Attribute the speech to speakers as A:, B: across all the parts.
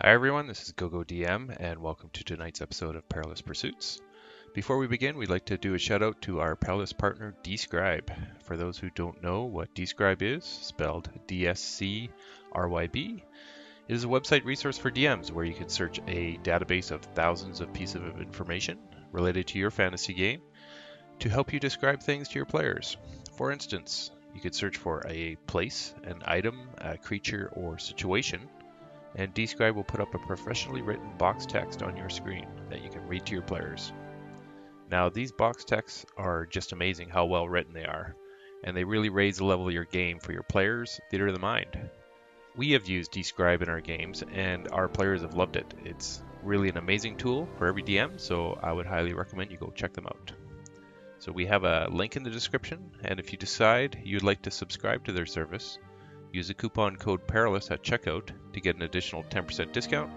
A: Hi everyone, this is GoGo DM, and welcome to tonight's episode of Perilous Pursuits. Before we begin, we'd like to do a shout out to our Perilous partner, Describe. For those who don't know what Describe is, spelled D S C R Y B, it is a website resource for DMs where you can search a database of thousands of pieces of information related to your fantasy game to help you describe things to your players. For instance, you could search for a place, an item, a creature, or situation and Describe will put up a professionally written box text on your screen that you can read to your players. Now, these box texts are just amazing how well written they are, and they really raise the level of your game for your players' theater of the mind. We have used Describe in our games, and our players have loved it. It's really an amazing tool for every DM, so I would highly recommend you go check them out. So, we have a link in the description, and if you decide you'd like to subscribe to their service, Use the coupon code Perilous at checkout to get an additional 10% discount.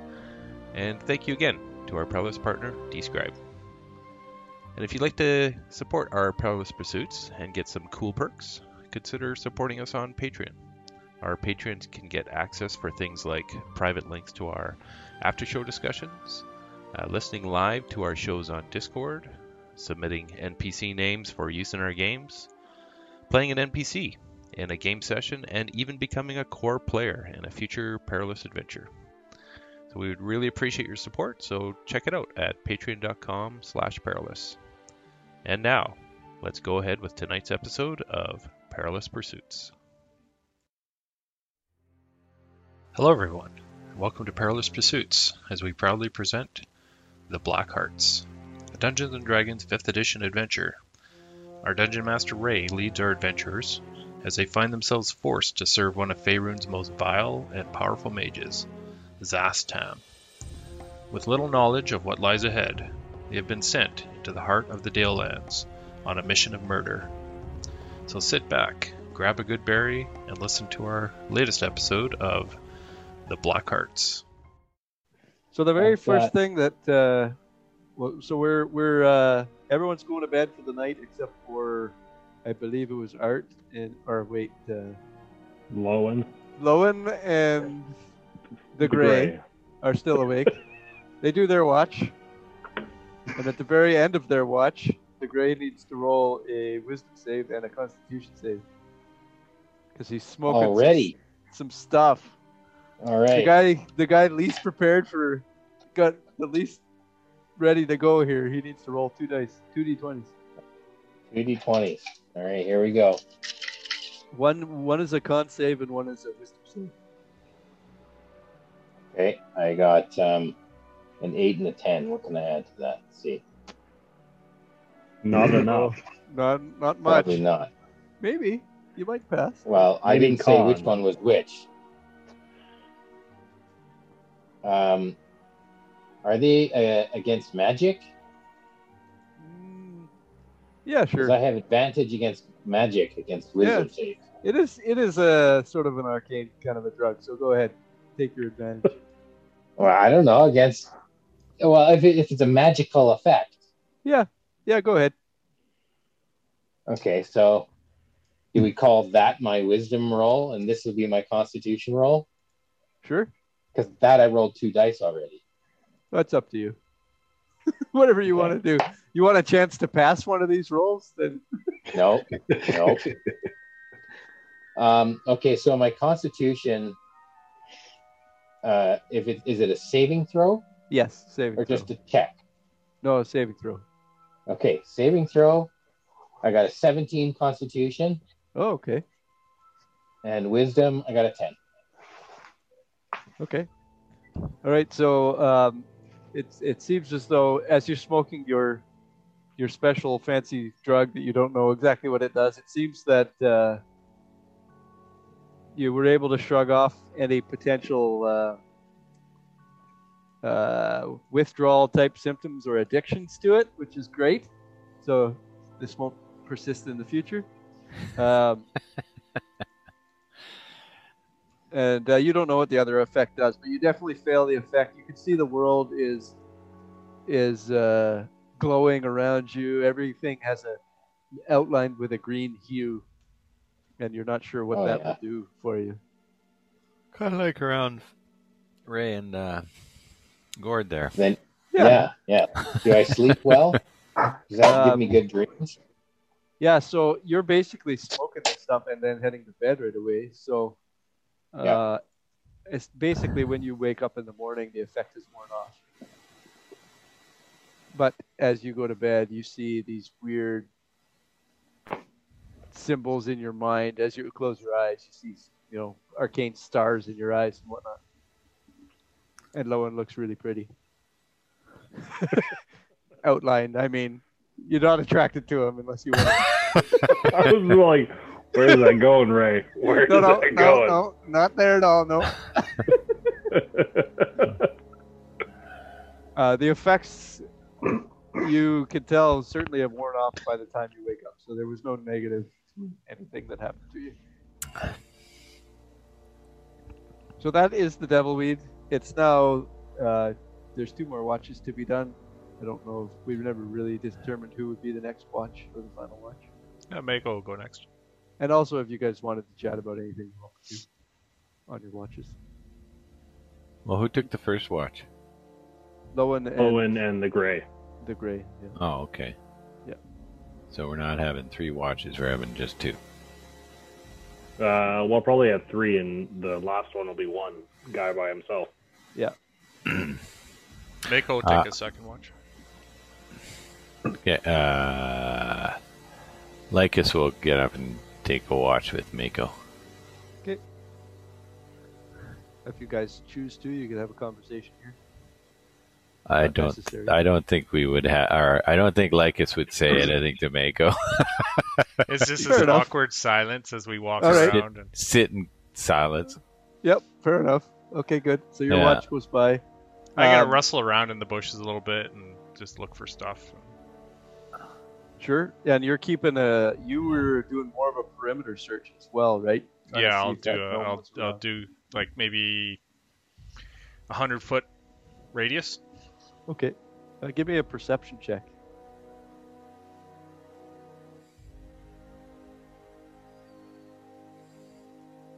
A: And thank you again to our Perilous partner, Describe. And if you'd like to support our Perilous Pursuits and get some cool perks, consider supporting us on Patreon. Our patrons can get access for things like private links to our after show discussions, uh, listening live to our shows on Discord, submitting NPC names for use in our games, playing an NPC, in a game session, and even becoming a core player in a future perilous adventure. So we would really appreciate your support, so check it out at patreon.com slash perilous. And now, let's go ahead with tonight's episode of Perilous Pursuits. Hello everyone, and welcome to Perilous Pursuits, as we proudly present The Black Hearts, a Dungeons and Dragons 5th edition adventure. Our Dungeon Master Ray leads our adventurers as they find themselves forced to serve one of Faerun's most vile and powerful mages, Zastam. With little knowledge of what lies ahead, they have been sent into the heart of the Dale Lands on a mission of murder. So sit back, grab a good berry, and listen to our latest episode of The Black Hearts.
B: So the very
C: I've
B: first
C: got-
B: thing that, uh, well, so we're we're uh, everyone's going to bed for the night except for, I believe it was Art and or wait, uh,
C: Lowen.
B: Lowen and the Gray, are still awake. they do their watch, and at the very end of their watch, the Gray needs to roll a Wisdom save and a Constitution save because he's smoking some-
C: Already.
B: some stuff.
C: All
B: the
C: right.
B: guy the guy least prepared for got the least ready to go here he needs to roll two dice two d20s
C: Two D twenties. All right, here we go.
B: one one is a con save and one is a wisdom save
C: Okay, I got um, an eight and a ten. What can I add to that? Let's see,
D: Not enough.
B: not not much
C: probably not.
B: maybe you might pass
C: Well, I
D: Maybe
C: didn't say which
D: con.
C: one was which. Um, are they uh, against magic?
B: Mm, yeah
C: Because
B: sure
C: I have advantage against magic against wisdom save.
B: it is it is a sort of an arcane kind of a drug so go ahead take your advantage
C: Well, I don't know against. Well, if, it, if it's a magical effect,
B: yeah go ahead
C: Okay, so do we call that my wisdom roll, and this would be my constitution roll?
B: sure
C: Because that I rolled two dice already.
B: that's up to you whatever you
C: Okay.
B: want to do you want a chance to pass one of these rolls then
C: No, no. Um, okay, so my constitution. Uh, if it is it a saving throw
B: yes saving
C: or
B: throw.
C: just a check?
B: no saving throw
C: Okay, saving throw. I got a 17 constitution
B: oh okay
C: and wisdom. I got a 10.
B: Okay. All right. So um, it it seems as though as you're smoking your your special fancy drug that you don't know exactly what it does, it seems that uh, you were able to shrug off any potential uh, uh, withdrawal type symptoms or addictions to it, which is great. So this won't persist in the future. Um, and uh, you don't know what the other effect does, but you definitely fail the effect. You can see the world is is uh, glowing around you. Everything has a outlined with a green hue, and you're not sure what
C: Oh,
B: that
C: yeah.
B: will do for you.
D: Kind of like around
A: Ray and uh, Gord there.
C: Then
B: Yeah.
C: yeah, yeah. Do I sleep well? Does that give me good dreams?
B: Yeah, so you're basically smoking this stuff and then heading to bed right away. So uh,
C: Yeah.
B: it's basically when you wake up in the morning, the effect is worn off. But as you go to bed, you see these weird symbols in your mind. As you close your eyes, you see, you know, arcane stars in your eyes and whatnot. And Lowen looks really pretty. Outlined. I mean, you're not attracted to him unless you want.
D: I was like, where's that going, Ray? Where's
B: no, no,
D: that
B: no,
D: going?
B: no, not there at all. No. Uh, the effects you could tell certainly have worn off by the time you wake up, so there was no negative to anything that happened to you. So that is the devil weed. It's now uh, there's two more watches to be done. I don't know if we've never really determined who would be the next watch or the final watch.
E: Uh, Mako will go next.
B: And also, if you guys wanted to chat about anything, you're welcome to on your watches.
A: Well, who took the first watch?
B: Lowen and
D: Owen and the Gray.
B: the gray. Yeah.
A: Oh, okay.
B: Yeah.
A: So we're not having three watches, we're having just two.
D: Uh, we'll probably have three, and the last one will be one guy by himself.
E: Mako will take a second watch.
F: Yeah, uh, Lycus will get up and take a watch with Mako.
B: If you guys choose to, you can have a conversation here.
F: I
B: Not
F: don't.
B: necessary.
F: I don't think we would have, or I don't think Lycus would say anything to Mako.
E: It's just
B: Fair
E: this
B: enough.
E: awkward silence as we walk
B: All right.
E: around. And
F: Sit in silence.
B: Yep, fair enough. Okay, good. So your
F: Yeah.
B: watch goes by.
E: I gotta
B: Um,
E: rustle around in the bushes a little bit and just look for stuff.
B: Sure. And you're keeping a. You were doing more of a perimeter search as well, right? Trying to
E: yeah,
B: see
E: I'll
B: if
E: do.
B: that
E: A,
B: gnome
E: I'll,
B: was
E: I'll
B: around.
E: do like maybe a hundred foot radius.
B: Okay. Uh, give me a perception check.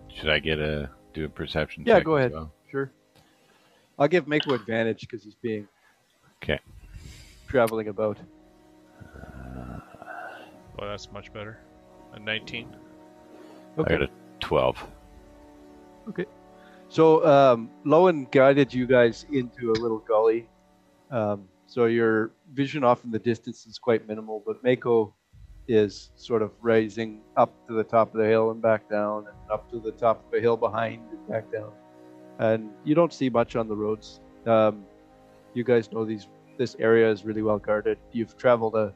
F: Should I get a do a perception?
B: Yeah,
F: check
B: go
F: as
B: ahead.
F: well?
B: Sure. I'll give Mako advantage because he's being.
F: Okay.
B: Traveling about.
E: Well, that's much better. A 19.
B: Okay.
F: I got a twelve.
B: So um, Lowen guided you guys into a little gully. Um, so your vision off in the distance is quite minimal, but Mako is sort of rising up to the top of the hill and back down, and up to the top of a hill behind and back down. And you don't see much on the roads. Um, you guys know these. This area is really well guarded. You've traveled a,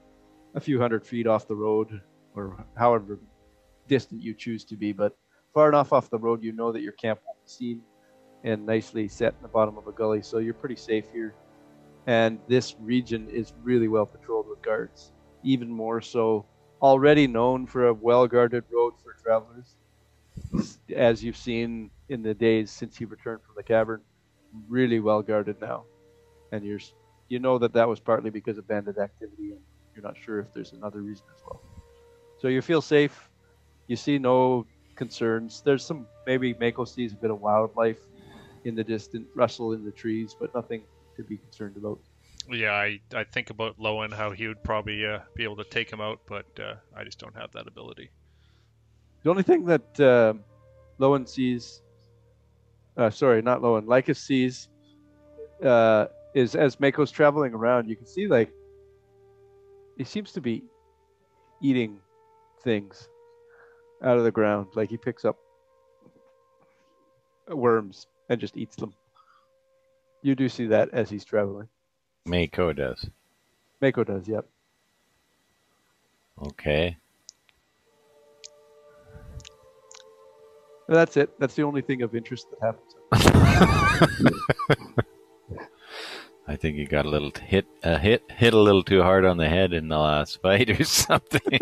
B: a few hundred feet off the road, or however distant you choose to be, but far enough off the road, you know that your camp won't be seen and nicely set in the bottom of a gully, so you're pretty safe here. And this region is really well patrolled with guards, even more so already known for a well guarded road for travelers. As you've seen in the days since he returned from the cavern, really well guarded now. And you're, s- you know that that was partly because of bandit activity, and you're not sure if there's another reason as well. So you feel safe. You see no concerns. There's some maybe Mako sees a bit of wildlife in the distant rustle in the trees, but nothing to be concerned about.
E: Yeah, I, I think about Lowen, how he would probably uh, be able to take him out, but uh, I just don't have that ability.
B: The only thing that um Lowen sees, uh, sorry, not Lowen, Lycus sees, uh, is as Mako's traveling around, you can see like he seems to be eating things out of the ground. Like he picks up worms and just eats them. You do see that as he's traveling.
F: Mako does.
B: Mako does, yep.
F: Okay.
B: And That's it. That's the only thing of interest that happens.
F: I think he got a little t- hit, a hit, hit a little too hard on the head in the last fight or something.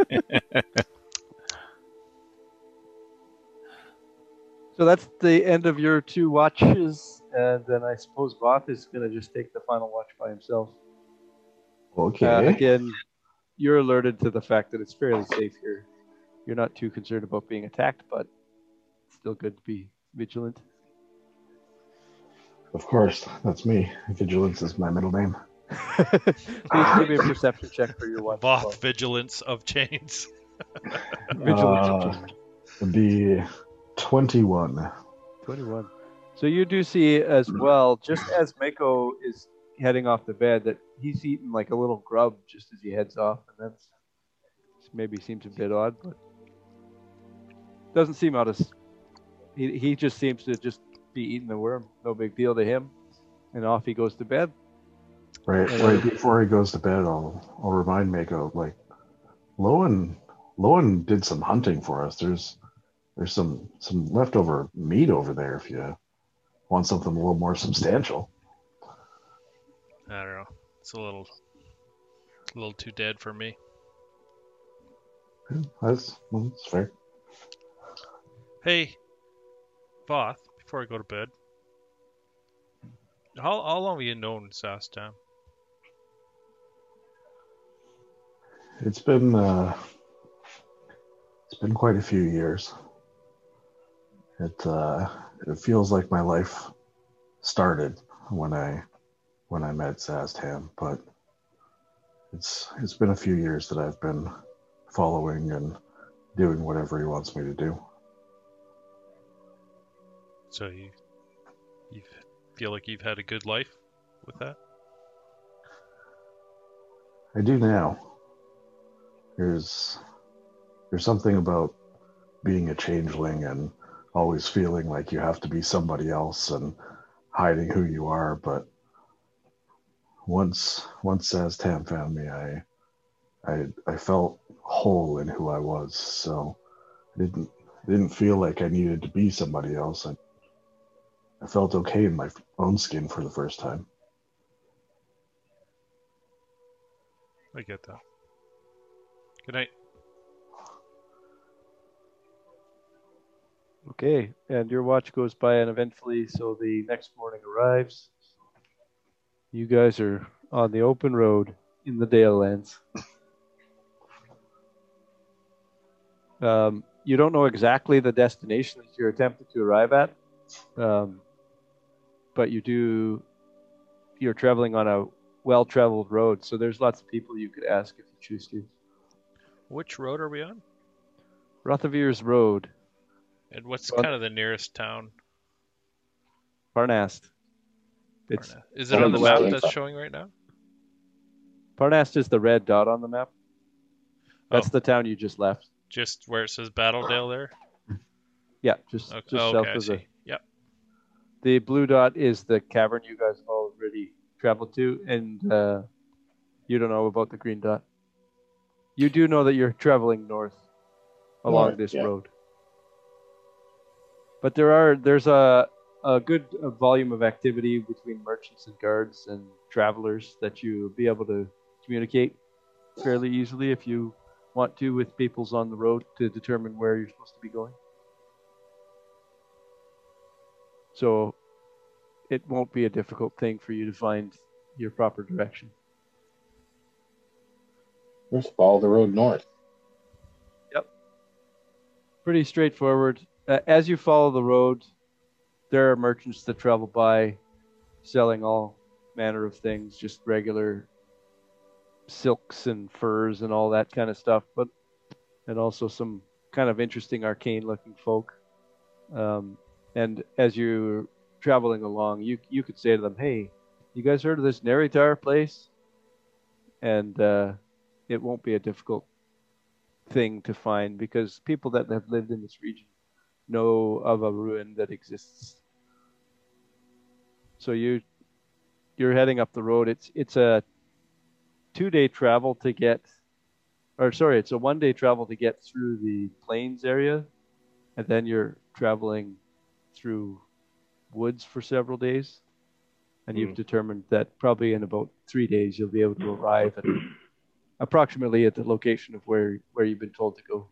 B: So that's the end of your two watches, and then I suppose Voth is going to just take the final watch by himself.
C: Okay.
B: Uh, again, you're alerted to the fact that it's fairly safe here. You're not too concerned about being attacked, but it's still good to be vigilant.
G: Of course, that's me. Vigilance is my middle name.
B: Please give me a perception check for your watch.
E: Voth Vigilance of Chains.
B: Vigilance.
G: Uh, would be 21.
B: 21. So you do see as well, just as Mako is heading off to bed, that he's eating like a little grub just as he heads off, and that's maybe seems a bit odd, but doesn't seem out of. s- He he just seems to just be eating the worm. No big deal to him, and off he goes to bed.
G: Right, right before he goes to bed, I'll I'll remind Mako like, Loan Loan did some hunting for us. There's there's some some leftover meat over there if you want something a little more substantial.
E: I don't know. It's a little, a little too dead for me.
G: That's well, that's fair.
E: Hey, Voth, before I go to bed, how, how long have you known Sastam?
G: It's been uh, it's been quite a few years. It uh, it feels like my life started when I when I met Saztam, but it's it's been a few years that I've been following and doing whatever he wants me to do.
E: So you, you feel like you've had a good life with that?
G: I do now. There's there's something about being a changeling and always feeling like you have to be somebody else and hiding who you are, but once once Saztam found me I I I felt whole in who I was, so I didn't I didn't feel like I needed to be somebody else. I, I felt okay in my own skin for the first time.
E: I get that. Good night.
B: Okay, and your watch goes by uneventfully, so the next morning arrives. You guys are on the open road in the Dale lands. um, you don't know exactly the destination that you're attempting to arrive at, um, but you do. You're traveling on a well-traveled road, so there's lots of people you could ask if you choose to.
E: Which road are we on?
B: Rothavir's Road,
E: And what's
B: Well-
E: kind of the nearest town?
B: Parnast. It's
E: Parna- Is it on the map that's showing right now?
B: Parnast is the red dot on the map. That's
E: Oh.
B: the town you just left.
E: Just where it says Battledale there?
B: Yeah, just
E: Okay,
B: just
E: oh,
B: south
E: okay, I
B: of the.
E: see. Yep.
B: The blue dot is the cavern you guys have already traveled to, and uh, you don't know about the green dot. You do know that you're traveling north along
C: North,
B: this
C: yeah.
B: road. But there are there's a a good uh, volume of activity between merchants and guards and travelers that you'll be able to communicate fairly easily if you want to with peoples on the road to determine where you're supposed to be going. So it won't be a difficult thing for you to find your proper direction.
C: Just follow the road north.
B: Pretty straightforward. Uh, as you follow the road, there are merchants that travel by selling all manner of things, just regular silks and furs and all that kind of stuff, but and also some kind of interesting arcane looking folk. Um, and as you're traveling along, you you could say to them, "Hey, you guys heard of this Neritar place?" And uh, it won't be a difficult thing to find because people that have lived in this region know of a ruin that exists. So you you're heading up the road. It's it's a two day travel to get or sorry, it's a one day travel to get through the plains area and then you're traveling through woods for several days. And you've
D: Hmm.
B: determined that probably in about three days you'll be able to arrive at approximately at the location of where where you've been told to go.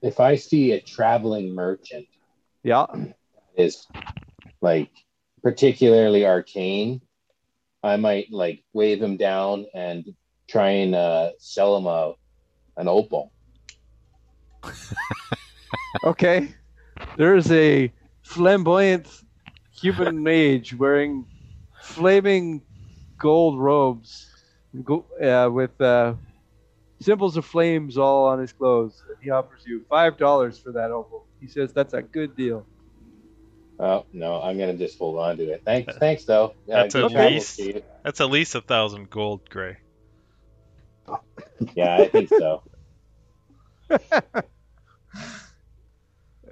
C: If I see a traveling merchant
B: Yeah.
C: that is like particularly arcane, I might like wave him down and try and uh, sell him a an opal.
B: Okay. There is a flamboyant human mage wearing flaming gold robes go- uh, with uh, symbols of flames all on his clothes. And he offers you $5 for that opal. He says that's a good deal.
C: Oh no, I'm gonna just hold on to it. Thanks, thanks though. Yeah,
E: That's
C: good
E: at
C: travels
E: least-
C: to you.
E: That's at least a thousand gold, Gray.
C: Yeah, I think so.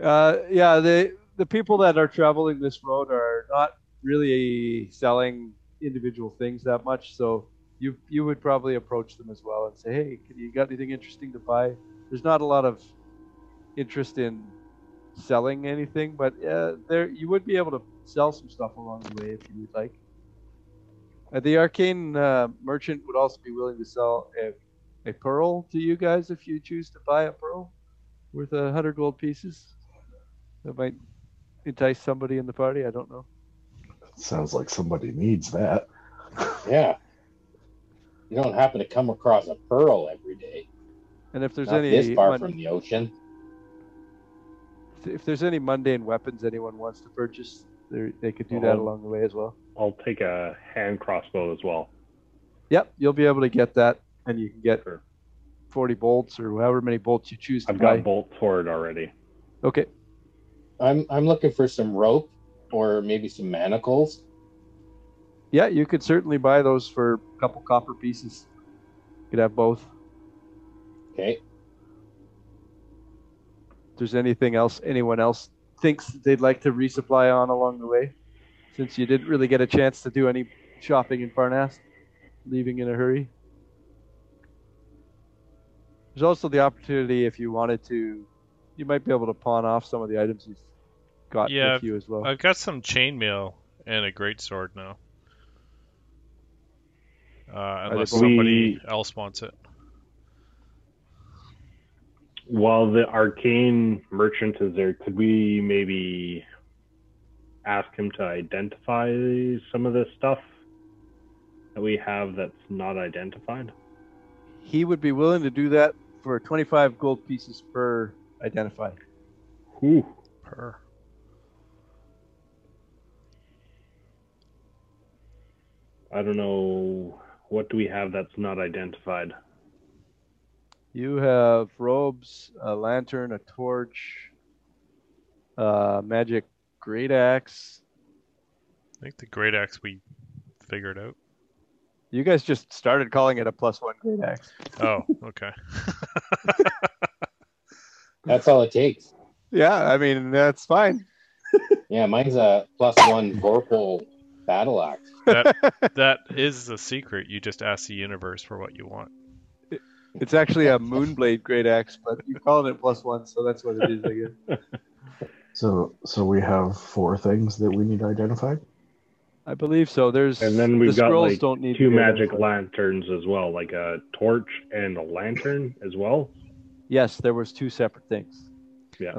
B: Uh, yeah, the the people that are traveling this road are not really selling individual things that much, so you you would probably approach them as well and say, "Hey, can you got anything interesting to buy?" There's not a lot of interest in selling anything, but uh, there you would be able to sell some stuff along the way if you would like. Uh, the arcane uh, merchant would also be willing to sell a, a pearl to you guys if you choose to buy a pearl worth a hundred gold pieces. That might entice somebody in the party. I don't know.
G: Sounds like somebody needs that.
C: Yeah. You don't happen to come across a pearl every day.
B: And if there's
C: Not
B: any
C: this far
B: mun-
C: from the ocean.
B: if there's any mundane weapons anyone wants to purchase, they they could do
C: Uh-huh.
B: that
D: Oh.
B: along the way as well.
D: I'll take a hand crossbow as well.
B: Yep, you'll be able to get that, and you can get
D: Sure.
B: forty bolts or however many bolts you choose to
D: I've
B: buy.
D: got bolts for it already.
B: okay,
C: I'm I'm looking for some rope or maybe some manacles.
B: yeah, you could certainly buy those for a couple copper pieces. You could have both.
C: Okay.
B: If there's anything else anyone else thinks that they'd like to resupply on along the way, since you didn't really get a chance to do any shopping in Parnas, leaving in a hurry. There's also the opportunity if you wanted to, you might be able to pawn off some of the items you've got
E: Yeah,
B: with you as well.
E: I've got some chainmail and a great sword now. Uh, unless
B: both-
E: somebody
D: We-
E: else wants it.
D: While the arcane merchant is there, could we maybe ask him to identify some of this stuff that we have that's not identified?
B: He would be willing to do that for 25 gold pieces per identify.
D: Whew.
E: Per.
D: I don't know. What do we have that's not identified?
B: You have robes, a lantern, a torch, uh, magic great axe.
E: I think the great axe we figured out.
B: You guys just started calling it a plus one great axe.
E: Oh, okay.
C: That's all it takes.
B: Yeah, I mean that's fine.
C: Yeah, mine's a plus one vorpal battle axe.
E: that is the secret. You just ask the universe for what you want.
B: It's actually a moonblade great axe, but you called it plus one, so that's what it is, I guess.
G: So, so we have four things that we need identified.
B: I believe so. There's
D: And then we've
B: the
D: got,
B: scrolls
D: like,
B: don't need
D: Two
B: to be
D: magic
B: identified.
D: lanterns as well, like a torch and a lantern as well.
B: Yes, there was two separate things.
D: Yeah.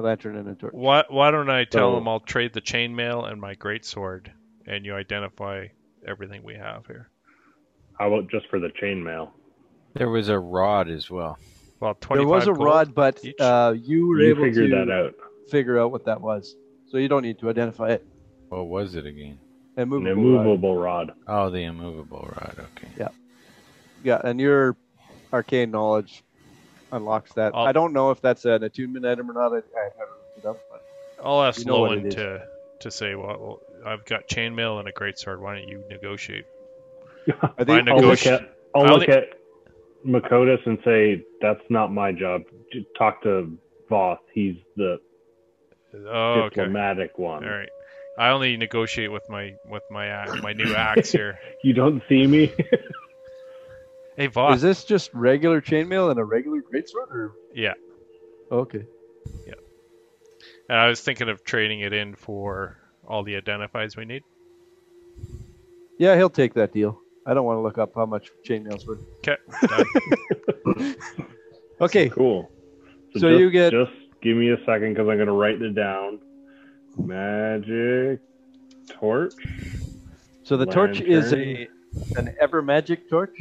B: A lantern and a torch.
E: Why, why don't I tell
D: So-
E: them I'll trade the chainmail and my great sword, and you identify everything we have here?
D: How about just for the chainmail?
F: There was a rod as well.
E: Well, twenty.
B: There was a rod, but
E: each?
B: uh, you were
D: You
B: able
D: figured
B: to
D: that out.
B: figure out what that was, so you don't need to identify it.
F: What was it again?
B: And
D: An
B: move
D: immovable rod.
F: Oh, the immovable rod. Okay.
B: Yeah, and your arcane knowledge unlocks that.
E: I'll-
B: I don't know if that's an attunement item or not. I, I haven't looked it up, but
E: I'll ask
B: You know what
E: Lowen
B: it is.
E: to to say, well, well, I've got chainmail and a great sword. Why don't you negotiate?
B: I
E: Why
B: think
D: I'll look
E: negotiate?
D: at I'll
E: I'll
D: look at Makotis and say that's not my job. J- Talk to Voth. He's the
E: Oh, okay.
D: diplomatic
E: All
D: one.
E: right. I only negotiate with my with my axe, my new axe here.
D: You don't see me.
E: Hey, Voss.
B: Is this just regular chainmail and a regular greatsword? Or...
E: Yeah.
B: Okay.
E: And I was thinking of trading it in for all the identifiers we need.
B: Yeah, he'll take that deal. I don't want to look up how much chainmail's worth.
E: 'Kay.
B: okay.
D: cool.
B: So
D: just,
B: you get-
D: Just give me a second because I'm gonna write it down. Magic torch.
B: So the torch is a
D: Lantern.
B: an ever magic torch.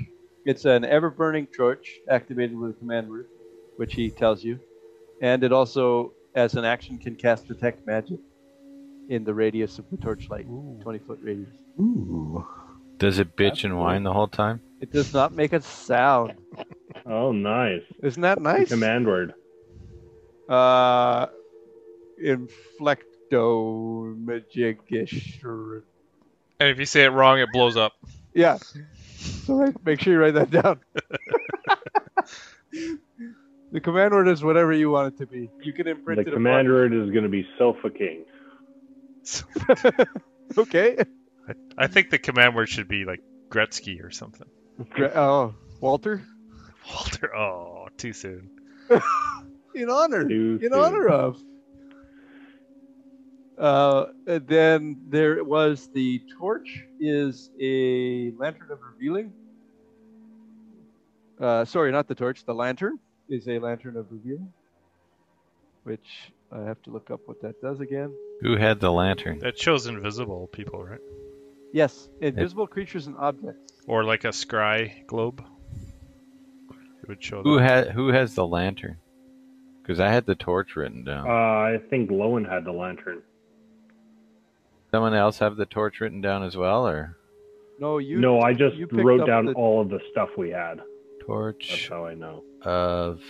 B: It's an ever burning torch activated with a command word, which he tells you, and it also, as an action, can cast detect magic. in the radius of the torchlight, 20 foot radius.
G: Ooh.
F: Does it bitch and whine the whole time?
B: It does not make a sound.
D: Oh, nice.
B: Isn't that nice?
D: Command word.
B: Uh, inflecto magigish.
E: And if you say it wrong, it blows up.
B: Yeah. So right, make sure you write that down. the command word is whatever you want it to be. You can imprint
D: The
B: it. upon-
D: command word is going to be Sofa King.
B: okay.
E: I think the command word should be like Gretzky or something.
B: Gra- Oh, Walter.
E: Walter. Oh, too soon.
B: In honor.
D: Too
B: in
D: soon.
B: honor of. Uh, and then there was the torch is a lantern of revealing. Uh, sorry, not the torch. The lantern is a lantern of revealing, which I have to look up what that does again.
F: Who had the lantern?
E: That shows invisible people, right?
B: Yes, invisible creatures and objects.
E: Or like a scry globe. It would show.
F: Who
E: that.
F: had who has the lantern? Because I had the torch written
D: Uh,
F: down.
D: I think Lowen had the lantern.
F: Someone else have the torch written down as well, or
B: No, you.
D: no, I just
B: you picked
D: wrote
B: up
D: down
B: the-
D: all of the stuff we had. That's
F: torch
D: how I know.
F: of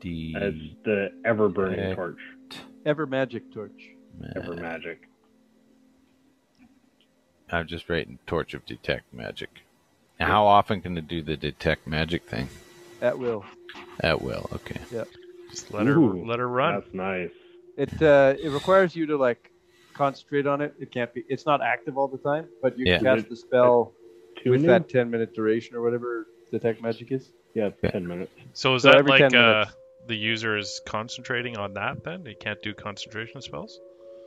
F: the
D: It's the ever burning
F: Okay.
D: torch,
B: ever magic torch.
D: ever magic.
F: I'm just writing torch of detect magic. Now, how often can it do the detect magic thing?
B: At will.
F: At will. Okay.
E: Just let her
D: Ooh,
E: let her run.
D: That's nice.
B: It uh, it requires you to like concentrate on it. It can't be. It's not active all the time, but you can
D: Yeah.
B: cast the spell
D: Two
B: with
D: new?
B: that ten minute duration or whatever detect magic is.
D: Yeah, it's
F: Yeah.
D: ten minutes.
E: So is
B: So
E: that
B: every
E: like
B: 10
E: uh,
B: minutes.
E: the user is concentrating on that? Then they can't do concentration spells.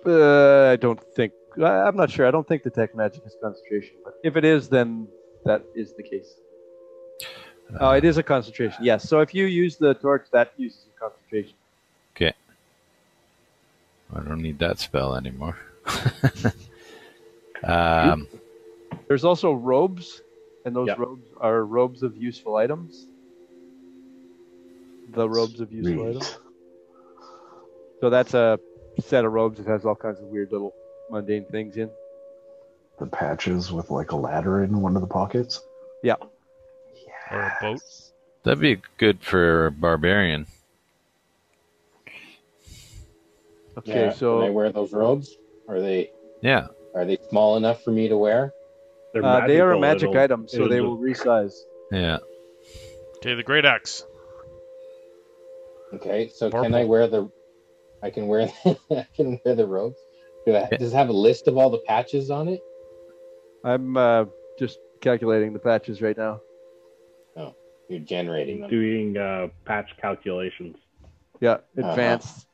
B: Uh, I don't think. I, I'm not sure. I don't think detect magic is concentration, but if it is, then that is the case. Oh, it is a concentration. Yes. So if you use the torch, that uses a concentration.
F: I don't need that spell anymore. um,
B: There's also robes, and those
D: Yeah.
B: robes are robes of useful items. The robes of useful
G: Sweet.
B: items. So that's a set of robes that has all kinds of weird little mundane things in.
G: The patches with like a ladder in one of the pockets.
B: Yeah.
E: uh, Or a boat.
F: that'd be good for a barbarian.
B: Okay,
C: Yeah, Can I
B: so
C: wear those robes? Are they
F: Yeah.
C: are they small enough for me to wear?
D: They're
B: uh, they are a magic
D: magical.
B: item, so
D: it'll
B: they
D: just-
B: will resize.
F: Yeah.
E: Okay, the great axe.
C: Okay, so
E: Purple.
C: can I wear the? I can wear. I can wear the robes. Do I,
F: Yeah.
C: does it have a list of all the patches on it?
B: I'm uh, just calculating the patches right now.
C: You're generating them.
D: doing uh, patch calculations.
B: Yeah,
C: Uh-huh.
B: advanced.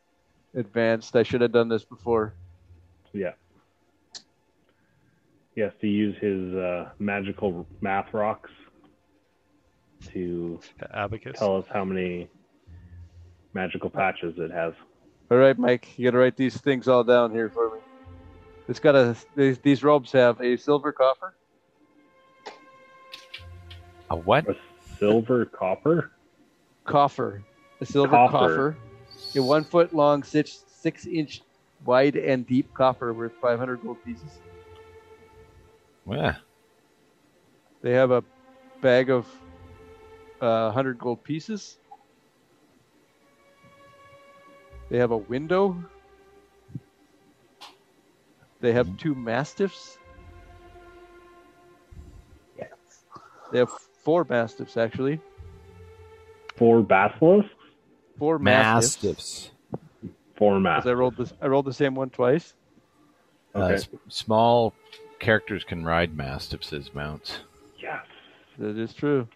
B: Advanced. I should have done this before.
D: Yeah. He has to use his uh, magical math rocks to
E: Abacus.
D: tell us how many magical patches it has.
B: All right, Mike, you gotta write these things all down here for me. It's got a these, these robes have a silver coffer,
F: A what?
D: A silver copper?
B: coffer, a silver
D: Coffer.
B: coffer, a one foot long, six six inch wide and deep coffer worth 500 gold pieces.
F: Yeah.
B: They have a bag of uh, 100 gold pieces. They have a window. They have two mastiffs. They have four mastiffs, actually.
D: Four basilisks?
B: Four mastiffs.
F: Mastiffs.
D: Four
B: 'Cause
D: mass.
B: I rolled this. I rolled the same one twice.
F: Uh,
D: Okay.
F: s- small characters can ride mastiffs as mounts.
D: Yes.
B: That is true.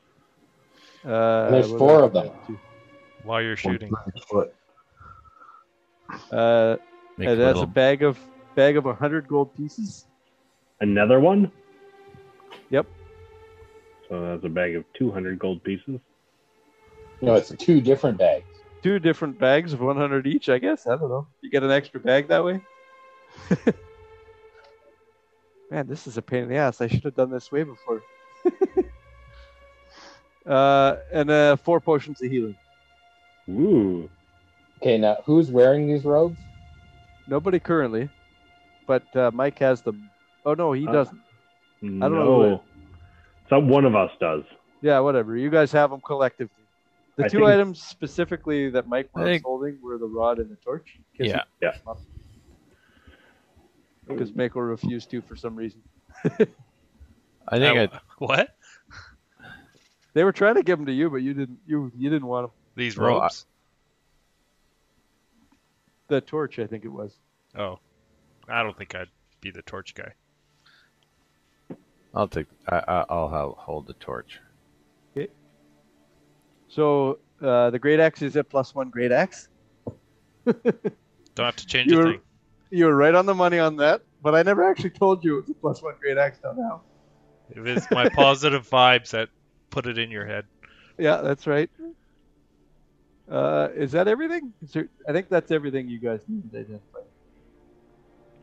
B: Uh,
C: There's
B: what
C: four
B: else
C: of
B: do I
C: them.
B: have to-
E: While you're shooting.
G: But
B: Uh,
F: Make
B: and that's a
F: little-
B: bag of bag of 100 gold pieces.
D: Another one?
B: Yep.
D: So that's a bag of 200 gold pieces.
C: No, it's two different bags.
B: two different bags of 100 each, I guess. I don't know. You get an extra bag that way. Man, this is a pain in the ass. I should have done this way before. uh, and uh, four potions of healing.
D: Ooh.
C: Okay, now who's wearing these robes?
B: Nobody currently, but uh, Mike has them. Oh no, he
D: Uh.
B: doesn't.
D: No.
B: don't know who
D: So one of us does.
B: Yeah, whatever. You guys have them collectively. The
D: I
B: two
D: think-
B: items specifically that Mike
F: I
B: was
F: think-
B: holding were the rod and the torch.
F: Yeah.
D: Yeah.
B: Because Mako refused to for some reason.
F: I think I,
E: Uh, what?
B: They were trying to give them to you, but you didn't. You you didn't want 'em.
E: These
F: Well, I-
E: ropes?
B: The torch, I think it was.
E: Oh, I don't think I'd be the torch guy.
F: I'll take. I, I, I'll ho- hold the torch.
B: So uh, the great axe is at plus one great axe.
E: Don't have to change
B: You're-
E: a thing.
B: You were right on the money on that, but I never actually told you it's a plus one great axe till now.
E: If it's my positive vibes that put it in your head.
B: Yeah, that's right. Uh, is that everything? Is there, I think that's everything you guys need to identify.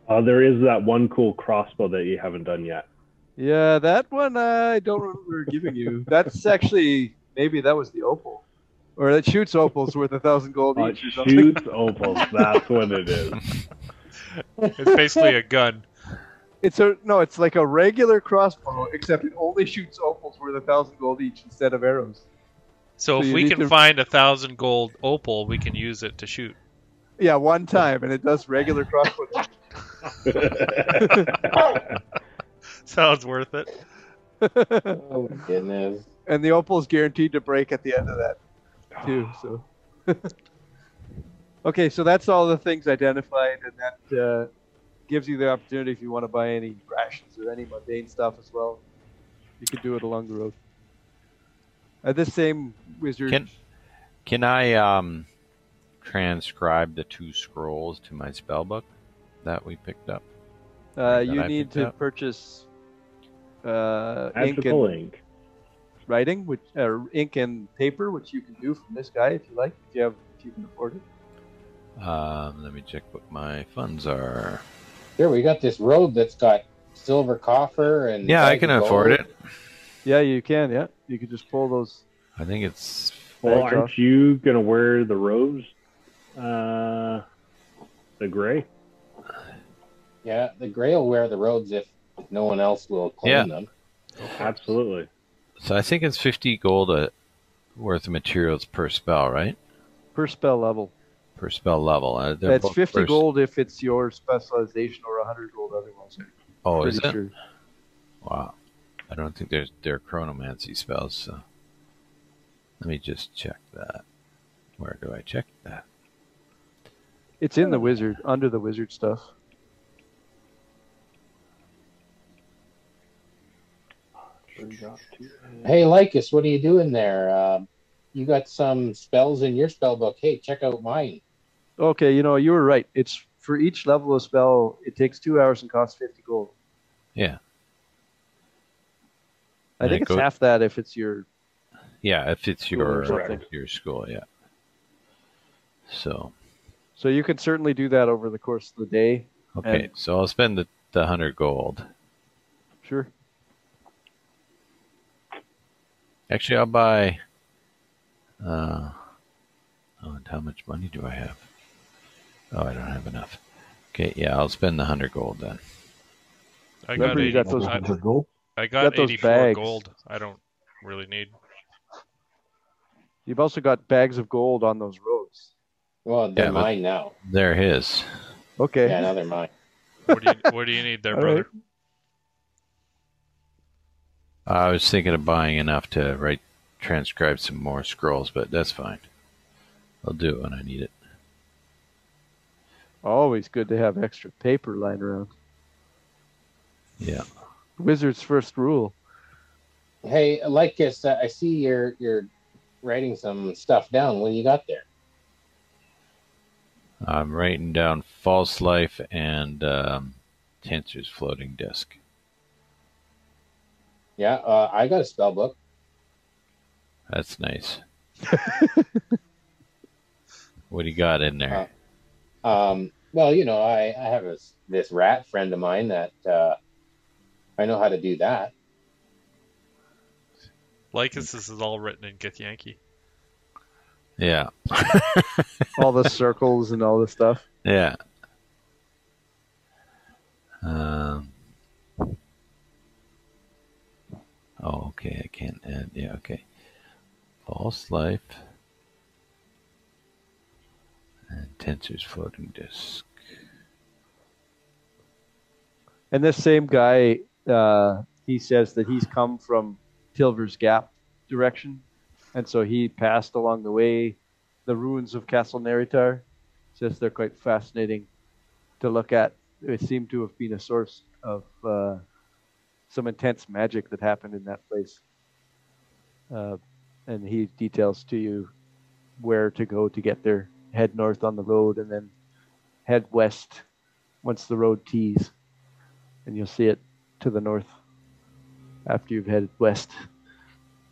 D: Uh, there is that one cool crossbow that you haven't done yet.
B: Yeah, that one I don't remember giving you. That's actually maybe that was the opal, or that shoots opals worth a thousand gold
D: Uh,
B: each or something.
D: shoots opals. That's what it is.
E: It's basically a gun.
B: It's a no, it's like a regular crossbow, except it only shoots opals worth a thousand gold each instead of arrows.
E: So,
B: So
E: if
B: you
E: we
B: need
E: can
B: to-
E: find a thousand gold opal, we can use it to shoot.
B: Yeah, one time, and it does regular crossbow. damage.
E: Sounds worth it.
C: Oh my goodness.
B: and the opal's guaranteed to break at the end of that too. So, okay, so that's all the things identified, and that uh, gives you the opportunity if you want to buy any rations or any mundane stuff as well. You could do it along the road. At this same wizard,
F: Can can I um transcribe the two scrolls to my spell book that we picked up?
B: uh,
F: that
B: you
F: I
B: need
F: picked
B: to
F: up?
B: purchase uh, ink
D: Magical
B: and
D: ink.
B: writing, which uh, ink and paper, which you can do from this guy if you like, if you have, if you can afford it.
F: Um, let me check what my funds are.
C: Here we got this robe that's got silver coffer and
F: Yeah, I can
C: gold.
F: afford it.
B: Yeah, you can. Yeah, you could just pull those
F: I think it's
D: Well,
B: Thanks,
D: aren't you gonna wear the robes? Uh, the gray.
C: Yeah, the Grey will wear the robes if no one else will claim
F: Yeah.
C: them.
D: Absolutely.
F: so. I think it's fifty gold uh, worth of materials per spell, right?
B: per spell level.
F: Per spell level. Uh, they're
B: That's
F: both
B: 50
F: per s-
B: gold if it's your specialization or 100 gold otherwise. I'm
F: Oh, is
B: pretty
F: it?
B: sure.
F: Wow. I don't think there's they're chronomancy spells, so let me just check that. Where do I check that?
B: It's in the wizard, under the wizard stuff.
C: Hey, Lycus, what are you doing there? Uh, you got some spells in your spell book. Hey, check out mine.
B: Okay, you know, you were right. It's for each level of spell, it takes two hours and costs 50 gold.
F: Yeah.
B: I
F: And
B: think
F: it
B: it's
F: goes-
B: half that if it's your.
F: Yeah, if it's
B: School or
F: your
B: something.
F: your school, yeah. So
B: So you can certainly do that over the course of the day.
F: okay, so I'll spend the, the hundred gold.
B: Sure.
F: Actually, I'll buy. Uh, oh, and how much money do I have? Oh, I don't have enough. Okay, yeah, I'll spend the hundred gold then.
E: I got,
B: Remember you
E: 80,
B: got those-
E: I,
G: Hundred gold?
E: I got,
B: got those
E: 84
B: bags.
E: gold. I don't really need.
B: You've also got bags of gold on those robes.
C: Well, they're
F: Yeah, but-
C: mine now.
F: There his.
B: Okay.
C: Yeah, now they're mine.
E: What do you, what do you need there,
B: All
E: brother?
F: I was thinking of buying enough to write, transcribe some more scrolls, but that's fine. I'll do it when I need it.
B: Always good to have extra paper lying around.
F: Yeah.
B: Wizard's first rule.
C: Hey, Lycus, uh, I see you're you're writing some stuff down. What do you got there?
F: I'm writing down false life and um, Tancer's floating disc.
C: Yeah, uh, I got a spell book.
F: That's nice. what do you got in there?
C: Um, well, you know, I, I have a s this rat friend of mine that uh, I know how to do that.
E: Lycus, this is all written in Githyanki. Yankee.
F: yeah.
B: All the circles and all the stuff.
F: Yeah. Um, oh, okay. I can't add. Yeah, okay. False life. And tensors floating disk.
B: And this same guy, uh, he says that he's come from Tilver's Gap direction, and so he passed along the way the ruins of Castle Neritar. Says they're quite fascinating to look at. It seemed to have been a source of uh, some intense magic that happened in that place. Uh, and he details to you where to go to get there. Head north on the road, and then head west once the road tees, and you'll see it to the north after you've headed west.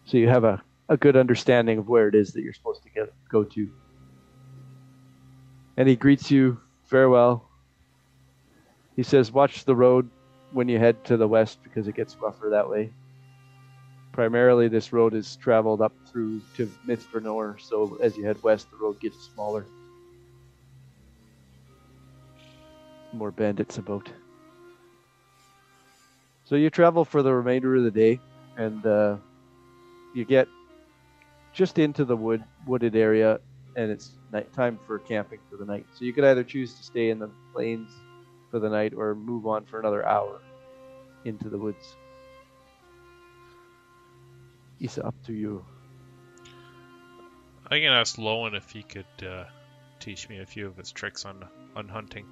B: So you have a, a good understanding of where it is that you're supposed to get go to. And he greets you farewell. He says, Watch the road when you head to the west because it gets rougher that way. Primarily, this road is traveled up through to Mithranor, so as you head west, the road gets smaller. More bandits about. So you travel for the remainder of the day, and uh, you get just into the wood wooded area, and it's nighttime for camping for the night. So you could either choose to stay in the plains for the night or move on for another hour into the woods. It's up to you.
E: I can ask Lowen if he could uh, teach me a few of his tricks on on hunting.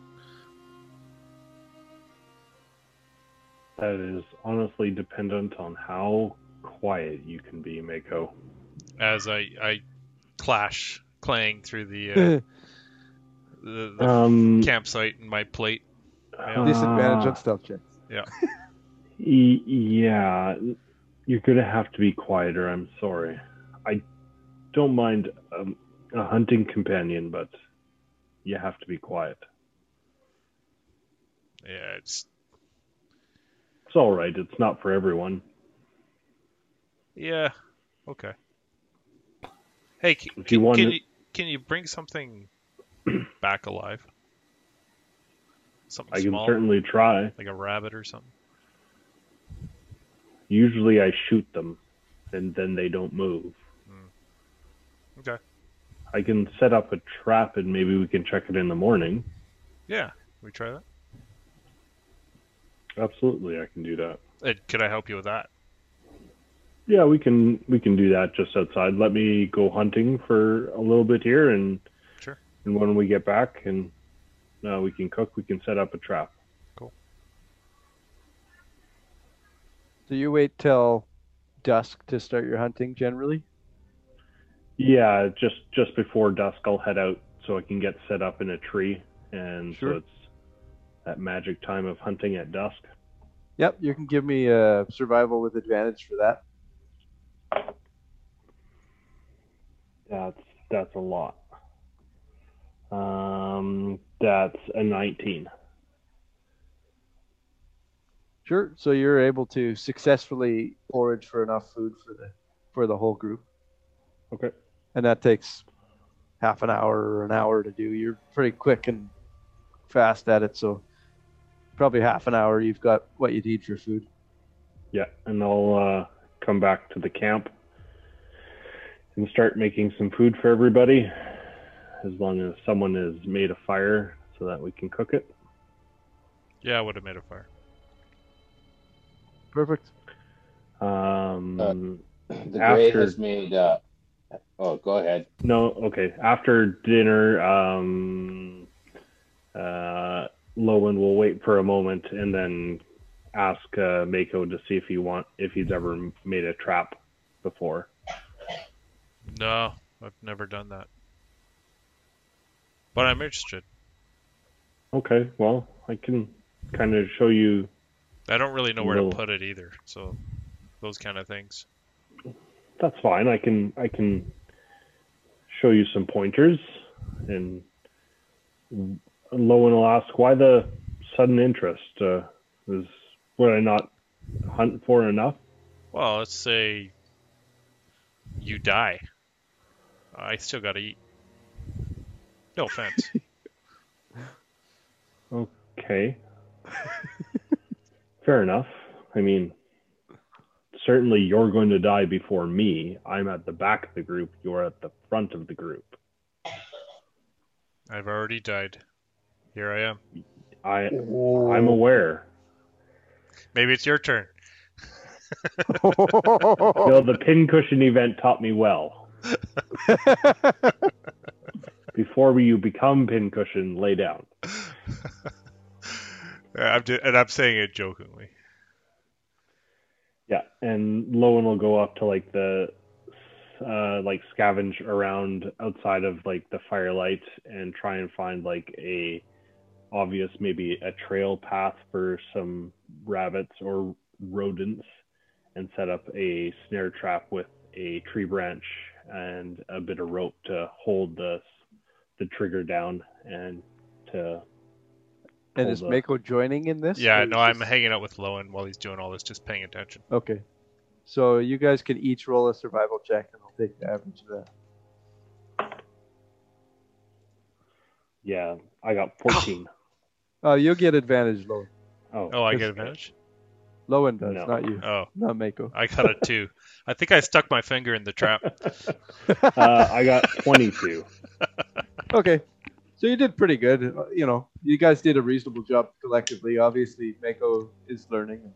D: That is honestly dependent on how quiet you can be, Mako.
E: As I I clash clang through the uh, the, the
D: Um,
E: campsite in my plate. Yeah.
B: Disadvantage
D: uh,
B: on stealth checks.
D: Y- yeah, you're gonna have to be quieter. I'm sorry. I don't mind um, a hunting companion, but you have to be quiet.
E: Yeah, it's
D: It's all right. It's not for everyone.
E: yeah, okay. Hey, c-
D: If
E: can,
D: you want
E: can
D: it-
E: you can you bring something back alive? Something
D: I can
E: small,
D: certainly try.
E: like a rabbit or something.
D: Usually, I shoot them, and then they don't move.
E: Hmm. Okay.
D: I can set up a trap, and maybe we can check it in the morning.
E: Yeah, we try that.
D: Absolutely, I can do that.
E: Uh, could I help you with that?
D: Yeah, we can we can do that just outside. Let me go hunting for a little bit here, and
E: Sure.
D: And when we get back, and uh, we can cook. We can set up a trap.
B: So you wait till dusk to start your hunting generally?
D: Yeah, just just before dusk, I'll head out so I can get set up in a tree, and
B: Sure.
D: so it's that magic time of hunting at dusk.
B: Yep, you can give me a survival with advantage for that.
D: That's that's a lot. Um, that's a nineteen.
B: Sure. So you're able to successfully forage for enough food for the for the whole group,
D: Okay.
B: and that takes half an hour or an hour to do. You're pretty quick and fast at it, so probably half an hour you've got what you need for food.
D: Yeah, and I'll uh, come back to the camp and start making some food for everybody, as long as someone has made a fire so that we can cook it.
E: Yeah, I would have made a fire.
B: Perfect.
D: Um,
C: The grave
D: After-
C: has made. Uh, oh, go ahead.
D: No, okay. After dinner, um, uh, Lowen will wait for a moment and then ask uh, Mako to see if he want if he's ever made a trap before.
E: No, I've never done that. But I'm interested.
D: Okay, well, I can kind of show you.
E: I don't really know where
D: No.
E: to put it either, so those kind of things.
D: That's fine. I can I can show you some pointers, and Lowen will ask why the sudden interest uh, is would I not hunt for enough?
E: Well, let's say you die. I still gotta eat. No offense.
D: Okay. Fair enough. I mean, certainly you're going to die before me. I'm at the back of the group. You're at the front of the group.
E: I've already died. Here I am.
D: I I'm aware.
E: Maybe it's your turn.
D: You know, the pincushion event taught me well. Before you become pincushion, lay down.
E: Uh, I'm ju- and I'm saying it jokingly.
D: Yeah, and Lowen will go up to like the uh, like scavenge around outside of like the firelight and try and find like a obvious maybe a trail path for some rabbits or rodents and set up a snare trap with a tree branch and a bit of rope to hold the the trigger down and to
B: And
D: Hold
B: is
D: up.
B: Mako joining in this?
E: Yeah,
B: or
E: no,
B: is
E: I'm
B: this-
E: hanging out with Lowen while he's doing all this, just paying attention.
B: Okay. So you guys can each roll a survival check, and I'll take the average of that.
D: yeah, I got 14.
B: Oh, you'll get advantage, Lowen.
D: Oh,
E: Oh, I
D: this
E: get
D: guy.
E: advantage?
B: Lowen does,
D: No.
B: not you,
E: Oh,
B: not Mako.
E: I got a two. I think I stuck my finger in the trap.
D: Uh, I got 22.
B: Okay. So you did pretty good. Uh, You know, you guys did a reasonable job collectively. Obviously, Mako is learning.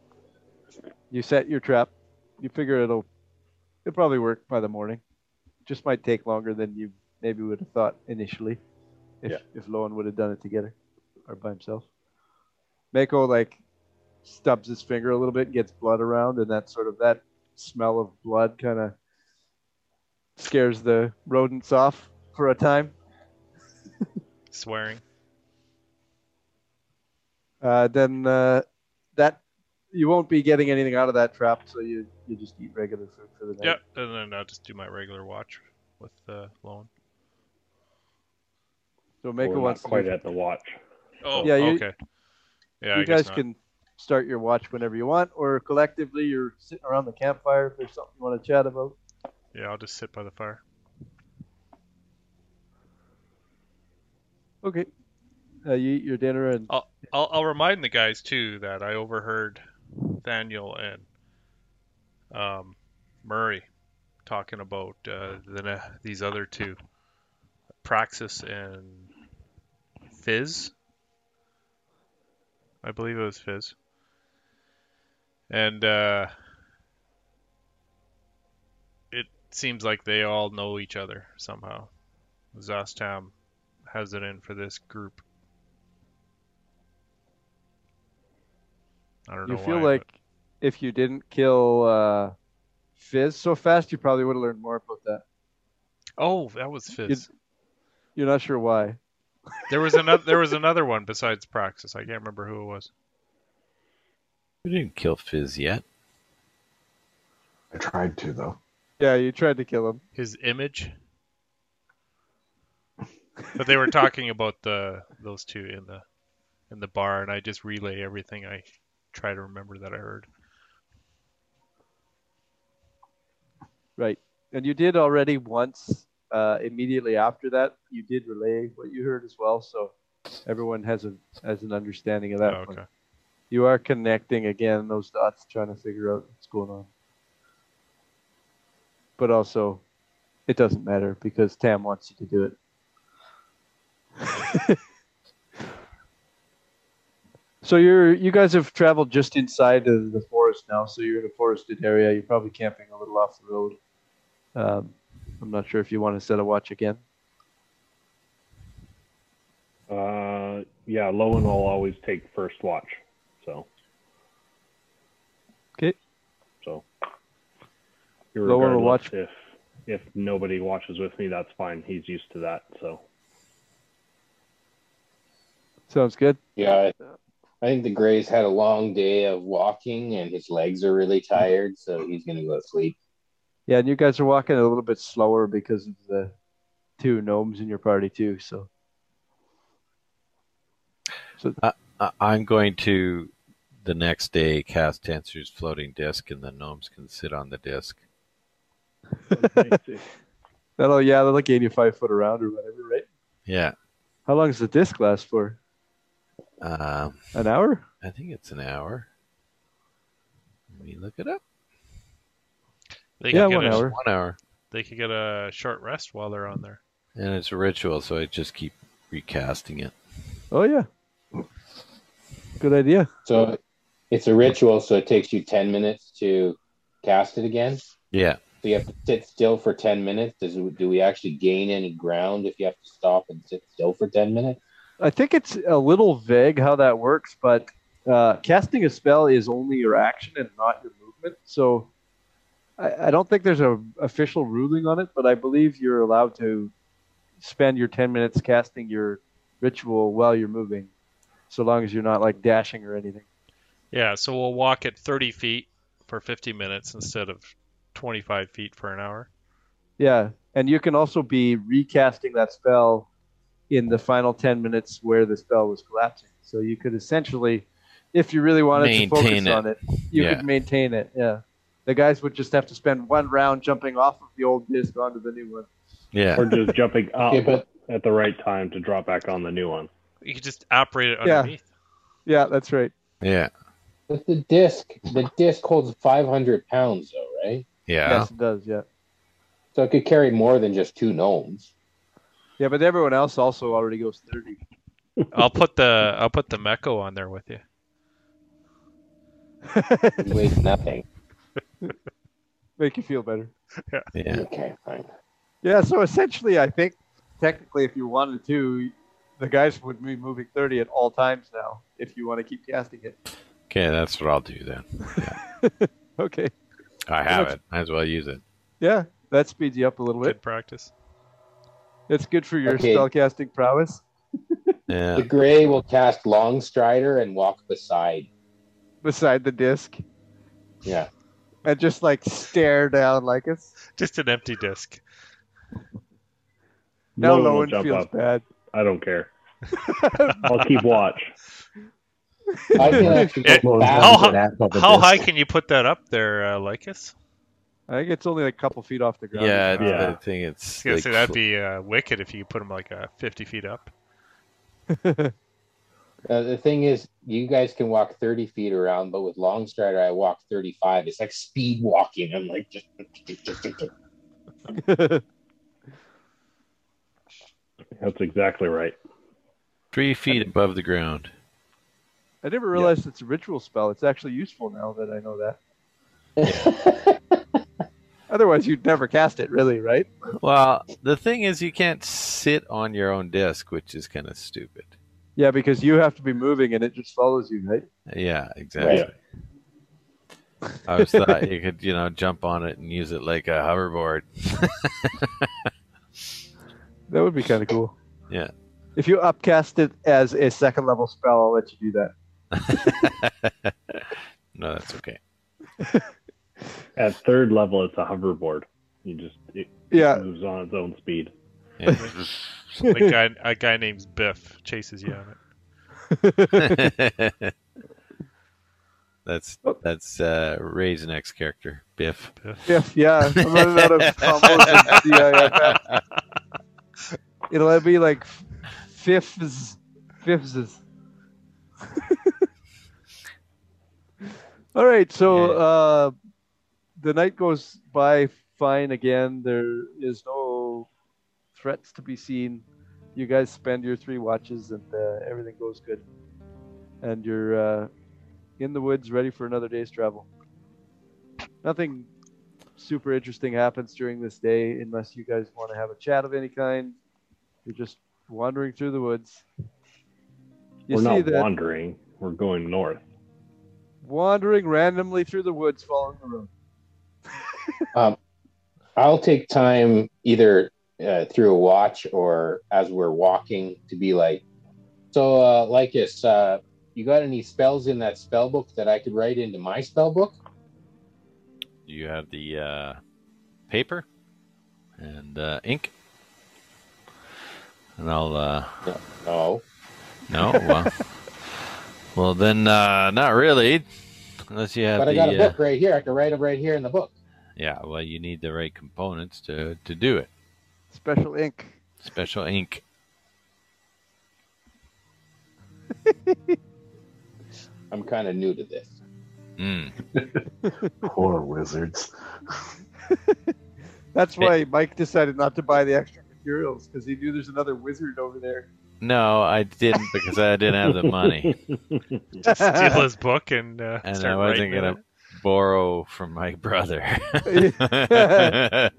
B: You set your trap. You figure it'll it'll probably work by the morning. Just might take longer than you maybe would have thought initially, if
D: Yeah.
B: if Loan would have done it together or by himself. Mako like stubs his finger a little bit, gets blood around, and that sort of that smell of blood kind of scares the rodents off for a time.
E: Swearing.
B: Uh, then uh, that you won't be getting anything out of that trap, so you you just eat regular food for the night.
E: Yep, and then I'll just do my regular watch with uh, Lowen.
B: So make
D: We're
B: a
D: not
B: once.
D: quite at the watch.
E: Oh,
B: Yeah, you-
E: okay. Yeah, I
B: you
E: guess
B: guys
E: not.
B: can start your watch whenever you want, or collectively you're sitting around the campfire if there's something you want to chat about.
E: Yeah, I'll just sit by the fire.
B: Okay. Uh, you eat your dinner and
E: I'll, I'll remind the guys too that I overheard Daniel and um, Murray talking about uh, the, ne- these other two, Praxis and Fizz. I believe it was Fizz. And uh, it seems like they all know each other somehow. Zostam has it in for this group. I don't
B: you
E: know
B: feel
E: why,
B: like if you didn't kill uh, Fizz so fast, you probably would have learned more about that.
E: but- oh, that was Fizz.
B: You're not sure why.
E: There was another. There was another one besides Praxis. I can't remember who it was.
F: We didn't kill Fizz yet.
G: I tried to though.
B: Yeah, you tried to kill him.
E: His image. But they were talking about the those two in the in the bar, and I just relay everything I try to remember that I heard.
B: Right. And you did already once, uh, immediately after that, you did relay what you heard as well. So everyone has a has an understanding of that.
E: Oh,
B: one.
E: okay.
B: You are connecting again those dots, trying to figure out what's going on. But also, it doesn't matter because Tam wants you to do it. so you're you guys have traveled just inside of the forest now, so you're in a forested area. You're probably camping a little off the road. Um, I'm not sure if you want to set a watch again.
D: Uh, yeah, Lowen will always take first watch. So.
B: 'Kay.
D: So.
B: Lowen will
D: irregardless,
B: watch-
D: If if nobody watches with me, that's fine. He's used to that. So.
B: Sounds good.
C: Yeah, I, I think the Gray's had a long day of walking, and his legs are really tired, so he's gonna go to sleep.
B: Yeah, and you guys are walking a little bit slower because of the two gnomes in your party too. So
F: I- I'm going to the next day cast Tancer's floating disc, and the gnomes can sit on the disc.
B: that'll yeah, that'll like eighty-five foot around or whatever, right?
F: Yeah,
B: How long does the disc last for?
F: um,
B: An hour?
F: I think it's an hour. Let me look it up.
E: They
B: Yeah,
E: can get
B: one
E: a,
B: hour.
F: One hour.
E: They can get a short rest while they're on there.
F: And it's a ritual, so I just keep recasting it.
B: Oh yeah. Good idea.
C: So it's a ritual, so it takes you 10 minutes to cast it again.
F: Yeah.
C: So you have to sit still for 10 minutes. Does, do we actually gain any ground if you have to stop and sit still for 10 minutes?
B: I think it's a little vague how that works, but uh, casting a spell is only your action and not your movement. So I, I don't think there's a official ruling on it, but I believe you're allowed to spend your 10 minutes casting your ritual while you're moving, so long as you're not like dashing or anything.
E: Yeah, so we'll walk at 30 feet for 50 minutes instead of 25 feet for an hour.
B: Yeah, and you can also be recasting that spell in the final 10 minutes where the spell was collapsing. So you could essentially, if you really wanted to focus
F: Maintain it.
B: on it, you
F: Yeah.
B: could maintain it. Yeah. The guys would just have to spend one round jumping off of the old disc onto the new one.
F: Yeah.
D: Or just jumping up
C: Yeah, but
D: at the right time to drop back on the new one.
E: You could just operate it
B: Yeah.
E: underneath.
B: Yeah, that's right.
F: Yeah.
C: with the disc, the disc holds 500 pounds, though, right?
F: Yeah.
B: Yes, it does. Yeah.
C: So it could carry more than just two gnomes.
B: Yeah, but everyone else also already goes 30.
E: I'll put the I'll put the mecho on there with you.
C: It weighs nothing.
B: Make you feel better.
F: Yeah.
C: Okay, fine.
B: Yeah, so essentially, I think technically, if you wanted to, the guys would be moving 30 at all times now if you want to keep casting it.
F: Okay, that's what I'll do then.
B: Okay.
F: I have it. Might as well use it.
B: Yeah, that speeds you up a little bit.
E: Good practice.
B: It's good for your
C: Okay.
B: spellcasting prowess.
F: Yeah.
C: The gray will cast Long Strider and walk beside.
B: Beside the disc,
C: Yeah.
B: and just like stare down like it's.
E: Just an empty disc.
B: Now
D: one
B: no
D: will
B: one
D: jump
B: feels
D: up.
B: bad.
D: I don't care. I'll keep watch.
C: I can actually
E: Eh,
C: go
E: how
C: fast.
E: hi- How high can you put that up there, uh, Lycus?
B: I think it's only like a couple feet off the ground. Uh,
F: Yeah,
D: Yeah.
F: I think it's
E: I was gonna
F: like
E: say that'd be uh, wicked if you put them like uh, 50 feet up.
C: Uh, the thing is, you guys can walk 30 feet around, but with Long Strider, I walk 35. It's like speed walking. I'm like, just.
D: That's exactly right.
F: three feet above the ground.
B: I never realized it's a ritual spell. It's actually useful now that I know that. Otherwise, you'd never cast it, really, right?
F: Well, the thing is, you can't sit on your own disc, which is kind of stupid.
B: Yeah, because you have to be moving and it just follows you, right?
F: Yeah, exactly. I was thought you could, you know, jump on it and use it like a hoverboard.
B: That would be kind of cool.
F: Yeah.
B: If you upcast it as a second level spell, I'll let you do that.
F: No, that's okay.
D: At third level, it's a hoverboard. You just it
B: Yeah.
D: moves on its own speed.
E: Like guy, a guy named Biff chases you on it.
F: that's that's uh, Ray's next character, Biff.
B: Yeah, yeah. I'm running out of combos and DIFF. It'll be like f- fifths, fifths. All right, so
F: Yeah.
B: uh, the night goes by fine again. There is no threats to be seen. You guys spend your three watches, and uh, everything goes good. And you're uh, in the woods, ready for another day's travel. Nothing super interesting happens during this day, unless you guys want to have a chat of any kind. You're just wandering through the woods. You
D: We're
B: see
D: not
B: that
D: wandering. We're going north.
B: wandering randomly through the woods, following the road.
C: Um, I'll take time either uh, through a watch or as we're walking to be like, so uh, Lycus, uh, you got any spells in that spell book that I could write into my spell book?
F: You have the uh, paper and uh, ink, and I'll uh,
C: No.
F: no. Well, well then, uh, not really, unless you have
C: But I
F: the
C: got a
F: uh,
C: book right here. I can write them right here in the book.
F: yeah. Well, you need the right components to to do it.
B: Special ink.
F: Special ink.
C: I'm kind of new to this.
F: Mm.
G: Poor wizards.
B: That's why Mike decided not to buy the extra materials because he knew there's another wizard over there.
F: No, I didn't because I didn't have the money,
E: Steal his book and uh,
F: and
E: start
F: I wasn't
E: writing in
F: gonna
E: it.
F: borrow from my brother.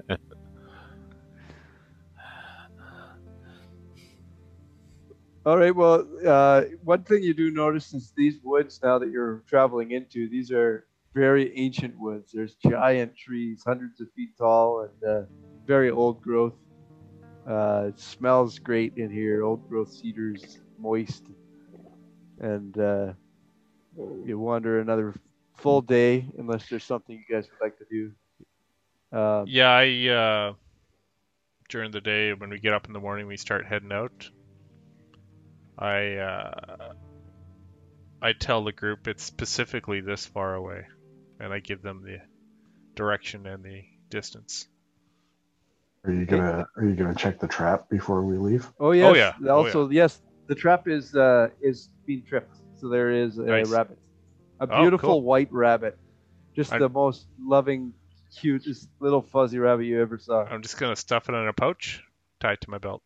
B: All right. Well, uh, one thing you do notice is these woods now that you're traveling into. These are very ancient woods. There's giant trees, hundreds of feet tall, and uh, very old growth. Uh, it smells great in here. Old growth cedars, moist, and uh, you wander another full day unless there's something you guys would like to do. Um,
E: Yeah, I uh, during the day when we get up in the morning, we start heading out. I uh, I tell the group it's specifically this far away, and I give them the direction and the distance.
G: Are you gonna Are you gonna check the trap before we leave?
B: Oh yes.
E: yeah. Oh,
B: Also, yes, the trap is uh, is being tripped. So there is a
E: Nice.
B: rabbit, a
E: Oh,
B: beautiful
E: cool.
B: white rabbit, just
E: I-
B: the most loving, cutest little fuzzy rabbit you ever saw.
E: I'm just gonna stuff it in a pouch, tie it to my belt.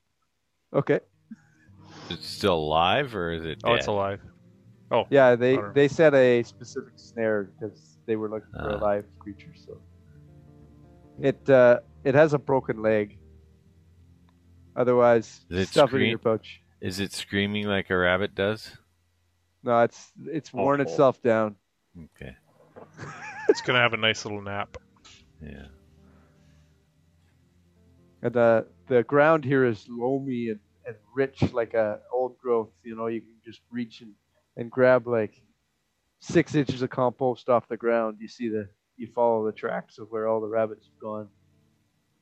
B: Okay.
F: it's still alive or is it?
E: Oh, it's
F: dead?
E: alive.
B: Yeah, they
E: Alright.
B: they set a specific snare because they were looking for a
F: Ah.
B: live creature. So it uh, it has a broken leg. Otherwise,
F: Does it
B: stuff it in
F: scream?
B: your pouch.
F: Is it screaming like a rabbit does?
B: No, it's it's worn
D: Awful.
B: itself down.
F: Okay.
E: It's gonna have a nice little nap.
F: Yeah.
B: And the the ground here is loamy and, and rich like a old growth. You know, you can just reach and, and grab like six inches of compost off the ground. You see the you follow the tracks of where all the rabbits have gone.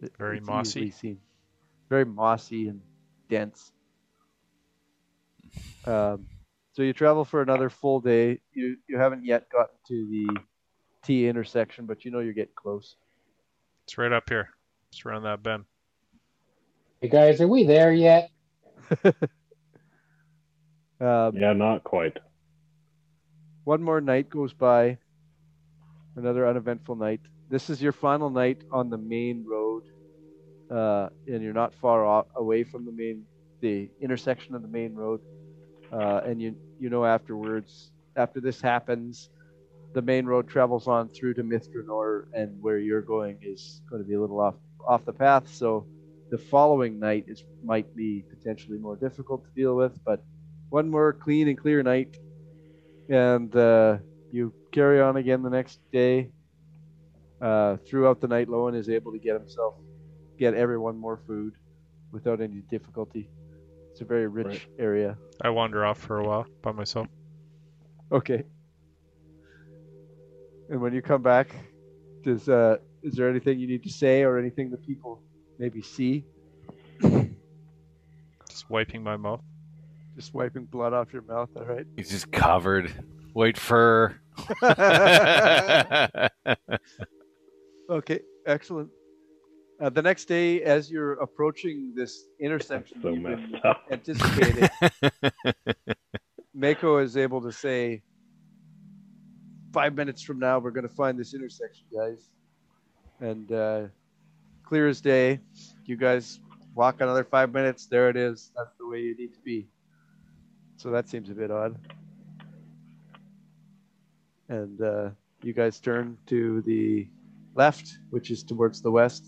B: It-
E: Very
B: it's
E: mossy.
B: easily seen. Very mossy and dense. Um, so you travel for another full day. You you haven't yet gotten to the T intersection, but you know you're getting close.
E: It's right up here. It's around that bend.
C: Hey guys, are we there yet?
B: Um,
D: Yeah, not quite.
B: One more night goes by. Another uneventful night. This is your final night on the main road, uh, and you're not far off, away from the main, the intersection of the main road. Uh, and you you know afterwards, after this happens, the main road travels on through to Mithranor, and where you're going is going to be a little off off the path. So the following night is might be potentially more difficult to deal with, but one more clean and clear night and uh, you carry on again the next day. Uh, throughout the night, Lowen is able to get himself, get everyone more food without any difficulty. It's a very rich
D: Right.
B: area.
E: I wander off for a while by myself.
B: Okay. And when you come back, does uh, is there anything you need to say or anything that people maybe see?
E: Just wiping my mouth.
B: Just wiping blood off your mouth. All right.
F: He's just covered. White fur.
B: Okay, excellent. Uh, the next day, as you're approaching this intersection,
D: So
B: you've been
D: messed up.
B: anticipated, Mako is able to say, five minutes from now, we're going to find this intersection, guys. And uh, clear as day, you guys walk another five minutes. There it is. That's the way you need to be. So that seems a bit odd. And uh, you guys turn to the left, which is towards the west.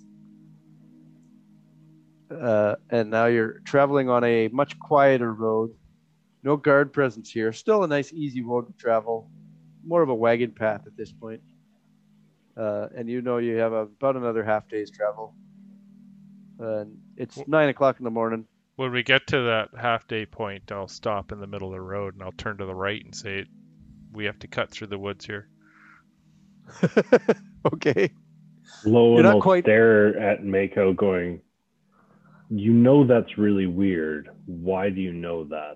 B: Uh, and now you're traveling on a much quieter road. No guard presence here. Still a nice, easy road to travel. More of a wagon path at this point. Uh, and you know you have about another half day's travel. And it's nine o'clock in the morning.
E: When we get to that half day point, I'll stop in the middle of the road and I'll turn to the right and say, we have to cut through the woods here.
B: okay.
D: Lowen
B: You're not
D: will
B: quite-
D: stare at Mako going, You know that's really weird. Why do you know that?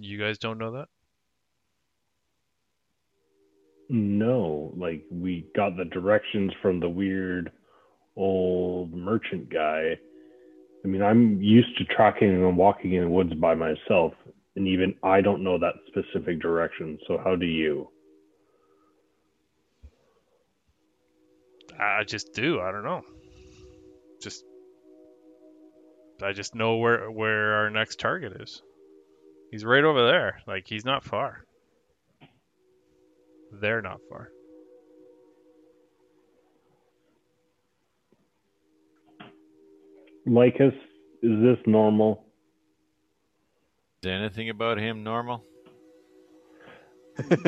E: You guys don't know that?
D: No, like we got the directions from the weird old merchant guy. I mean, I'm used to tracking and walking in the woods by myself, and even I don't know that specific direction. So how do you?
E: I just do. I don't know. Just I just know where where our next target is. He's right over there. Like he's not far. They're not far.
D: Lycus, is this normal?
F: Is anything about him normal?
E: Get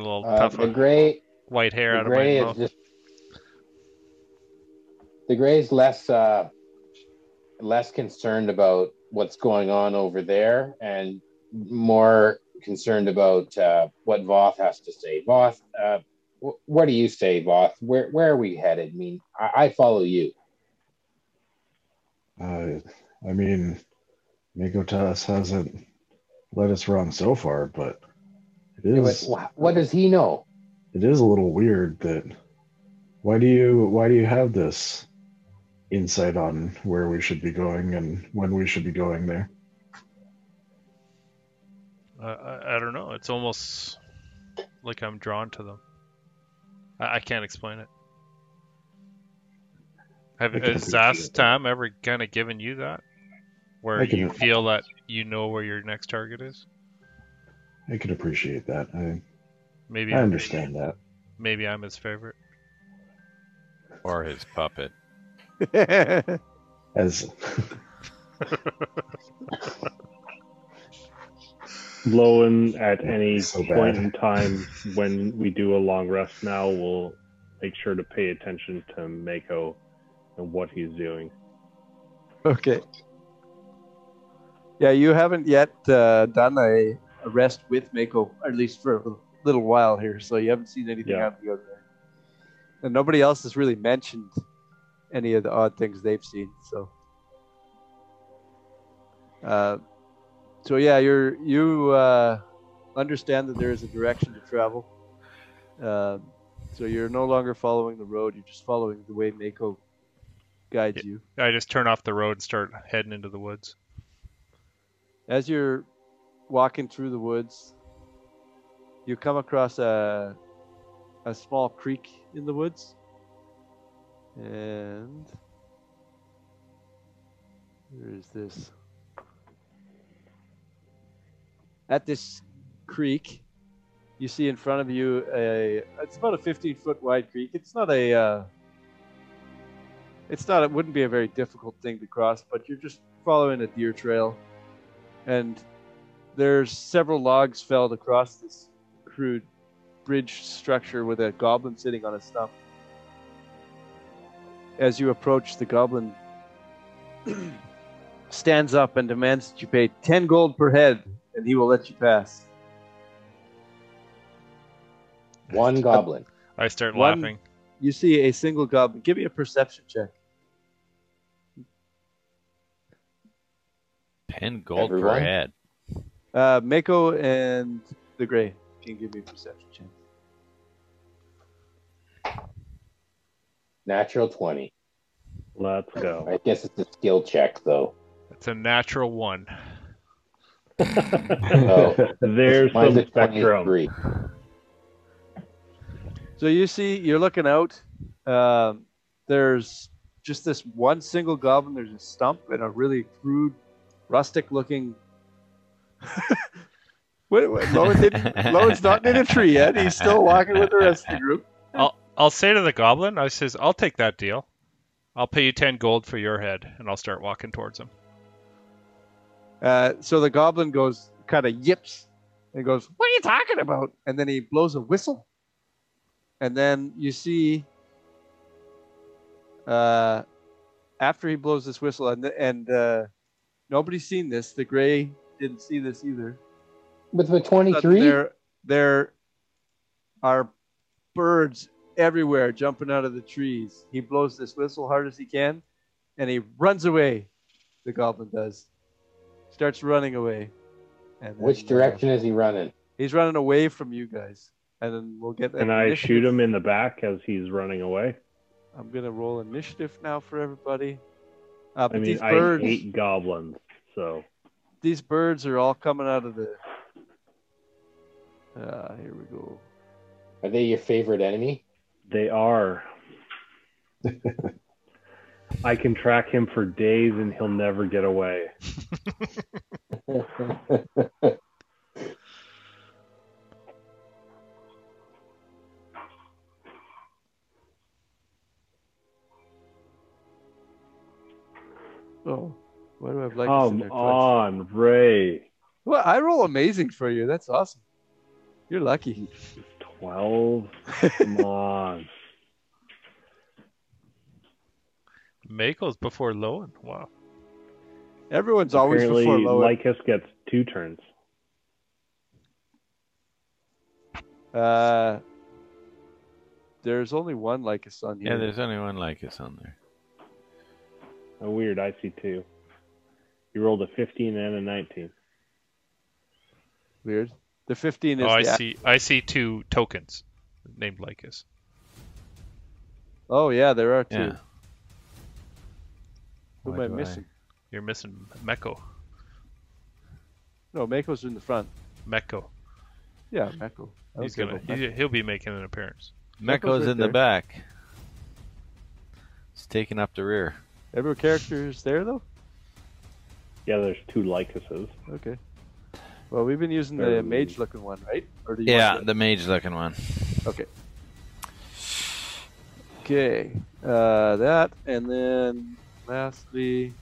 E: a little
C: Uh,
E: tough
C: the
E: on
C: gray,
E: white hair
C: the
E: out of my
C: gray
E: mouth.
C: is just the gray is less uh, less concerned about what's going on over there and more concerned about uh, what Voth has to say. Voth, uh, wh- what do you say, Voth? Where where are we headed? I mean, I, I follow you.
G: Uh, I mean, Mikotas hasn't let us run so far, but it
C: What,
G: is
C: wha- what does he know?
G: it is a little weird that why do you why do you have this insight on where we should be going and when we should be going there?
E: I, I, I don't know. It's almost like I'm drawn to them. I, I can't explain it. Have
G: I can
E: has
G: appreciate
E: Zast Tom ever kind of given you that, where
G: I can-
E: you feel that you know where your next target is?
G: I can appreciate that. I
E: Maybe
G: I understand that.
E: Maybe I'm his favorite.
F: Or his puppet?
G: As
D: Lowen at any
G: So bad.
D: point in time when we do a long rest now, we'll make sure to pay attention to Mako and what he's doing.
B: okay. Yeah, you haven't yet uh, done a, a rest with Mako, or at least for a little while here, so you haven't seen anything
D: Yeah.
B: out of the ordinary. And nobody else has really mentioned any of the odd things they've seen. So, uh, so yeah, you're you uh, understand that there is a direction to travel. Uh, so you're no longer following the road; you're just following the way Mako guides you.
E: I just turn off the road and start heading into the woods.
B: as you're walking through the woods, you come across a a small creek in the woods, and where is this? At this creek, you see in front of you a. It's about a 15 foot wide creek. It's not a. Uh, it's not. It wouldn't be a very difficult thing to cross, but you're just following a deer trail and there's several logs felled across this crude bridge structure with a goblin sitting on a stump. As you approach, the goblin stands up and demands that you pay 10 gold per head, and he will let you pass.
C: One goblin.
E: I start
B: One-
E: laughing.
B: You see a single goblin. Give me a perception check.
F: Ten gold per
C: Everyone?
F: head.
B: Uh, Mako and the Gray can give me a perception check.
C: Natural 20.
D: Let's go.
C: I guess it's a skill check, though.
E: It's a natural one.
C: Oh.
D: There's
C: Mine's
D: some
C: a
D: spectrum.
C: 23.
B: So you see, you're looking out. Um, there's just this one single goblin. There's a stump and a really crude, rustic-looking. Wait, wait, Lowen didn't, Lowen's not in a tree yet. He's still walking with the rest of the group.
E: I'll say to the goblin, I says, I'll take that deal. I'll pay you 10 gold for your head, and I'll start walking towards him.
B: Uh, so the goblin goes, kind of yips, and goes, "What are you talking about?" And then he blows a whistle, and then you see, uh, after he blows this whistle, and and uh, nobody's seen this. The gray didn't see this either.
C: With the
B: But
C: 23?
B: there, there are birds everywhere jumping out of the trees. He blows this whistle hard as he can, and he runs away. The goblin does. Starts running away. And
C: Which
B: then, uh,
C: direction is he running?
B: he's running away from you guys, and then we'll get.
D: And I shoot him in the back as he's running away.
B: I'm gonna roll initiative now for everybody. Uh, but
D: I mean,
B: these
D: I
B: birds,
D: hate goblins, so
B: these birds are all coming out of the. Uh, here we go.
C: Are they your favorite enemy?
D: They are. I can track him for days and he'll never get away.
B: Oh, why do I have like in
D: Come
B: there twice?
D: on, Ray.
B: Well, I roll amazing for you. That's awesome. You're lucky.
D: 12. Come on.
E: Mako's before Lowen. Wow.
B: Everyone's always
D: Apparently,
B: before Lowen.
D: Lycus gets two turns.
B: Uh, there's only one Lycus on here.
F: Yeah, there's only one like us on there.
D: Oh, weird. I see two. You rolled a 15 and a 19.
B: Weird. The 15 is
E: Oh, I
B: the ac-
E: see. I see two tokens named Lycus.
B: Oh, yeah, there are two.
F: Yeah.
B: Who
F: Why
B: am I
F: do
B: missing?
E: You're missing Meko.
B: No, Mako's in the front.
E: Meko.
B: Yeah, Mako. I
E: He's
B: don't
E: gonna.
B: care about
E: He, he'll be making an appearance.
F: Mecco's
B: right
F: in
B: there.
F: the back. It's taking up the rear.
B: Mako. Every character is there, though?
D: Yeah, there's two Lycuses.
B: Okay. Well, we've been using the
D: Um,
B: mage looking one, right? Or do you
F: Yeah,
B: want
F: the mage looking one.
B: that? Okay. Uh, that, and then lastly.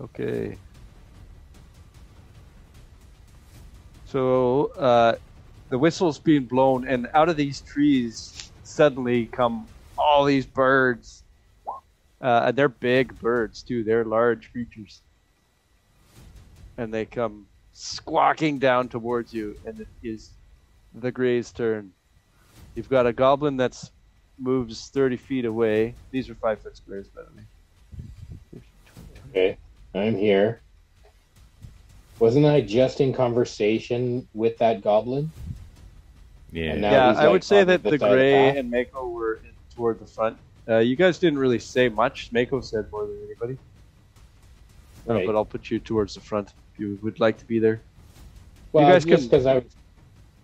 B: Okay. So uh, the whistle's being blown, and out of these trees suddenly come all these birds. Uh, and they're big birds, too. They're large creatures. And they come squawking down towards you, and it is the gray's turn. You've got a goblin that's moves 30 feet away. These are five foot squares, by the way.
C: Okay, I'm here. Wasn't I just in conversation with that goblin?
F: Yeah.
C: And now
B: yeah,
C: he's,
B: I
C: like,
B: would say
C: on
B: that
C: the
B: the
C: side of
B: gray
C: that?
B: and Mako were in, toward the front. Uh, you guys didn't really say much. Mako said more than anybody. Uh,
C: Right.
B: but I'll put you towards the front if you would like to be there.
C: Well,
B: guys
C: just
B: can-
C: because I was,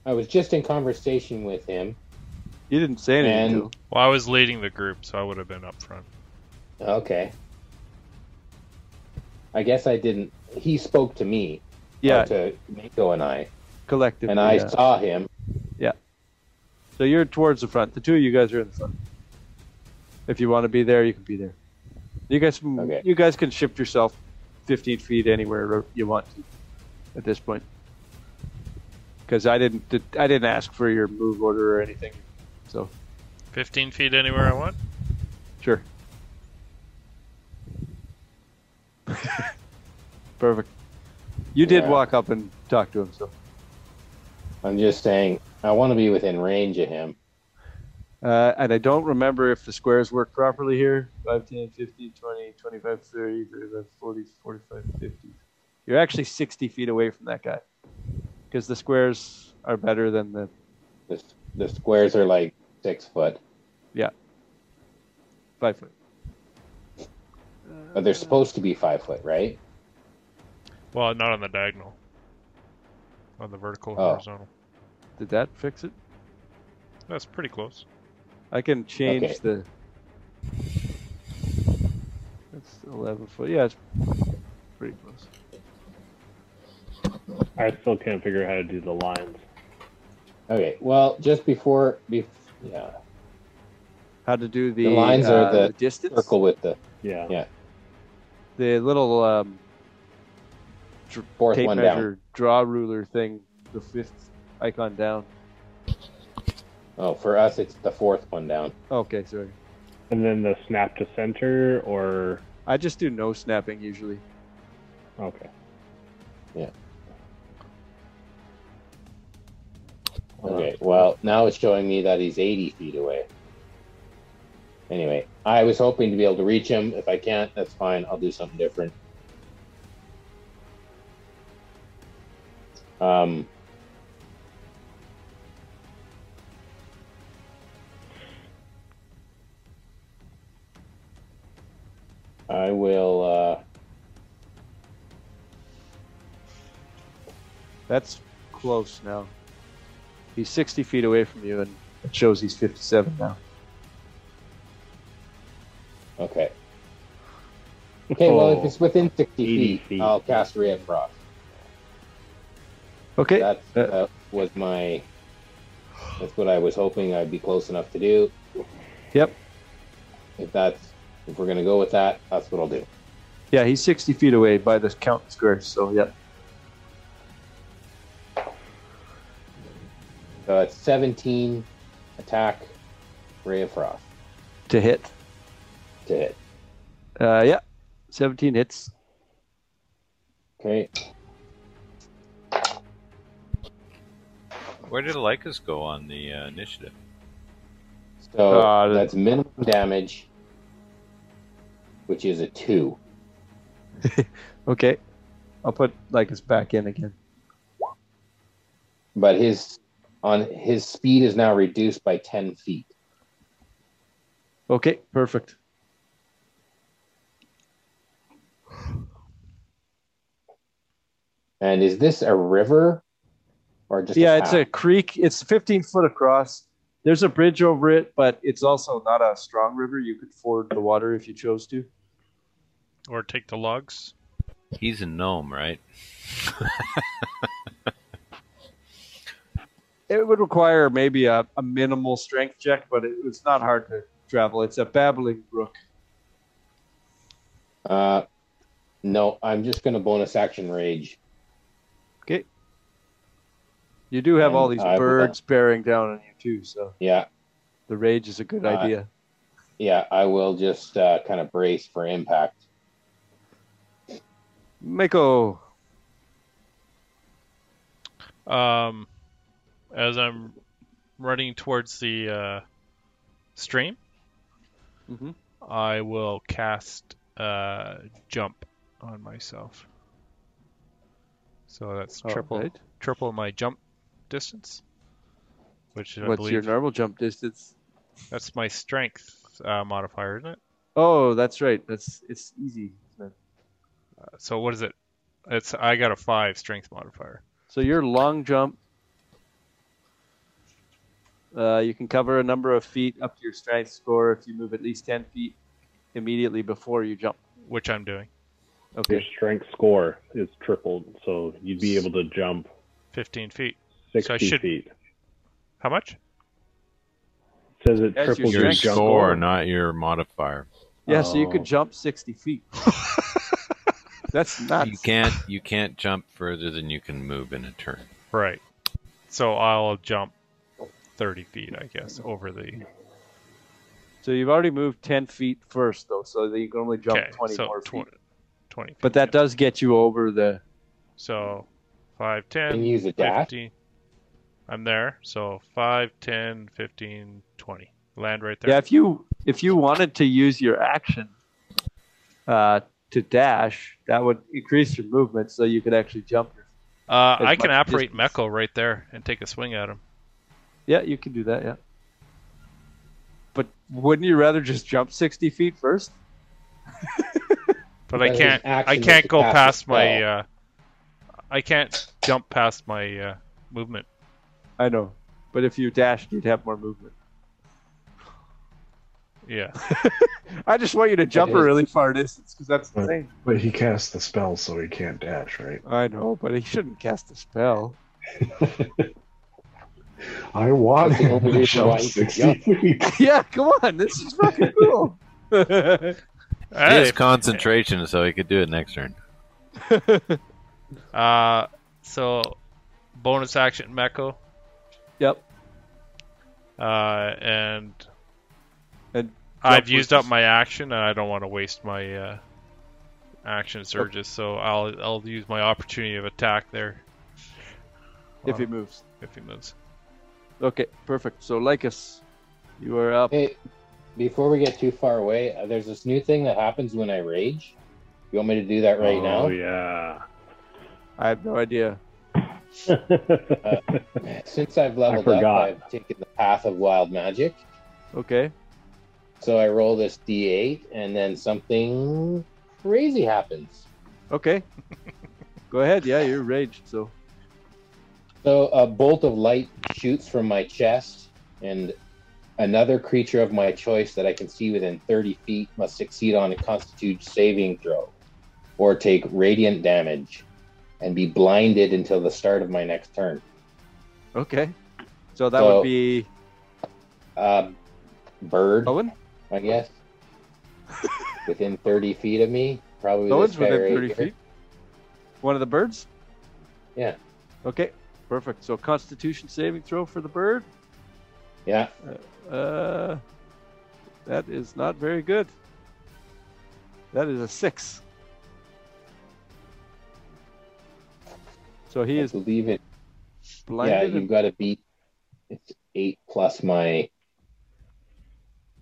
C: I was just in conversation with him.
B: You didn't say anything.
C: And-
B: Joe.
E: Well, I was leading the group, so I would have been up front.
C: Okay. I guess I didn't. He spoke to me. or
B: yeah,
C: To Mako and I,
B: collectively.
C: and I
B: yeah.
C: saw him.
B: So you're towards the front. The two of you guys are in the front. If you want to be there, you can be there. You guys,
C: Okay.
B: you guys can shift yourself 15 feet anywhere you want to at this point. Because I didn't, I didn't ask for your move order or anything. So
E: Fifteen feet anywhere I want.
B: sure. Perfect. You did
C: Yeah.
B: walk up and talk to him, so.
C: I'm just saying, I want to be within range of him.
B: Uh, and I don't remember if the squares work properly here. 5, 10, 15, 20, 25, 30, 35, 40, 45, 50. You're actually 60 feet away from that guy. Because the squares are better than the.
C: The, the squares are like six foot,
B: 5 foot.
C: but they're supposed to be five foot, right?
E: Well, not on the diagonal. On the vertical,
C: Oh.
E: horizontal.
B: Did that fix it?
E: That's pretty close.
B: I can change
C: Okay.
B: the. That's 11 foot. Yeah, it's pretty close.
D: I still can't figure out how to do the lines.
C: Okay. Well, just before, bef yeah,
B: How to do the,
C: lines are
B: uh,
C: the
B: distance?
C: circle with the
D: Yeah.
C: Yeah.
B: The little um,
C: fourth
B: tape
C: one
B: measure draw ruler thing, the fifth icon down.
C: down. Oh, for us, it's the fourth one down.
B: Okay, sorry.
D: And then the snap to center or.
B: I just do no snapping usually.
D: Okay.
B: Oh.
C: Okay. Well, now it's showing me that he's 80 feet away. Anyway, I was hoping to be able to reach him. If I can't, that's fine. I'll do something different. Um, I will. Uh,
B: That's close now. He's 60 feet away from you, and it shows he's 57 now.
C: uh, Okay. Okay, well, if
D: Oh.
C: it's within 60
D: 80
C: feet,
D: feet.
C: I'll cast Ray of Frost.
B: Okay.
C: That's, that was my. That's what I was hoping I'd be close enough to do.
B: Yep.
C: If that's if we're gonna go with that, that's what I'll do.
B: Yeah, he's 60 feet away by the count squares. So yeah,
C: So it's 17 attack, Ray of Frost
B: to hit.
C: to hit.
B: Uh, yeah, 17 hits.
C: Okay,
F: Where did Lycus go on the uh, initiative?
C: so
B: Uh, the-
C: that's minimum damage, which is a two.
B: Okay. I'll put Lycus back in again.
C: but his on his speed is now reduced by 10 feet
B: Okay, perfect.
C: and is this a river or just
B: yeah, it's a
C: path?
B: creek. It's 15 foot across. There's a bridge over it, but it's also not a strong river. You could ford the water if you chose to.
E: Or take the logs.
F: He's a gnome, right?
B: It would require maybe a, a minimal strength check, but it, it's not hard to travel. It's a babbling brook.
C: uh no i'm just gonna bonus action rage
B: You do have
C: And
B: all these
C: I will-
B: birds bearing down on you too, so
C: yeah
B: the rage is a good
C: Uh,
B: idea.
C: yeah i will just uh kind of brace for impact
B: Mako,
E: Um, as I'm running towards the uh, stream,
B: Mhm.
E: I will cast uh, jump on myself. So
B: Oh,
E: that's triple
B: Alright.
E: triple my jump distance, which I
B: What's your
E: believe
B: normal jump distance?
E: that's my strength uh, modifier, isn't it?
B: Oh, that's right. That's it's easy.
E: So what is it? It's I got a five strength modifier.
B: So your long jump, uh, you can cover a number of feet up to your strength score if you move at least ten feet immediately before you jump.
E: which I'm doing.
D: Your
B: Okay.
D: strength score is tripled, so you'd be able to jump
E: 15 feet. So I
D: 60
E: should-
D: feet.
E: How much?
D: Says it
B: That's your
D: tripled
F: Your
D: your
B: strength
D: jump
F: score, not your modifier.
B: Yeah, so you
C: Oh.
B: could jump sixty feet. that's not.
F: You can't you can't jump further than you can move in a turn.
E: Right. So I'll jump 30 feet, I guess, over the.
B: So you've already moved ten feet first, though, so that you can only jump
E: okay,
B: twenty
E: so
B: more
E: twen-
B: feet.
E: 20 feet.
B: But that
E: yeah.
B: does get you over the.
E: So 5, 10,
C: Can you use a dash?
E: 15. I'm there. So 5, 10, 15, 20. Land right there.
B: Yeah, if you if you wanted to use your action uh, to dash, that would increase your movement, so you could actually jump. Your,
E: uh,
B: as
E: I can
B: much
E: operate
B: distance.
E: Meko right there and take a swing at him.
B: yeah, you can do that. Yeah. But wouldn't you rather just jump sixty feet first?
E: But
C: But
E: I
C: his
E: can't. I
C: action is
E: can't
C: to
E: go
C: cast a
E: past my.
C: spell.
E: Uh, I can't jump past my uh, movement.
B: I know, but if you dashed, you'd have more movement.
E: Yeah.
B: I just want you to jump a
C: is-
B: really far distance because that's the
G: Right.
B: thing.
G: But he cast the spell, so he can't dash, right?
B: I know, but he shouldn't cast a spell.
G: I want
C: That's the
G: him
C: only
G: to
C: reason why he
G: jump
C: could
G: 60
C: jump.
G: feet.
B: yeah, come on, this is fucking cool.
F: He has
E: Hey,
F: concentration, so he could do it next turn.
E: Uh, so bonus action Mecco,
B: yep.
E: uh, and,
B: And
E: I've
B: jump
E: used
B: with-
E: up my action, and I don't want to waste my uh, action surges, so I'll I'll use my opportunity of attack there
B: If he moves.
E: if he moves.
B: Okay, perfect. So Lycus, you are up.
C: hey before we get too far away uh, there's this new thing that happens when i rage you want me to do that right
D: oh,
C: now
D: yeah.
B: I have no idea.
C: since i've leveled up
D: forgot.
C: i've taken the path of wild magic
B: Okay.
C: so i roll this d8 and then something crazy happens
B: Okay. Go ahead. Yeah, you're raged. So
C: So a bolt of light shoots from my chest, and another creature of my choice that I can see within 30 feet must succeed on a constitute saving throw or take radiant damage and be blinded until the start of my next turn.
B: Okay. So that
C: So-
B: would be
C: Uh, bird,
B: Owen.
C: I guess. within 30 feet of me? Probably this
B: Owen's
C: guy
B: within
C: right
B: 30
C: here.
B: feet. One of the birds?
C: Yeah.
B: Okay. Perfect. So Constitution saving throw for the bird.
C: Yeah.
B: Uh, that is not very good. That is a six. So he
C: I
B: is
C: believe it. yeah,
B: blinded.
C: you've got to beat. It's eight plus my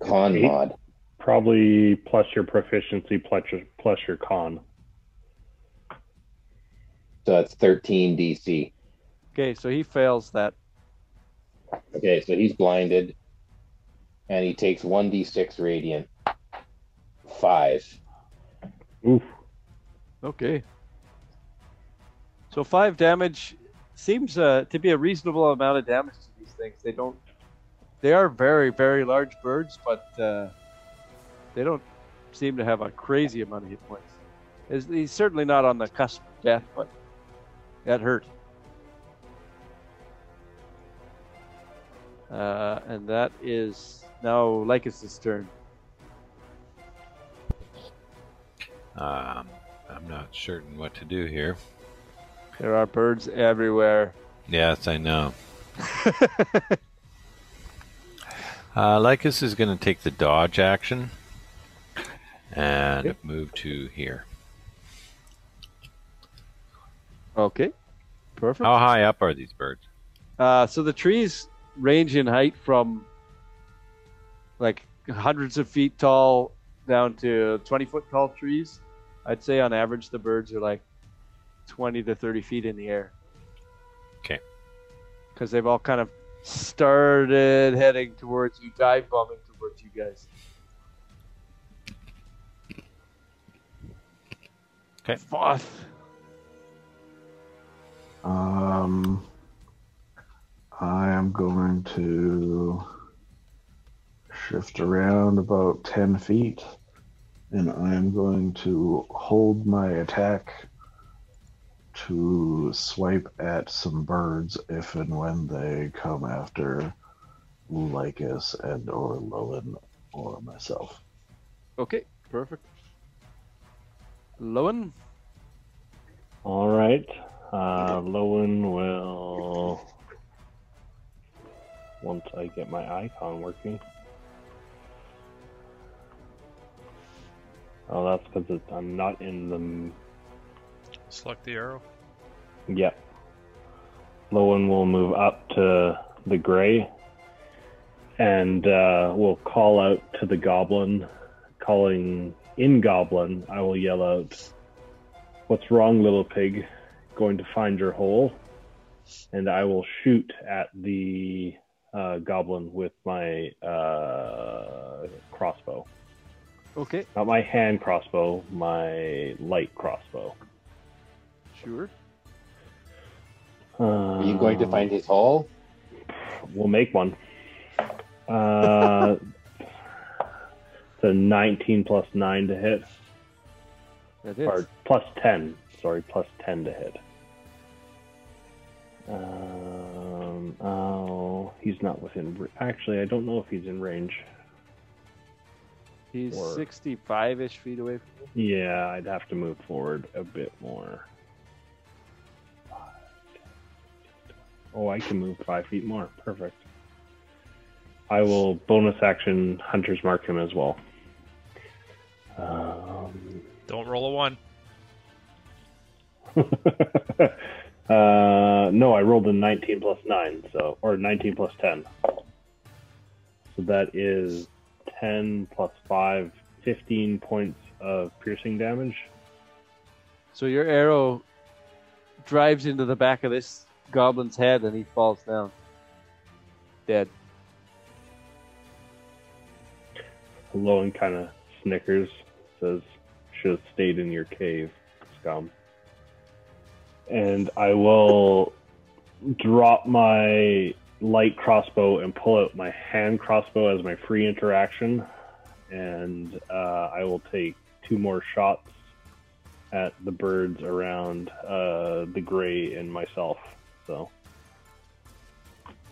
C: con
D: Eight?
C: mod.
D: Probably plus your proficiency, plus your, plus your con.
C: So that's 13 DC.
B: Okay, so he fails that.
C: Okay, so he's blinded. And he takes 1d6 radiant. Five.
D: Oof.
B: Okay. So five damage seems uh, to be a reasonable amount of damage to these things. They don't. They are very, very large birds, but uh, they don't seem to have a crazy amount of hit points. Is- He's certainly not on the cusp of death, but that hurt. Uh, and that is now Lycus' turn.
F: Um, I'm not certain what to do here.
B: There are birds everywhere.
F: Yes, I know. uh, Lycus is going to take the dodge action and
B: Yep.
F: move to here.
B: Okay. Perfect.
F: How high up are these birds?
B: Uh, so the trees range in height from like hundreds of feet tall down to 20 foot tall trees. I'd say on average the birds are like 20 to 30 feet in the air.
F: 'Kay.
B: Because they've all kind of started heading towards you, dive bombing towards you guys.
F: 'Kay.
B: Fourth.
G: Um, I am going to shift around about 10 feet and I am going to hold my attack to swipe at some birds if and when they come after Lycus and or Lowen or myself.
B: Okay, perfect. Lowen?
D: All right. Uh, Lowen will. Once I get my icon working. Oh, that's because I'm not in the. m-
E: Select the arrow.
D: Yep. Lowen will move up to the gray and uh, will call out to the goblin. Calling in goblin, I will yell out, What's wrong, little pig? Going to find your hole? And I will shoot at the uh, goblin with my uh, crossbow.
B: Okay,
D: Not my hand crossbow, my light crossbow.
B: sure.
C: Are you going to
D: Um,
C: find his hole?
D: We'll make one. Uh, it's a 19 plus 9 to hit,
B: That is.
D: or plus 10. Sorry, plus 10 to hit. Um, oh, he's not within. r- Actually, I don't know if he's in range.
B: He's
D: Or-
B: 65 ish feet away from you.
D: Yeah, I'd have to move forward a bit more. Oh, I can move five feet more. Perfect. I will bonus action Hunter's Mark him as well. Um,
E: Don't roll a one.
D: uh, no, I rolled a 19 plus 9, so or 19 plus 10. So that is 10 plus 5, 15 points of piercing damage.
B: So your arrow drives into the back of this goblin's head and he falls down. Dead.
D: Lowen kind of snickers, says, "Should have stayed in your cave, scum." And I will drop my light crossbow and pull out my hand crossbow as my free interaction, and uh, I will take two more shots at the birds around uh, the gray and myself. So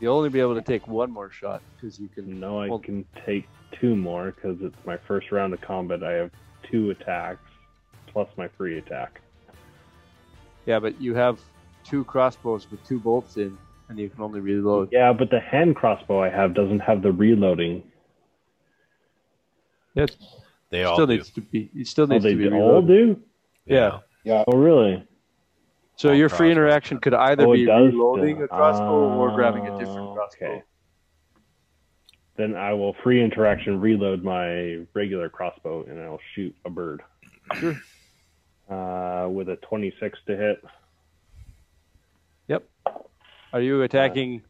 B: You'll only be able to take one more shot because you can.
D: no, I
B: Well-
D: can take two more because it's my first round of combat. I have two attacks plus my free attack.
B: Yeah, but you have two crossbows with two bolts in, and you can only reload.
D: Yeah, but the hand crossbow I have doesn't have the reloading.
F: They
B: It
F: all
B: still
F: do.
B: needs to be. It still
D: Oh,
B: needs
D: they
B: to be
D: all
B: reloaded.
D: do?
B: yeah.
D: Oh, really?
B: So
F: All
B: your free
F: crossbows.
B: interaction could either
D: Oh, it
B: be
D: does
B: reloading
D: do-
B: a crossbow or grabbing a
D: Ah,
B: different crossbow.
D: okay. Then I will free interaction reload my regular crossbow and I'll shoot a bird.
B: Sure.
D: Uh, with a 26 to hit.
B: Are you attacking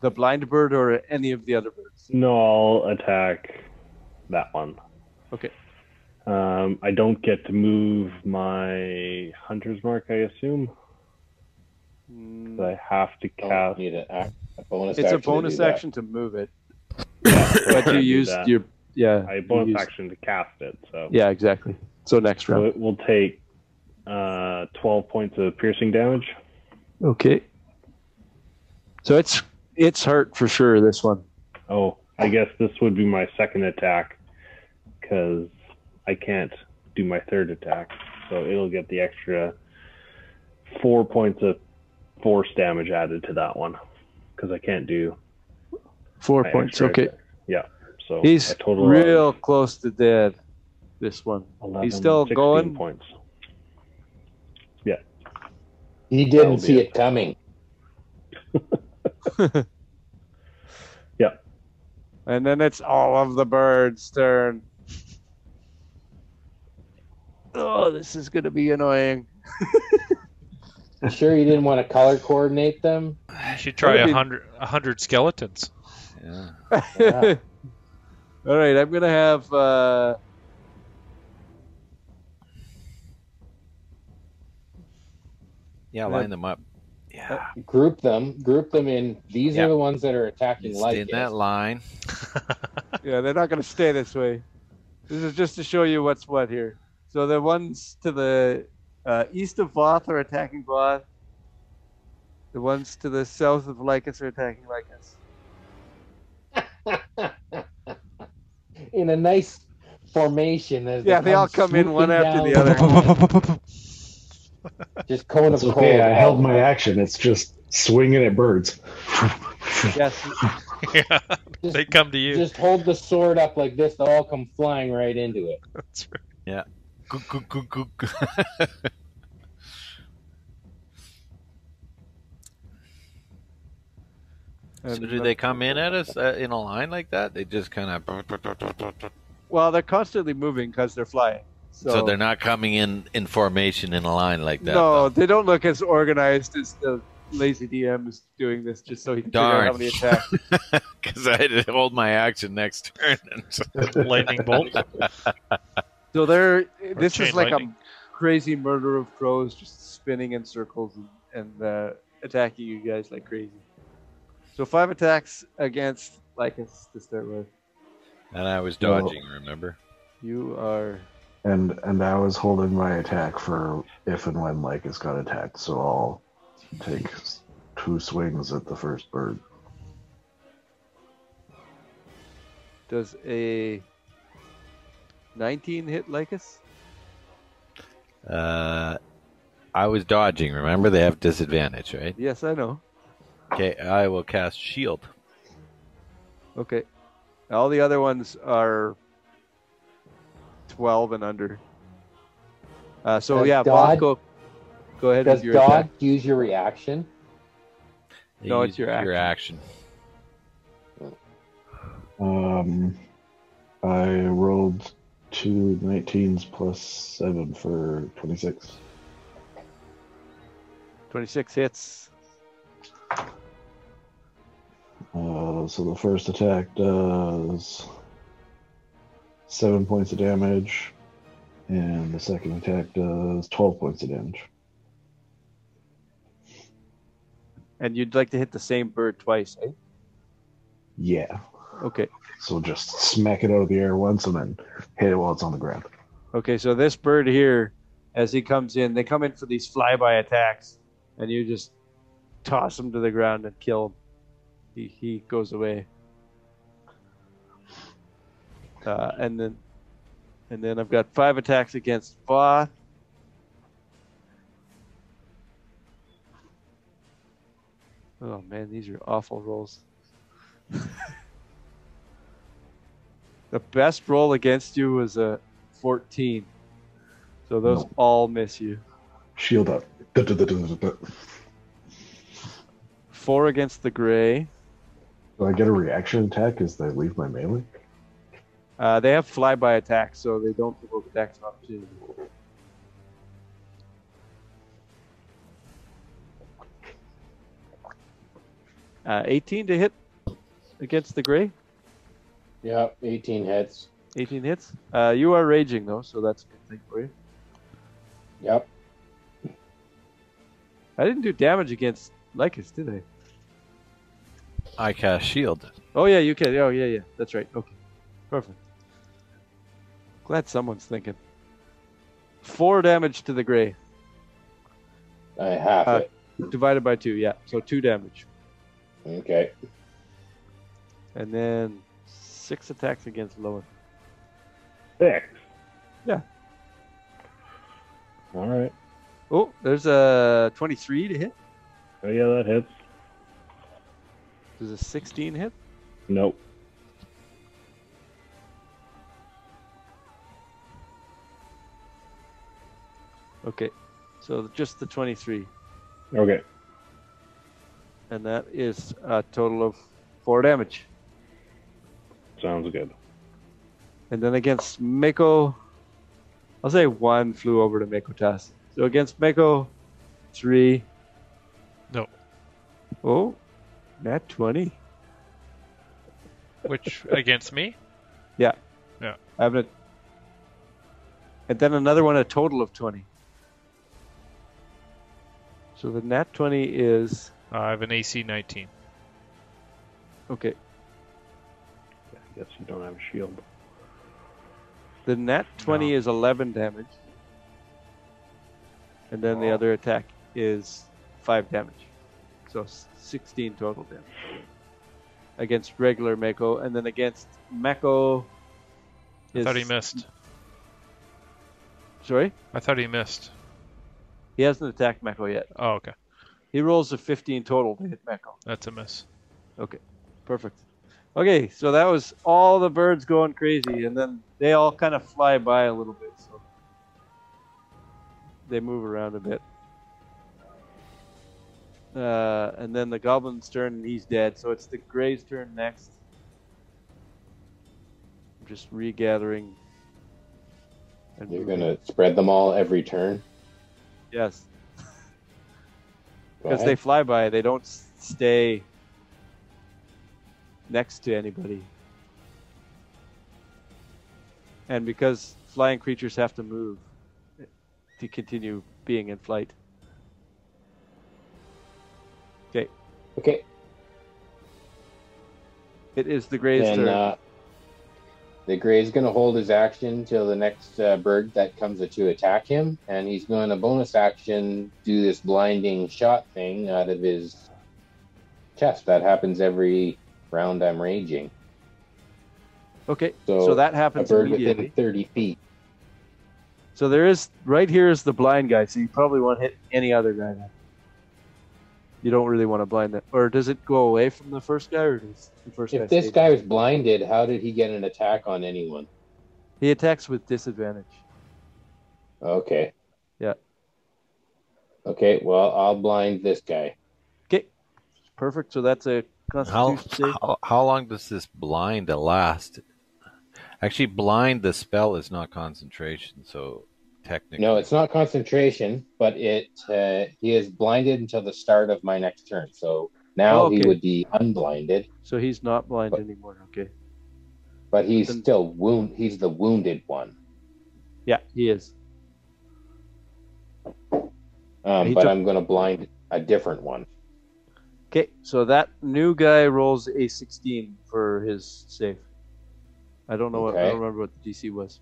B: the blind bird or any of the other birds?
D: No, I'll attack that one.
B: Okay.
D: Um, I don't get to move my hunter's mark, I assume.
B: Mm,
D: 'cause I have to
B: Oh,
C: Don't
D: cast.
C: need an act, a bonus
B: it's a
C: action to
B: bonus
C: do that.
B: action to move it,
D: so I
B: but you
D: do
B: used
D: that.
B: your yeah.
D: I
B: you
D: bonus
B: used-
D: action to cast it. So
B: Yeah, exactly. So next
D: so
B: round.
D: it will take uh, 12 points of piercing damage.
B: Okay. So it's it's hurt for sure. This one.
D: Oh, I guess this would be my second attack because I can't do my third attack. So it'll get the extra four points of force damage added to that one because I can't do
B: Four
D: my
B: points.
D: extra
B: Okay.
D: attack. Yeah. So
B: He's
D: a total of
B: real close to dead. This one.
D: 11,
B: he's still
D: 16
B: going?
D: Points.
C: He
D: That'll
C: didn't
D: be
C: see
D: it.
C: it coming.
B: And then it's all of the birds' turn. Oh, this is gonna be annoying.
C: You sure you didn't want to color coordinate them?
A: You should try
B: That'd
A: a
B: be-
A: hundred, a hundred skeletons.
F: Yeah.
C: Yeah.
B: All right, I'm gonna have. Uh...
F: Yeah, line them up. Yeah.
C: Group them. Group them in. These
F: Yeah.
C: are the ones that are attacking
F: Stay
C: light.
F: in that line.
B: Yeah, they're not gonna stay this way. This is just to show you what's what here. So the ones to the uh, east of Voth are attacking Voth. The ones to the south of Lycus are attacking Lycus.
C: in a nice formation. As
B: Yeah, they all come in one
C: swooping
B: after the
C: down,
B: other.
C: Just cone
G: It's
C: of
G: okay.
C: cold.
G: I held
C: Oh.
G: my action. It's just swinging at birds.
B: Yes,
E: yeah,
C: Just,
E: they come to you.
C: just hold the sword up like this. They'll all come flying right into it.
E: That's right.
F: Gook, gook, gook, gook. so
B: And
F: do they come in at us uh, in a line like that? They just kind of.
B: Well, they're constantly moving because they're flying. So,
F: So, they're not coming in in formation in a line like that.
B: no,
F: though.
B: they don't look as organized as the lazy DM is doing this, just so he can figure out how
F: Darn.
B: many attacks.
F: Because I had to hold my action next turn. And so,
E: lightning bolt.
B: So they're this
E: chain
B: is like
E: lightning.
B: a crazy murder of crows, just spinning in circles and, and uh, attacking you guys like crazy. So five attacks against Lycus to start with.
F: and I was dodging, remember?
B: You are
G: And and I was holding my attack for if and when Lycus got attacked, so I'll take s- two swings at the first bird.
B: does a nineteen hit Lycus?
F: Uh, I was dodging, remember? They have disadvantage, right?
B: Yes, I know.
F: Okay, I will cast shield.
B: Okay. All the other ones are 12 and under. Uh, so,
C: Does
B: yeah, Bob,
C: Dodd-
B: go, go ahead
C: Does
B: with your
C: Dodd
B: attack.
C: use your reaction?
F: They
B: No,
F: use
B: it's your
F: Your action.
G: Um, I rolled two 19s plus seven for 26.
B: 26 hits.
G: Uh, so the first attack does seven points of damage, and the second attack does 12 points of damage.
B: And you'd like to hit the same bird twice, eh?
G: Yeah.
B: Okay.
G: So just smack it out of the air once and then hit it while it's on the ground.
B: Okay, so this bird here, as he comes in, they come in for these flyby attacks, and you just toss him to the ground and kill him. He, he goes away. Uh, and then and then I've got five attacks against Voth. Oh man, these are awful rolls. the best roll against you was a 14. So those
G: Nope.
B: all miss you.
G: Shield up. Du-du-du-du-du-du.
B: Four against the gray.
G: Do I get a reaction attack as they leave my melee?
B: Uh, they have flyby attacks, so they don't provoke attacks of opportunity. Uh, 18 to hit against the gray.
C: Yep, 18 hits.
B: 18 hits. Uh, you are raging though, so that's a good thing for you.
C: Yep.
B: I didn't do damage against Lycus, did I?
F: I cast shield.
B: Oh yeah, you can. Oh yeah, yeah. That's right. Okay, perfect. Glad someone's thinking. Four damage to the gray,
C: I half
B: Uh,
C: it.
B: divided by two. Yeah, so two damage,
C: Okay.
B: and then six attacks against Lowen.
D: Six.
B: Yeah.
D: All right.
B: Oh, there's a 23 to hit.
D: Oh yeah, that hits.
B: There's a 16 hit.
D: Nope.
B: Okay, so just the 23,
D: Okay.
B: and that is a total of four damage.
D: Sounds good.
B: And then against Mako, I'll say one flew over to Makotas. So against Mako, three.
E: No.
B: Oh, nat 20.
E: Which against me?
B: I have a, and then another one, a total of 20. So the nat 20 is.
E: I have an AC 19.
B: Okay.
D: Yeah, I guess you don't have a shield.
B: The nat 20 is 11 damage. And then
E: Oh.
B: the other attack is 5 damage. So s- 16 total damage. Against regular Mako. And then against Mako.
E: I
B: Is,
E: thought he missed.
B: Sorry?
E: I thought he missed.
B: He hasn't attacked Mako yet.
E: Oh, okay.
B: He rolls a 15 total to hit Mako.
E: That's a miss.
B: Perfect. Okay, so that was all the birds going crazy, and then they all kind of fly by a little bit, so they move around a bit. Uh, and then the goblin's turn, and he's dead, so it's the gray's turn next. Just regathering. And
C: You're
B: moving.
C: going to spread them all every turn.
B: Yes,
C: Go
B: because they
C: ahead.
B: fly by, they don't s- stay next to anybody. And because flying creatures have to move to continue being in flight.
C: Okay.
B: It is the gray's
C: And
B: turn.
C: uh, the gray's going to hold his action till the next uh, bird that comes to attack him, and he's going to bonus action do this blinding shot thing out of his chest. That happens every round I'm raging.
B: okay, so,
C: so
B: that
C: A
B: happens
C: bird
B: immediately.
C: within 30 feet.
B: So there is right here is the blind guy, so you probably won't hit any other guy. Then. You don't really want to blind that, or does it go away from the first guy, or does the first guy?
C: If this
B: stay
C: guy
B: there?
C: was blinded, how did he get an attack on anyone?
B: he attacks with disadvantage.
C: Okay.
B: Yeah.
C: Okay, well, I'll blind this guy.
B: Perfect. So that's a
F: How,
B: constitution save.
F: how how long does this blind last? Actually, blind the spell is not concentration, so technically
C: No, it's not concentration, but it uh, he is blinded until the start of my next turn. So now
B: Oh, okay.
C: he would be unblinded,
B: So he's not blind
C: But-
B: anymore. Okay.
C: but he's
B: Then-
C: still wound. He's the wounded one.
B: Yeah, he is.
C: Um,
B: He took-
C: but Um, I'm going to blind a different one.
B: Okay, so that new guy rolls a 16 for his save. I don't know what I
C: Okay.
B: don't remember what the DC was.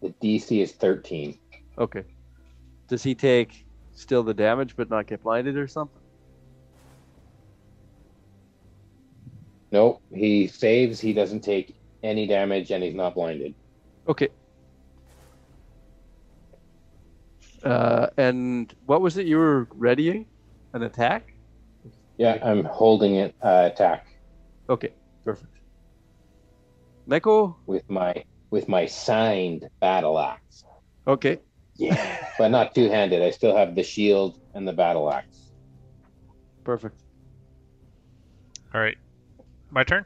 C: The DC is 13.
B: Okay. Does he take still the damage but not get blinded or something?
C: Nope. He saves. He doesn't take any damage and he's not blinded.
B: Okay. Uh, and what was it you were readying? An attack?
C: Yeah, I'm holding it uh, attack
B: Okay, perfect. Neko?
C: with my with my signed battle axe.
B: Okay.
C: Yeah, but not two-handed. I still have the shield and the battle axe.
B: Perfect.
E: All right, my turn.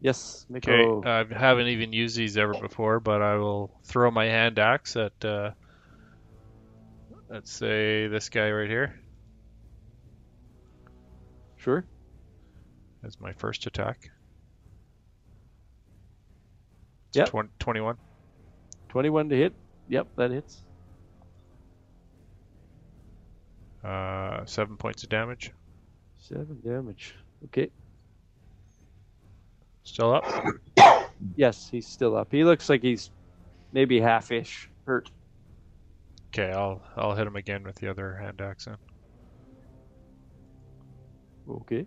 B: Yes,
E: Okay, uh,
B: Neko.
E: I haven't even used these ever before, but I will throw my hand axe at, uh, let's say, this guy right here
B: sure.
E: as my first attack.
B: Yep.
E: Twen- 21.
B: 21 to hit. Yep, that hits.
E: Uh, seven points of damage.
B: Seven damage. Okay.
E: Still up.
B: Yes, he's still up. He looks like he's maybe half ish hurt.
E: Okay, I'll I'll hit him again with the other hand axe. Then.
B: Okay.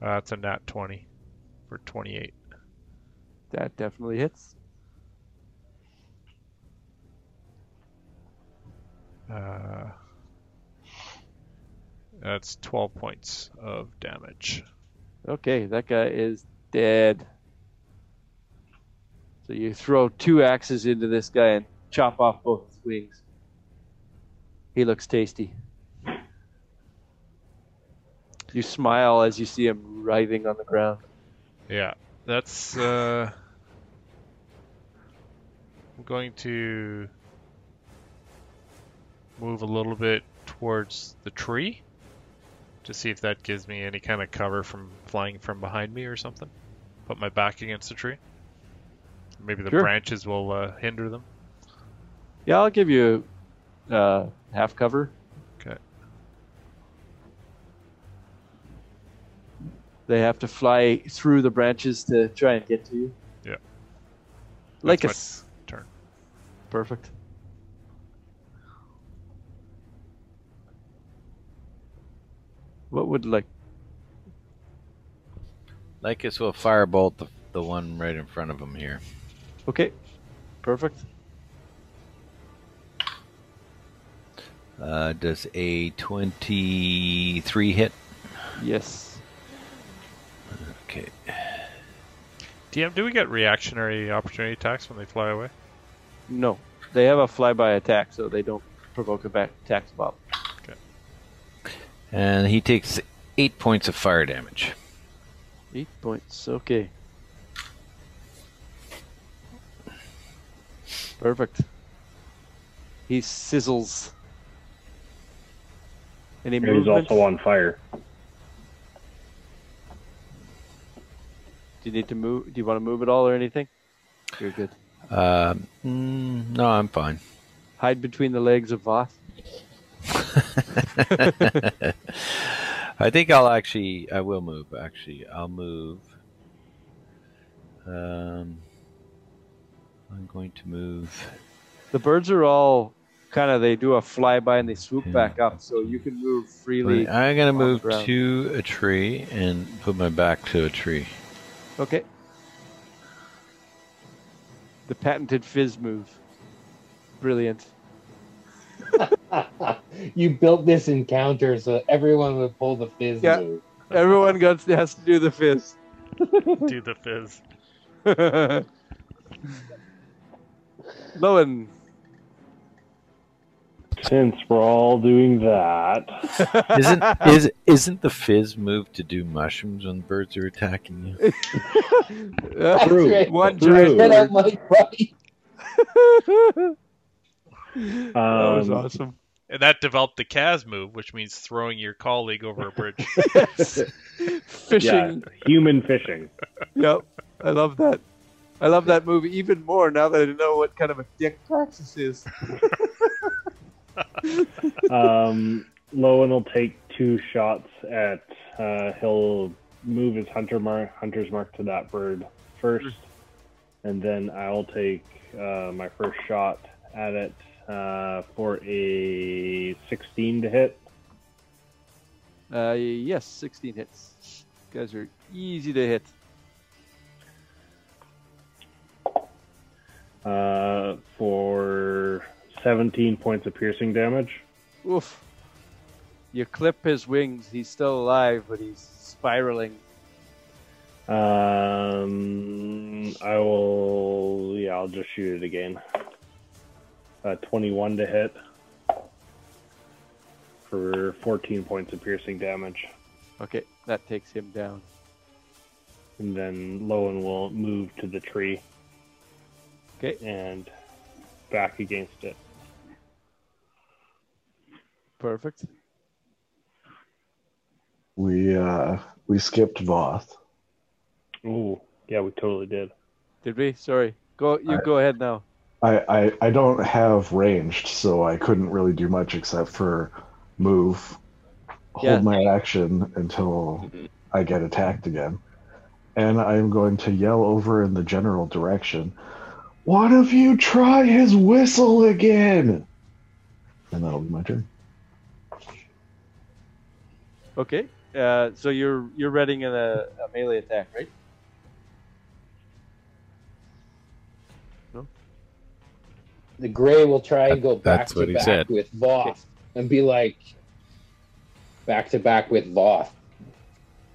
E: Uh, that's a nat 20 for 28.
B: That definitely hits.
E: Uh, that's 12 points of damage.
B: Okay, that guy is dead. So you throw two axes into this guy and chop off both his wings. He looks tasty. You smile as you see him writhing on the ground.
E: Yeah, that's. Uh, I'm going to move a little bit towards the tree to see if that gives me any kind of cover from flying from behind me or something. Put my back against the tree. Maybe the
B: Sure.
E: branches will uh, hinder them.
B: Yeah, I'll give you uh, half cover.
E: Okay.
B: They have to fly through the branches to try and get to you.
E: Yeah.
B: Like a
E: my
B: s-
E: turn.
B: Perfect. What would like?
F: Lycus will firebolt the, the one right in front of him here.
B: Okay. Perfect.
F: Uh, does a 23 hit?
B: Yes.
F: Okay.
E: DM, do we get reactionary opportunity attacks when they fly away?
B: No. They have a flyby attack, so they don't provoke a back attack spot.
F: And he takes 8 points of fire damage.
B: Eight points. Okay. Perfect. He sizzles. Any
D: And he's
B: movement?
D: also on fire.
B: Do you need to move? Do you want to move at all or anything? You're good.
F: Um, mm, no, I'm fine.
B: Hide between the legs of Voth.
F: I think I'll actually, I will move. Actually, I'll move. Um, I'm going to move.
B: The birds are all kind of. They do a flyby and they swoop back up, so you can move freely.
F: I'm going
B: on
F: to
B: the
F: move
B: ground.
F: to a tree and put my back to a tree.
B: Okay. The patented fizz move. Brilliant.
C: you built this encounter so everyone would pull the fizz
B: Yeah.
C: move.
B: Everyone got, has to do the fizz.
E: Do the fizz.
B: Lowen.
D: Since we're all doing that,
F: Isn't is isn't the fizz move to do mushrooms when birds are attacking you?
C: That's
D: Brew.
C: right.
B: One
D: Brew.
C: Get out
B: giant
C: my body.
B: bird. that was
D: Um,
B: awesome.
E: And that developed the Kaz move, which means throwing your colleague over a bridge.
B: Yes. Fishing.
D: human fishing.
B: Yep. I love that. I love that movie even more now that I know what kind of a dick Praxis is.
D: Um, Lowen will take two shots at. Uh, he'll move his hunter mark, hunter's mark to that bird first, and then I'll take uh, my first shot at it uh, for a 16 to hit.
B: Uh, yes, 16 hits. You guys are easy to hit.
D: uh, for 17 points of piercing damage.
B: Oof. You clip his wings. He's still alive, but he's spiraling.
D: Um, I will, yeah, I'll just shoot it again. Uh, 21 to hit for 14 points of piercing damage.
B: Okay, that takes him down.
D: And then Lowen will move to the tree.
B: Okay.
D: And back against it.
B: Perfect.
G: We uh we skipped Voth.
D: Ooh, yeah, we totally did.
B: Did we? Sorry. Go. You go ahead now.
G: I, I I don't have ranged, so I couldn't really do much except for move, hold
B: Yeah.
G: my action until I get attacked again, and I'm going to yell over in the general direction. One of you try his whistle again, and that'll be my turn.
B: Okay. Uh, so you're you're readying in a, a melee attack, right?
C: The gray will try and go
F: That-
C: back
F: that's
C: to
F: what he
C: back
F: said.
C: with Voth and be like back to back with Voth.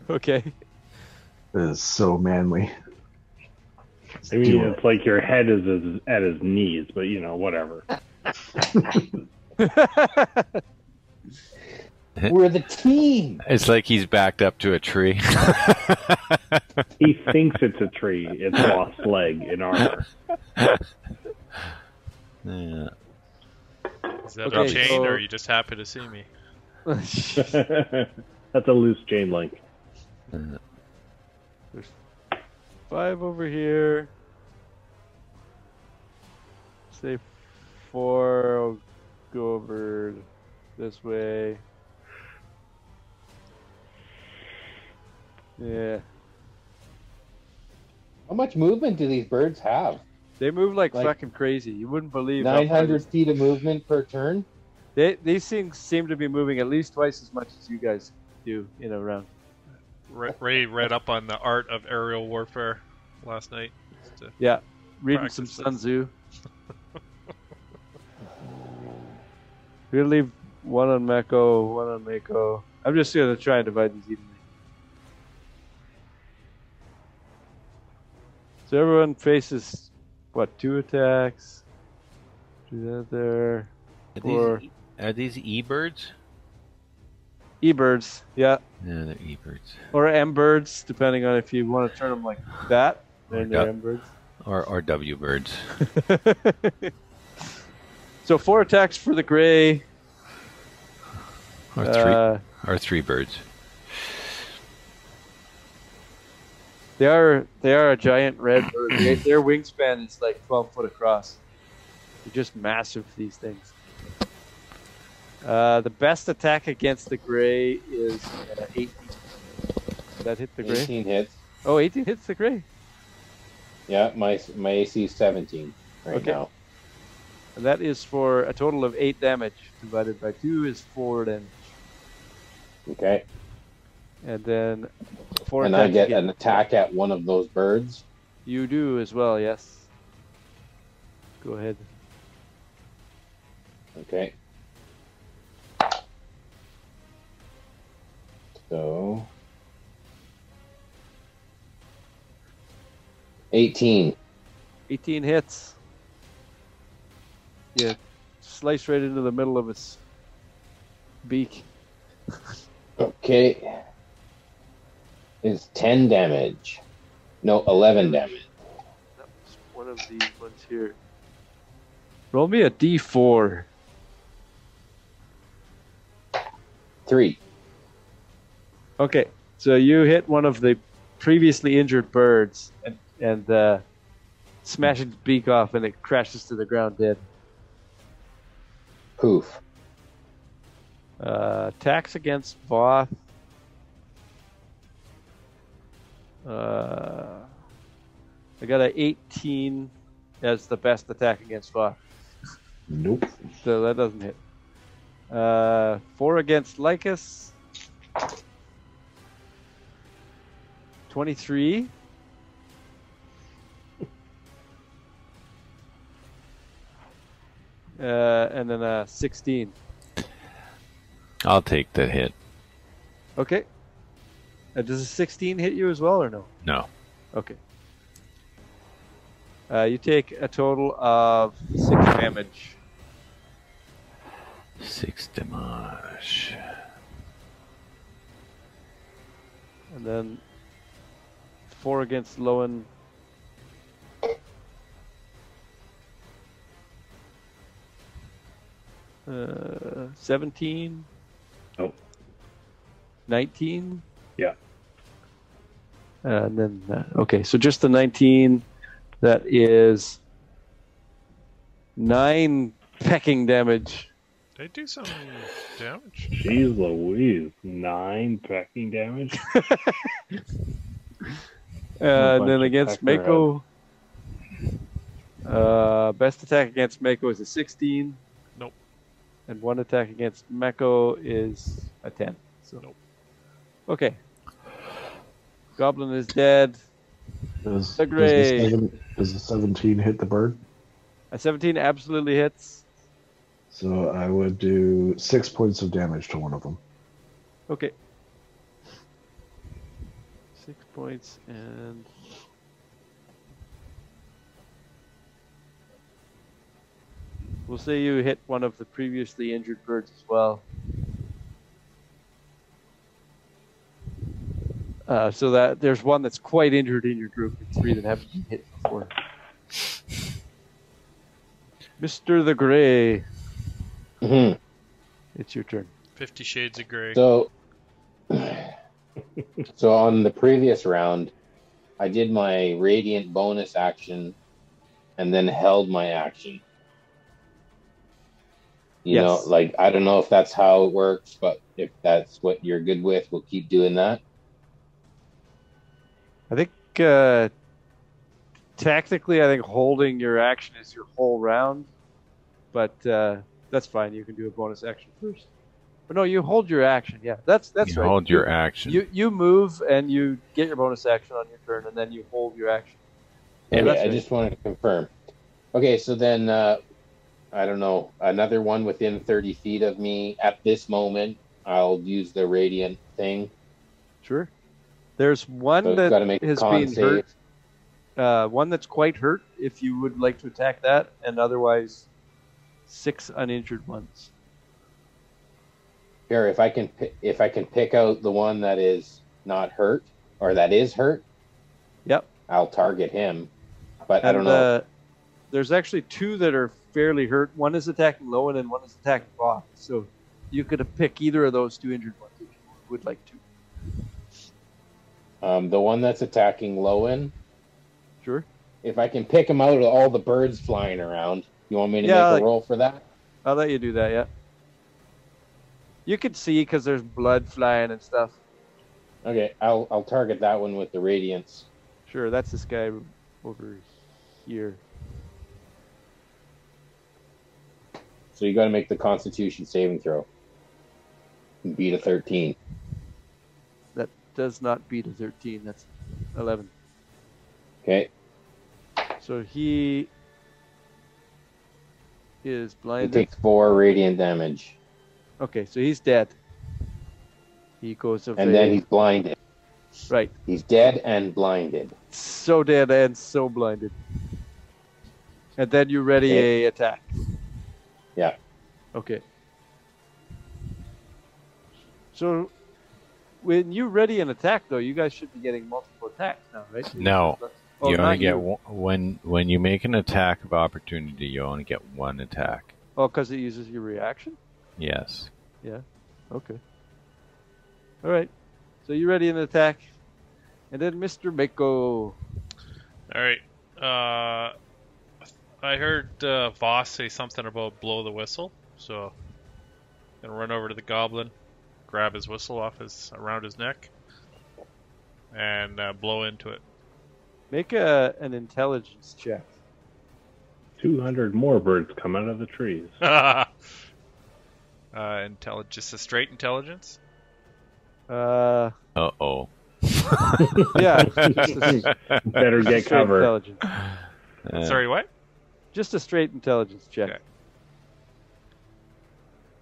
B: Okay.
G: It is so manly.
D: I mean,
G: Do it.
D: it's like your head is is- at his knees, but you know, whatever.
C: We're the team.
F: It's like he's backed up to a tree.
D: He thinks it's a tree. It's lost leg in armor.
F: yeah.
E: Is that
B: Okay,
E: a chain,
B: so-
E: or are you just happy to see me?
B: There's
D: That's a loose chain link.
B: five over here. Say four. I'll go over this way. Yeah.
C: How much movement do these birds have?
B: They move like,
C: Like-
B: fucking crazy. You wouldn't believe how
C: Nine
B: far
C: hundred feet of movement per turn.
B: They, these things seem to be moving at least twice as much as you guys do in a round.
E: Ray- Ray read up on the art of aerial warfare last night. Just uh, to-
B: Reading some
E: Practice
B: Sun Tzu. we'll leave one on Mako, one on Mako. I'm just going to try and divide these evenly. So everyone faces, what, two attacks? Do that there.
F: Are
B: Or-
F: these, are these e birds?
B: E birds, yeah.
F: Yeah, they're e birds.
B: Or M birds, depending on if you want to turn them like that. Then they're
F: Yeah.
B: M birds.
F: Or or w birds.
B: so four attacks for the gray.
F: Or three
B: Uh,
F: or three birds.
B: they are they are a giant red bird. They- Their wingspan is like twelve foot across. They're just massive. These things. Uh, the best attack against the gray is uh, 18. Did that hit the gray?
C: Eighteen hits.
B: Oh, 18 hits the gray.
C: Yeah, my my AC is seventeen right
B: Okay.
C: now.
B: And that is for a total of 8 damage. Divided by 2 is 4 damage.
C: Okay,
B: And then 4
C: and I
B: attacks
C: get
B: again.
C: an attack at one of those birds.
B: You do as well, yes. Go ahead.
C: Okay. So. 18.
B: 18 hits. Yeah, slice right into the middle of its beak.
C: Okay. Is 10 damage. No, 11 damage.
B: That was one of these ones here. Roll me a d4.
C: 3.
B: Okay, so you hit one of the previously injured birds and, and uh, smash its beak off, and it crashes to the ground dead.
C: Poof.
B: Uh, attacks against Voth. Uh, I got a 18 as the best attack against Voth,
G: Nope.
B: so that doesn't hit. Uh, four against Lycus. 23. Uh, and then uh, 16.
F: I'll take the hit.
B: Okay. Uh, does a 16 hit you as well or no?
F: No.
B: Okay. Uh, you take a total of 6 damage.
F: Six damage.
B: And then 4 against Lowen. Uh, 17.
D: Nope.
B: 19.
D: Yeah.
B: and then, uh, okay, so just the 19. That is 9 pecking damage.
E: They do some damage.
D: Jeez Louise, nine packing damage.
B: Uh, and
D: bunch
B: then
D: of
B: against
D: pecker
B: Mako, uh, best attack against Mako is a 16.
E: Nope.
B: And one attack against Mako is a 10. So.
E: Nope.
B: Okay. Goblin is dead.
G: Does, does,
B: The
G: the
B: gray.
G: seven- does the 17 hit the bird?
B: A 17 absolutely hits.
G: So I would do six points of damage to one of them.
B: Okay. Six points and. We'll say you hit one of the previously injured birds as well. Uh, so that there's one that's quite injured in your group, and three that haven't been hit before. Mister the Gray,
C: Mhm.
B: it's your turn.
E: Fifty Shades of Grey.
C: So, so on the previous round, I did my radiant bonus action, and then held my action. You
B: Yes.
C: know, like I don't know if that's how it works, but if that's what you're good with, we'll keep doing that.
B: I think uh, tactically, I think holding your action is your whole round, but uh, that's fine. You can do a bonus action first. But no, you hold your action. Yeah, that's that's
F: you
B: right.
F: hold your action.
B: You you move and you get your bonus action on your turn, and then you hold your action.
F: Yeah,
C: Okay,
B: that's
C: I
B: right.
C: just wanted to confirm. Okay, so then uh, I don't know another one within thirty feet of me at this moment. I'll use the radiant thing.
B: Sure. There's one
C: So
B: that
C: got to make a
B: has
C: con
B: been
C: save.
B: hurt. uh, one that's quite hurt. If you would like to attack that, and otherwise, six uninjured ones.
C: Here, if I can, pi- if I can pick out the one that is not hurt or that is hurt,
B: Yep.
C: I'll target him. But I
B: And,
C: don't know.
B: Uh, there's actually two that are fairly hurt. One is attacking Lowen and one is attacking Voth. So you could pick either of those two injured ones if you would like to.
C: um, the one that's attacking Lowen,
B: Sure.
C: if I can pick him out of all the birds flying around, you want me to
B: Yeah,
C: make
B: like-
C: a roll for that?
B: I'll let you do that, yeah. You could see because there's blood flying and stuff.
C: Okay, I'll I'll target that one with the radiance.
B: Sure, that's this guy over here.
C: So you got to make the Constitution saving throw. Beat a thirteen.
B: That does not beat a 13. That's 11.
C: Okay,
B: So he is
C: it
B: blinded.
C: takes four radiant damage,
B: Okay, so he's dead. He goes of
C: and
B: a-
C: then he's blinded.
B: right.
C: He's dead and blinded.
B: so dead and so blinded. And then you ready a attack.
C: Yeah.
B: Okay. So when you ready an attack though, you guys should be getting multiple attacks now, right?
F: No.
B: Oh,
F: you only
B: not
F: get one, when when you make an attack of opportunity. You only get one attack.
B: Oh, because it uses your reaction?
F: Yes.
B: Okay. Alright. So you ready an attack. And then Mr. Mako.
E: All right. Uh, I heard uh, Voss say something about blow the whistle, so Gonna run over to the goblin, grab his whistle off his around his neck, and uh, blow into it.
B: Make a, an intelligence check.
D: 200 more birds come out of the trees.
E: uh, intelli- just a straight intelligence.
B: Uh,
F: Uh oh.
B: yeah, just a,
D: Better
B: just a straight
D: get cover.
B: intelligence.
E: Sorry, what?
B: Just a straight intelligence check.
E: Okay.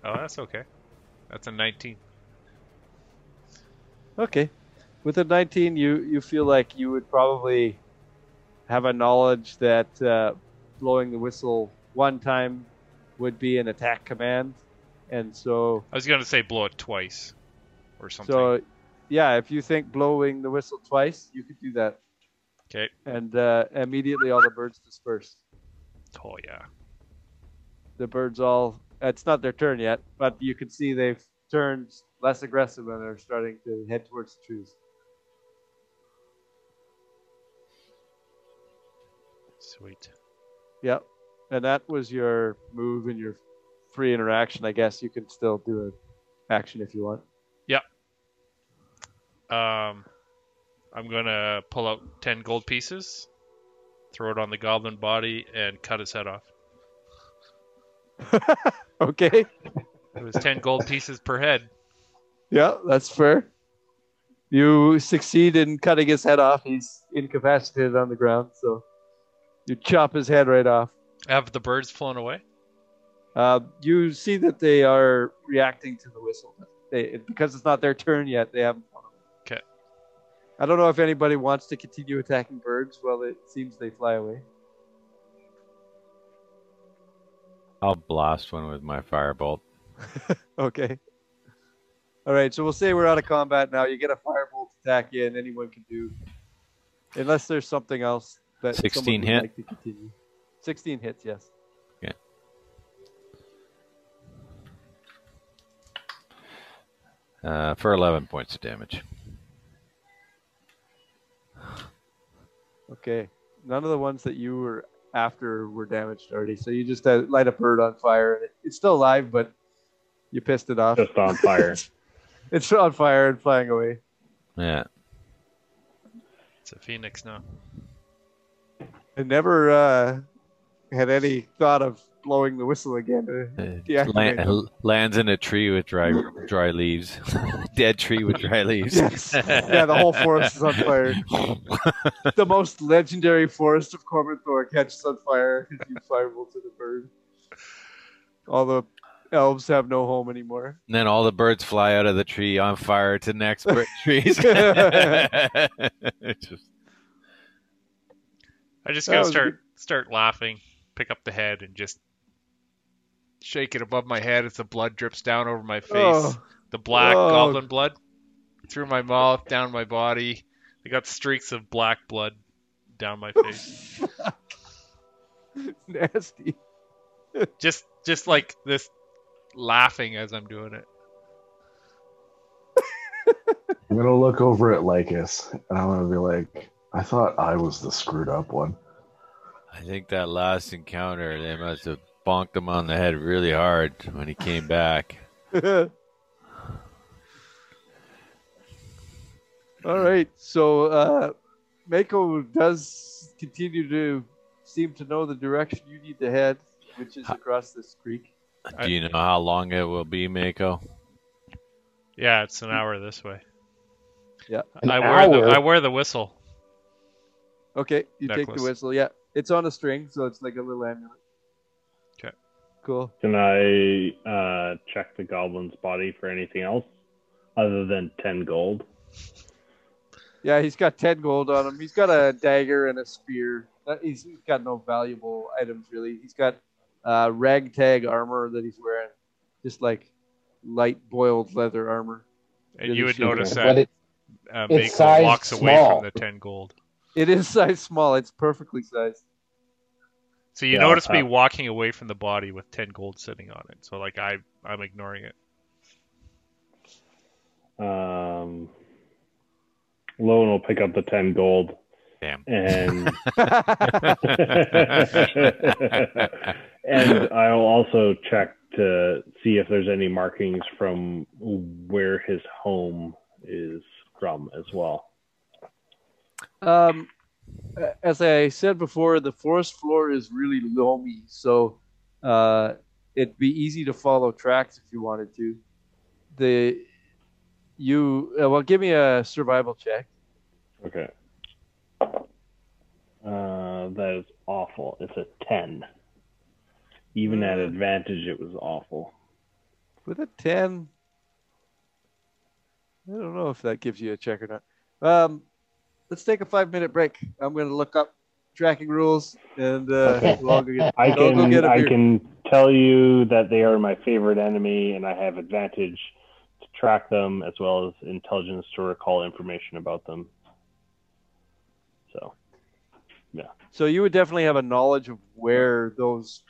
E: Oh, that's okay. That's a 19.
B: Okay. With a 19, you, you feel like you would probably have a knowledge that uh, blowing the whistle one time would be an attack command. And so,
E: I was gonna say blow it twice, or something.
B: so yeah, if you think blowing the whistle twice, you could do that.
E: Okay.
B: And uh, immediately all the birds disperse.
E: oh yeah.
B: The birds all, it's not their turn yet, but you can see they've turned less aggressive and they're starting to head towards the trees.
E: Sweet.
B: Yep. And that was your move and your free interaction. I guess you can still do an action if you want.
E: Um, I'm gonna pull out ten gold pieces, throw it on the goblin body, and cut his head off.
B: Okay.
E: It was ten gold pieces per head.
B: Yeah, that's fair. You succeed in cutting his head off. He's incapacitated on the ground, so you chop his head right off.
E: Have the birds flown away?
B: Uh, you see that they are reacting to the whistle. They, because it's not their turn yet, they haven't. flown away.
E: Okay.
B: I don't know if anybody wants to continue attacking birds. Well, it seems they fly away.
F: I'll blast one with my firebolt.
B: Okay. All right, so we'll say we're out of combat now. You get a firebolt attack in, anyone can do, unless there's something else that someone
F: 16
B: would
F: hit?
B: Like to continue. Sixteen hits, yes.
F: Uh, for 11 points of damage.
B: Okay. None of the ones that you were after were damaged already, so you just uh, light a bird on fire, and it, it's still alive, but you pissed it off.
D: Just on fire.
B: It's on fire and flying away.
F: Yeah.
E: It's a phoenix now.
B: I never uh, had any thought of blowing the whistle again. Uh,
F: It
B: Yeah,
F: lan-
B: I know.
F: lands in a tree with dry dry leaves. Dead tree with dry leaves.
B: Yes. Yeah, the whole forest is on fire. the most legendary forest of Cormanthor catches on fire because you firebolted the bird. All the elves have no home anymore.
F: And then all the birds fly out of the tree on fire to the next bird trees. Just-
E: I just
B: That
E: gotta
B: was
E: start start laughing, pick up the head, and just shake it above my head as the blood drips down over my face.
B: Oh,
E: The black
B: Oh.
E: goblin blood through my mouth, down my body. I got streaks of black blood down my face.
B: nasty.
E: just just like this laughing as I'm doing it.
G: I'm gonna look over at Lycus and I'm gonna be like, I thought I was the screwed up one.
F: I think that last encounter, they must have bonked him on the head really hard when he came back.
B: All right, so uh, Mako does continue to seem to know the direction you need to head, which is across this creek.
F: Do you know how long it will be, Mako?
E: Yeah, it's an hour this way.
B: Yeah.
C: An
E: I wear the
C: hour?
E: I wear the whistle.
B: Okay, you take
E: Necklace.
B: the whistle. Yeah, it's on a string, so it's like a little amulet.
E: 'Kay.
B: Cool.
D: Can I uh, check the goblin's body for anything else other than 10 gold?
B: Yeah, he's got ten gold on him. He's got a dagger and a spear. That- He's he's got no valuable items really. He's got uh, ragtag armor that he's wearing, just like light boiled leather armor.
E: And
B: Really
E: you would
B: shoot
E: notice
B: it.
C: But
E: that
C: it,
E: uh,
C: it's
E: Mako
C: sized
E: walks away
C: small.
E: from the ten gold.
B: It is size small. It's perfectly sized.
E: So you
D: Yeah,
E: notice me
D: uh,
E: walking away from the body with ten gold sitting on it. So like I I'm ignoring it.
D: Um, Loan will pick up the 10 gold.
F: Damn.
D: And and I'll also check to see if there's any markings from where his home is from as well.
B: Um, a- as I said before, the forest floor is really loamy, so uh, it'd be easy to follow tracks if you wanted to. The you uh, well, give me a survival check.
D: Okay. Uh, that is awful. It's a 10. Even at
B: Mm.
D: advantage, it was awful.
B: With a 10, I don't know if that gives you a check or not. Um, let's take a five minute break. I'm going to look up tracking rules and uh,
C: Okay.
B: we'll all go get-
D: I
B: we'll all go
D: can
B: get a
D: I
B: beer.
D: can tell you that they are my favorite enemy, and I have advantage to track them as well as intelligence to recall information about them. So
B: So you would definitely have a knowledge of where those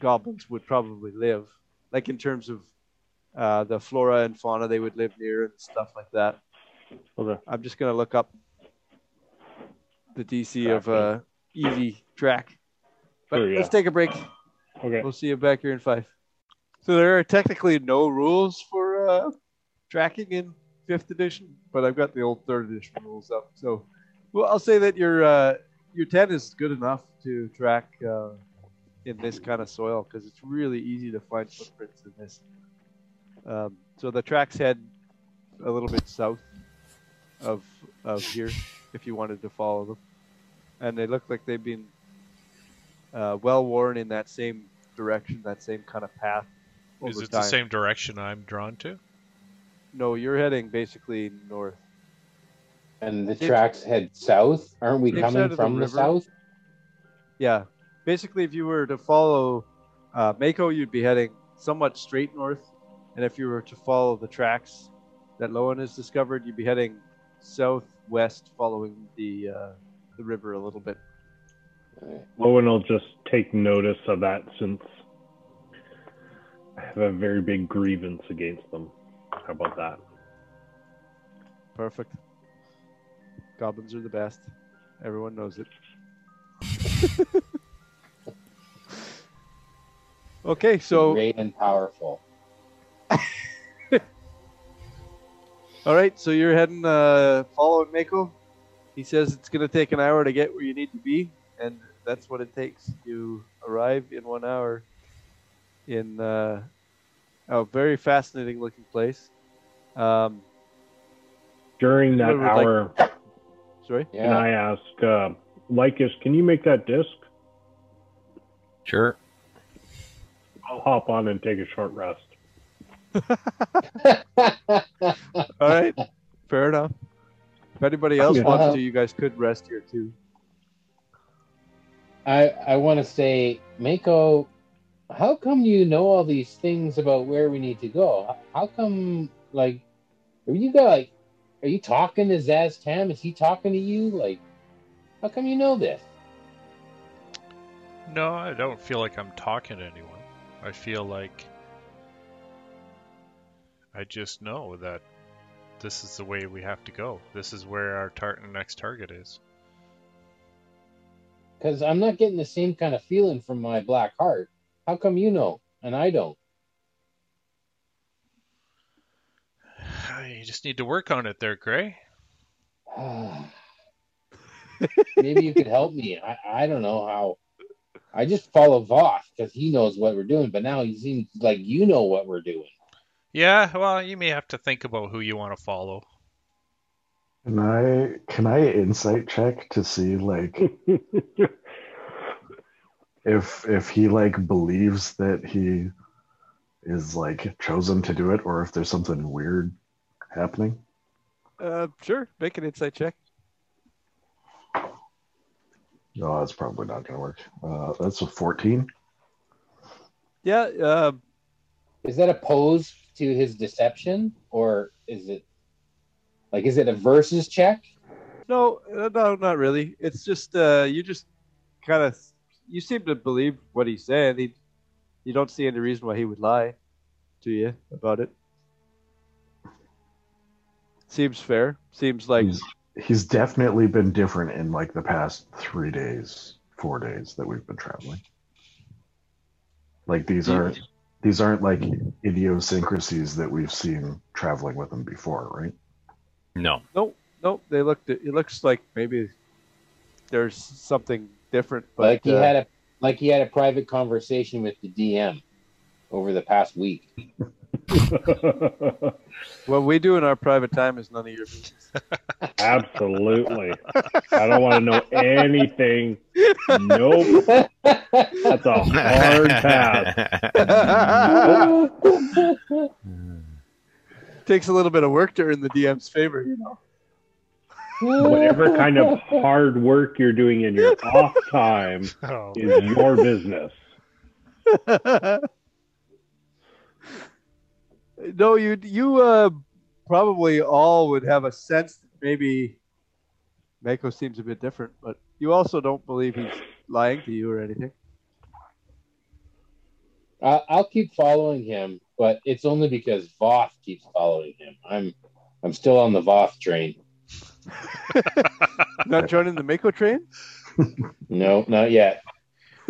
B: goblins would probably live, like in terms of uh, the flora and fauna they would live near and stuff like that.
D: okay,
B: I'm just gonna look up the DC of uh, easy track. But
D: Sure, yeah.
B: let's take a break.
D: okay,
B: We'll see you back here in five. So there are technically no rules for uh, tracking in fifth edition, but I've got the old third edition rules up. So, well, I'll say that your uh, your ten is good enough to track uh, in this kind of soil because it's really easy to find footprints in this. Um, so the tracks head a little bit south of of here, if you wanted to follow them, and they look like they've been uh, well worn in that same direction, that same kind of path. Over
E: Is it
B: time.
E: the same direction I'm drawn to?
B: No, you're heading basically north.
C: And the
B: Did-
C: tracks head south. Aren't we
B: Did you say to the
C: coming from the,
B: river?
C: south?
B: Yeah. Basically, if you were to follow uh, Mako, you'd be heading somewhat straight north. And if you were to follow the tracks that Loan has discovered, you'd be heading southwest, following the uh, the river a little bit.
D: Lowen will just take notice of that since I have a very big grievance against them. How about that?
B: Perfect. Goblins are the best. Everyone knows it. okay, so
C: Great and powerful.
B: All right, so you're heading, uh, following Mako. He says it's going to take an hour to get where you need to be, and that's what it takes. You arrive in one hour in uh, a very fascinating looking place. Um,
D: During that
B: Lowen would like-
D: hour,
B: sorry?
D: can
C: Yeah.
D: I ask, uh, Lycus, can you make that disc?
F: Sure.
D: I'll hop on and take a short rest.
B: All right, fair enough. If anybody else
D: Yeah.
B: wants to, you guys could rest here too.
C: I I want to say, Mako, how come you know all these things about where we need to go? How come like are you got like are you talking to Zaz Tam? Is he talking to you? Like how come you know this?
E: No, I don't feel like I'm talking to anyone. I feel like I just know that this is the way we have to go. This is where our tar- next target is.
C: Because I'm not getting the same kind of feeling from my black heart. How come you know and I don't?
E: You just need to work on it there, Gray.
C: Maybe you could help me. I, I don't know how. I just follow Voth because he knows what we're doing, but now he seems like you know what we're doing.
E: Yeah, well, you may have to think about who you want to follow.
G: Can I can I insight check to see like if if he like believes that he is like chosen to do it or if there's something weird happening?
B: Uh, sure, make an insight check.
G: No, that's probably not gonna work. Uh, that's a fourteen.
B: Yeah, uh,
C: Is that opposed to his deception, or is it like is it a versus check?
B: No, uh, no, not really. It's just uh, you just kind of you seem to believe what he said. He, you don't see any reason why he would lie to you about it. Seems fair. Seems like
C: Hmm.
G: he's, he's definitely been different in like the past three days, four days that we've been traveling. Like these
B: You-
G: aren't These aren't like idiosyncrasies that we've seen traveling with them before, right?
F: No.
B: Nope, they looked. It looks like maybe there's something different. But
C: like he
B: uh,
C: had a like he had a private conversation with the DM over the past week.
B: what we do in our private time is none of your business.
D: Absolutely. I don't want to know anything. Nope. That's a hard pass.
B: Takes a little bit of work to earn the DM's favor, you know.
D: Whatever kind of hard work you're doing in your off time
E: Oh,
D: is your business.
B: no, you you uh, probably all would have a sense that maybe Mako seems a bit different, but you also don't believe he's lying to you or anything.
C: I, I'll keep following him, but it's only because Voth keeps following him. I'm I'm still on the Voth train.
B: Not joining the Mako train?
C: No, not yet.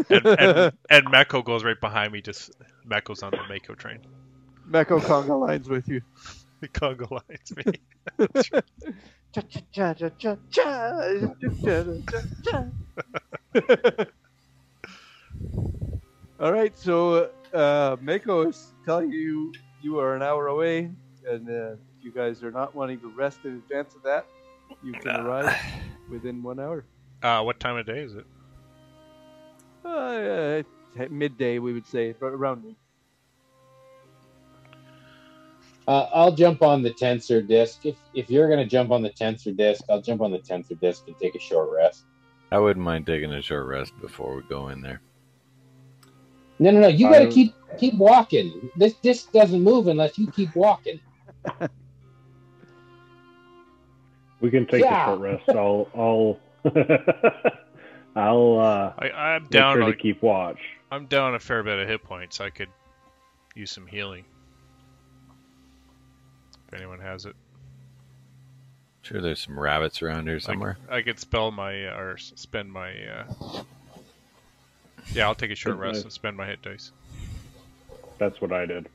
E: and, and, and Meko goes right behind me. Just Meko's on the Mako train.
B: Mako Conga lines with you.
E: The Congo lines me.
B: Cha cha cha cha cha cha cha cha cha. All right, so uh, Mako is telling you you are an hour away, and uh, if you guys are not wanting to rest in advance of that, you can arrive within one hour.
E: Uh, what time of day is it?
B: Uh, uh, midday, we would say, but around noon.
C: Uh, I'll jump on the tensor disk. If if you're gonna jump on the tensor disk, I'll jump on the tensor disk and take a short rest.
F: I wouldn't mind taking a short rest before we go in there.
C: No, no, no. You gotta
B: I-
C: keep keep walking. This disk doesn't move unless you keep walking.
D: We can take
C: Yeah.
D: a short rest. I'll I'll I'll uh,
E: I, I'm
D: make
E: down.
D: sure
E: like,
D: to keep watch.
E: I'm down a fair bit of hit points. I could use some healing. If anyone has it,
F: Sure, there's some rabbits around here somewhere.
E: I could spell my uh, or s- spend my. Uh... Yeah, I'll take a short
D: Okay.
E: rest and spend my hit dice.
D: That's what I did.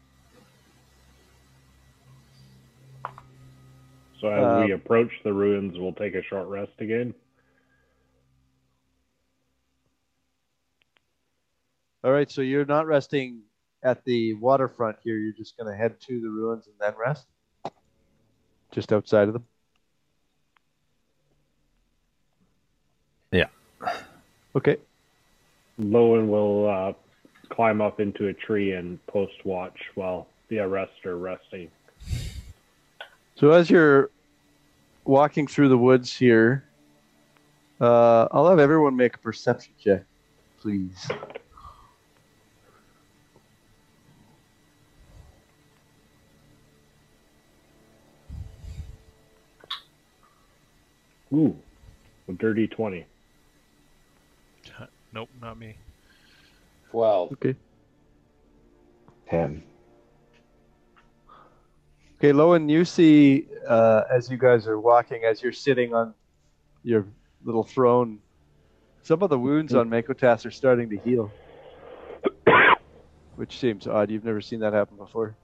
D: So as
B: Uh,
D: we approach the ruins, we'll take a short rest again.
B: All right, so you're not resting at the waterfront here. You're just going to head to the ruins and then rest, just outside of them.
F: Yeah.
B: Okay.
D: Lowen will uh, climb up into a tree and post watch while the arrest are resting.
B: So as you're walking through the woods here, uh, I'll have everyone make a perception check, please.
D: Ooh, a dirty twenty.
E: Nope, not me.
C: Twelve.
B: Okay.
G: Ten.
B: Okay, Lowen, you see uh, as you guys are walking, as you're sitting on your little throne, some of the wounds on Makotas are starting to heal, which seems odd. You've never seen that happen before.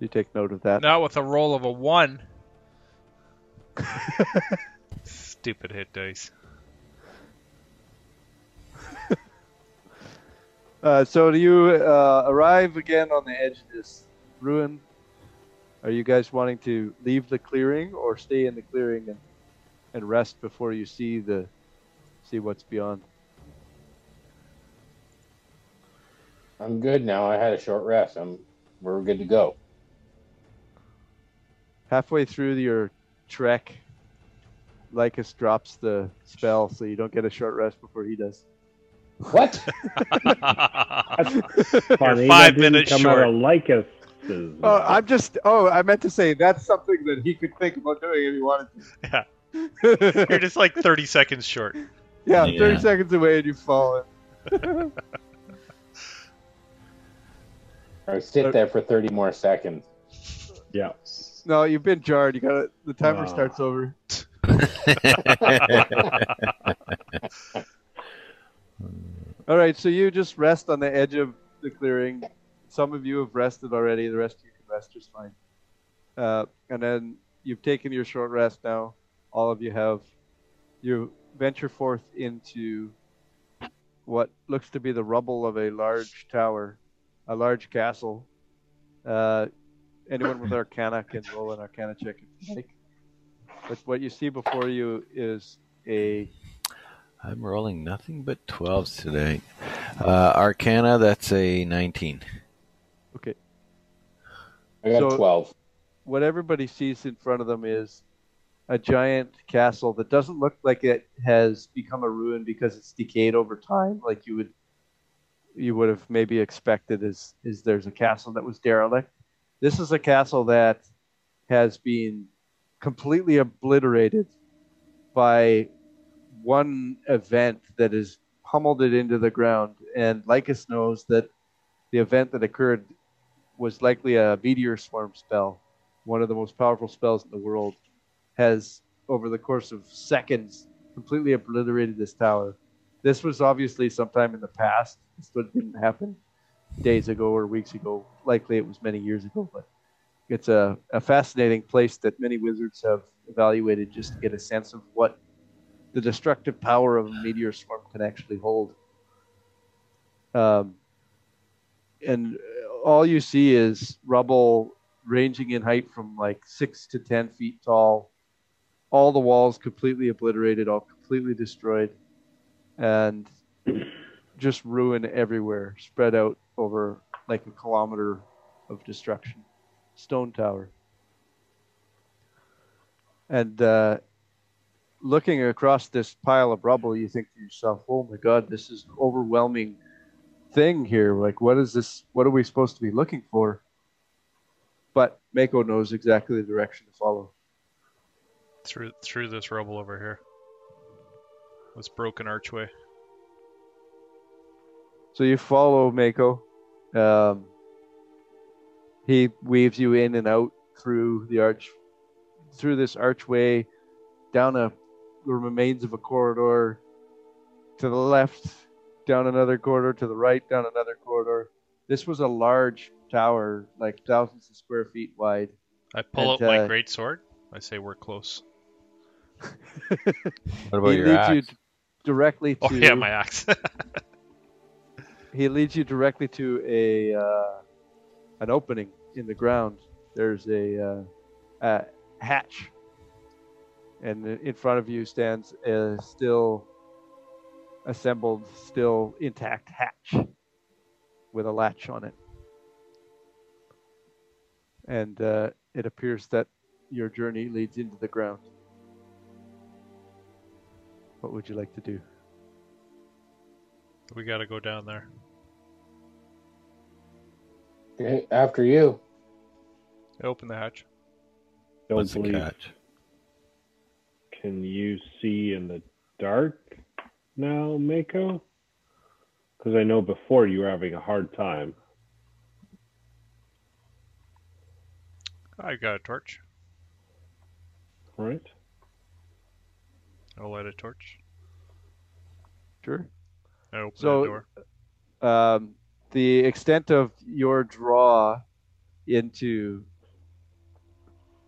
B: You take note of that.
E: Not with a roll of a one. Stupid hit dice.
B: Uh, so do you uh, arrive again on the edge of this ruin? Are you guys wanting to leave the clearing or stay in the clearing and, and rest before you see the see what's beyond?
C: I'm good now. I had a short rest. I'm we're good to go.
B: halfway through your trek, Lycus drops the spell, so you don't get a short rest before he does.
C: What?
D: Funny, that
E: five
D: didn't
E: minutes
D: come
E: short.
D: out of Lycus.
B: Oh, I'm just. Oh, I meant to say that's something that he could think about doing if he wanted
E: Yeah.
B: to.
E: You're just like 30 seconds short.
B: yeah,
F: Yeah.
B: thirty seconds away and you fall. in.
C: I sit there for thirty more seconds.
D: yeah.
B: No, you've been jarred. You got to The timer
D: Ah.
B: starts over. All right, so you just rest on the edge of the clearing. Some of you have rested already. The rest of you can rest just fine. Uh, and then you've taken your short rest now. All of you have. You venture forth into what looks to be the rubble of a large tower, a large castle. Uh, anyone with Arcana can roll an Arcana check if you like. But what you see before you is a
F: I'm rolling nothing but 12s today. Uh, Arcana, that's a 19.
C: I got
B: So-
C: 12.
B: what everybody sees in front of them is a giant castle that doesn't look like it has become a ruin because it's decayed over time, like you would you would have maybe expected is is there's a castle that was derelict. This is a castle that has been completely obliterated by one event that has pummeled it into the ground. And Lycus knows that the event that occurred was likely a meteor swarm spell one of the most powerful spells in the world, has over the course of seconds completely obliterated this tower. This was obviously sometime in the past. This what didn't happen days ago or weeks ago. Likely it was many years ago, but it's a, a fascinating place that many wizards have evaluated just to get a sense of what the destructive power of a meteor swarm can actually hold. Um, and uh, all you see is rubble ranging in height from like six to ten feet tall. All the walls completely obliterated, all completely destroyed, and just ruin everywhere, spread out over like a kilometer of destruction. Stone tower. And uh, looking across this pile of rubble, you think to yourself, "Oh my God, this is an overwhelming thing here. Like, what is this? What are we supposed to be looking for?" but Mako knows exactly the direction to follow.
E: through through this rubble over here. This broken archway.
B: So you follow Mako. Um, he weaves you in and out through the arch, through this archway, down a the remains of a corridor, to the left, down another corridor, to the right, down another corridor. This was a large tower, like thousands of square feet wide.
E: I pull
B: And,
E: out my
B: uh,
E: great sword. I say we're close.
F: What about
B: he
F: your
B: leads
F: axe?
B: you d- directly to
E: Oh yeah, my axe.
B: he leads you directly to a uh, an opening in the ground. There's a, uh, a hatch, and in front of you stands a still assembled, still intact hatch with a latch on it, and uh, it appears that your journey leads into the ground. What would you like to do?
E: we gotta go down there.
C: Okay, after you.
E: I open the hatch.
D: Don't
F: What's the
D: believe.
F: catch?
D: Can you see in the dark now, Mako? Because I know before you were having a hard time.
E: I got a torch.
D: Right?
E: I'll light a torch.
B: Sure.
E: I open
B: So-
E: the door.
B: um, the extent of your draw into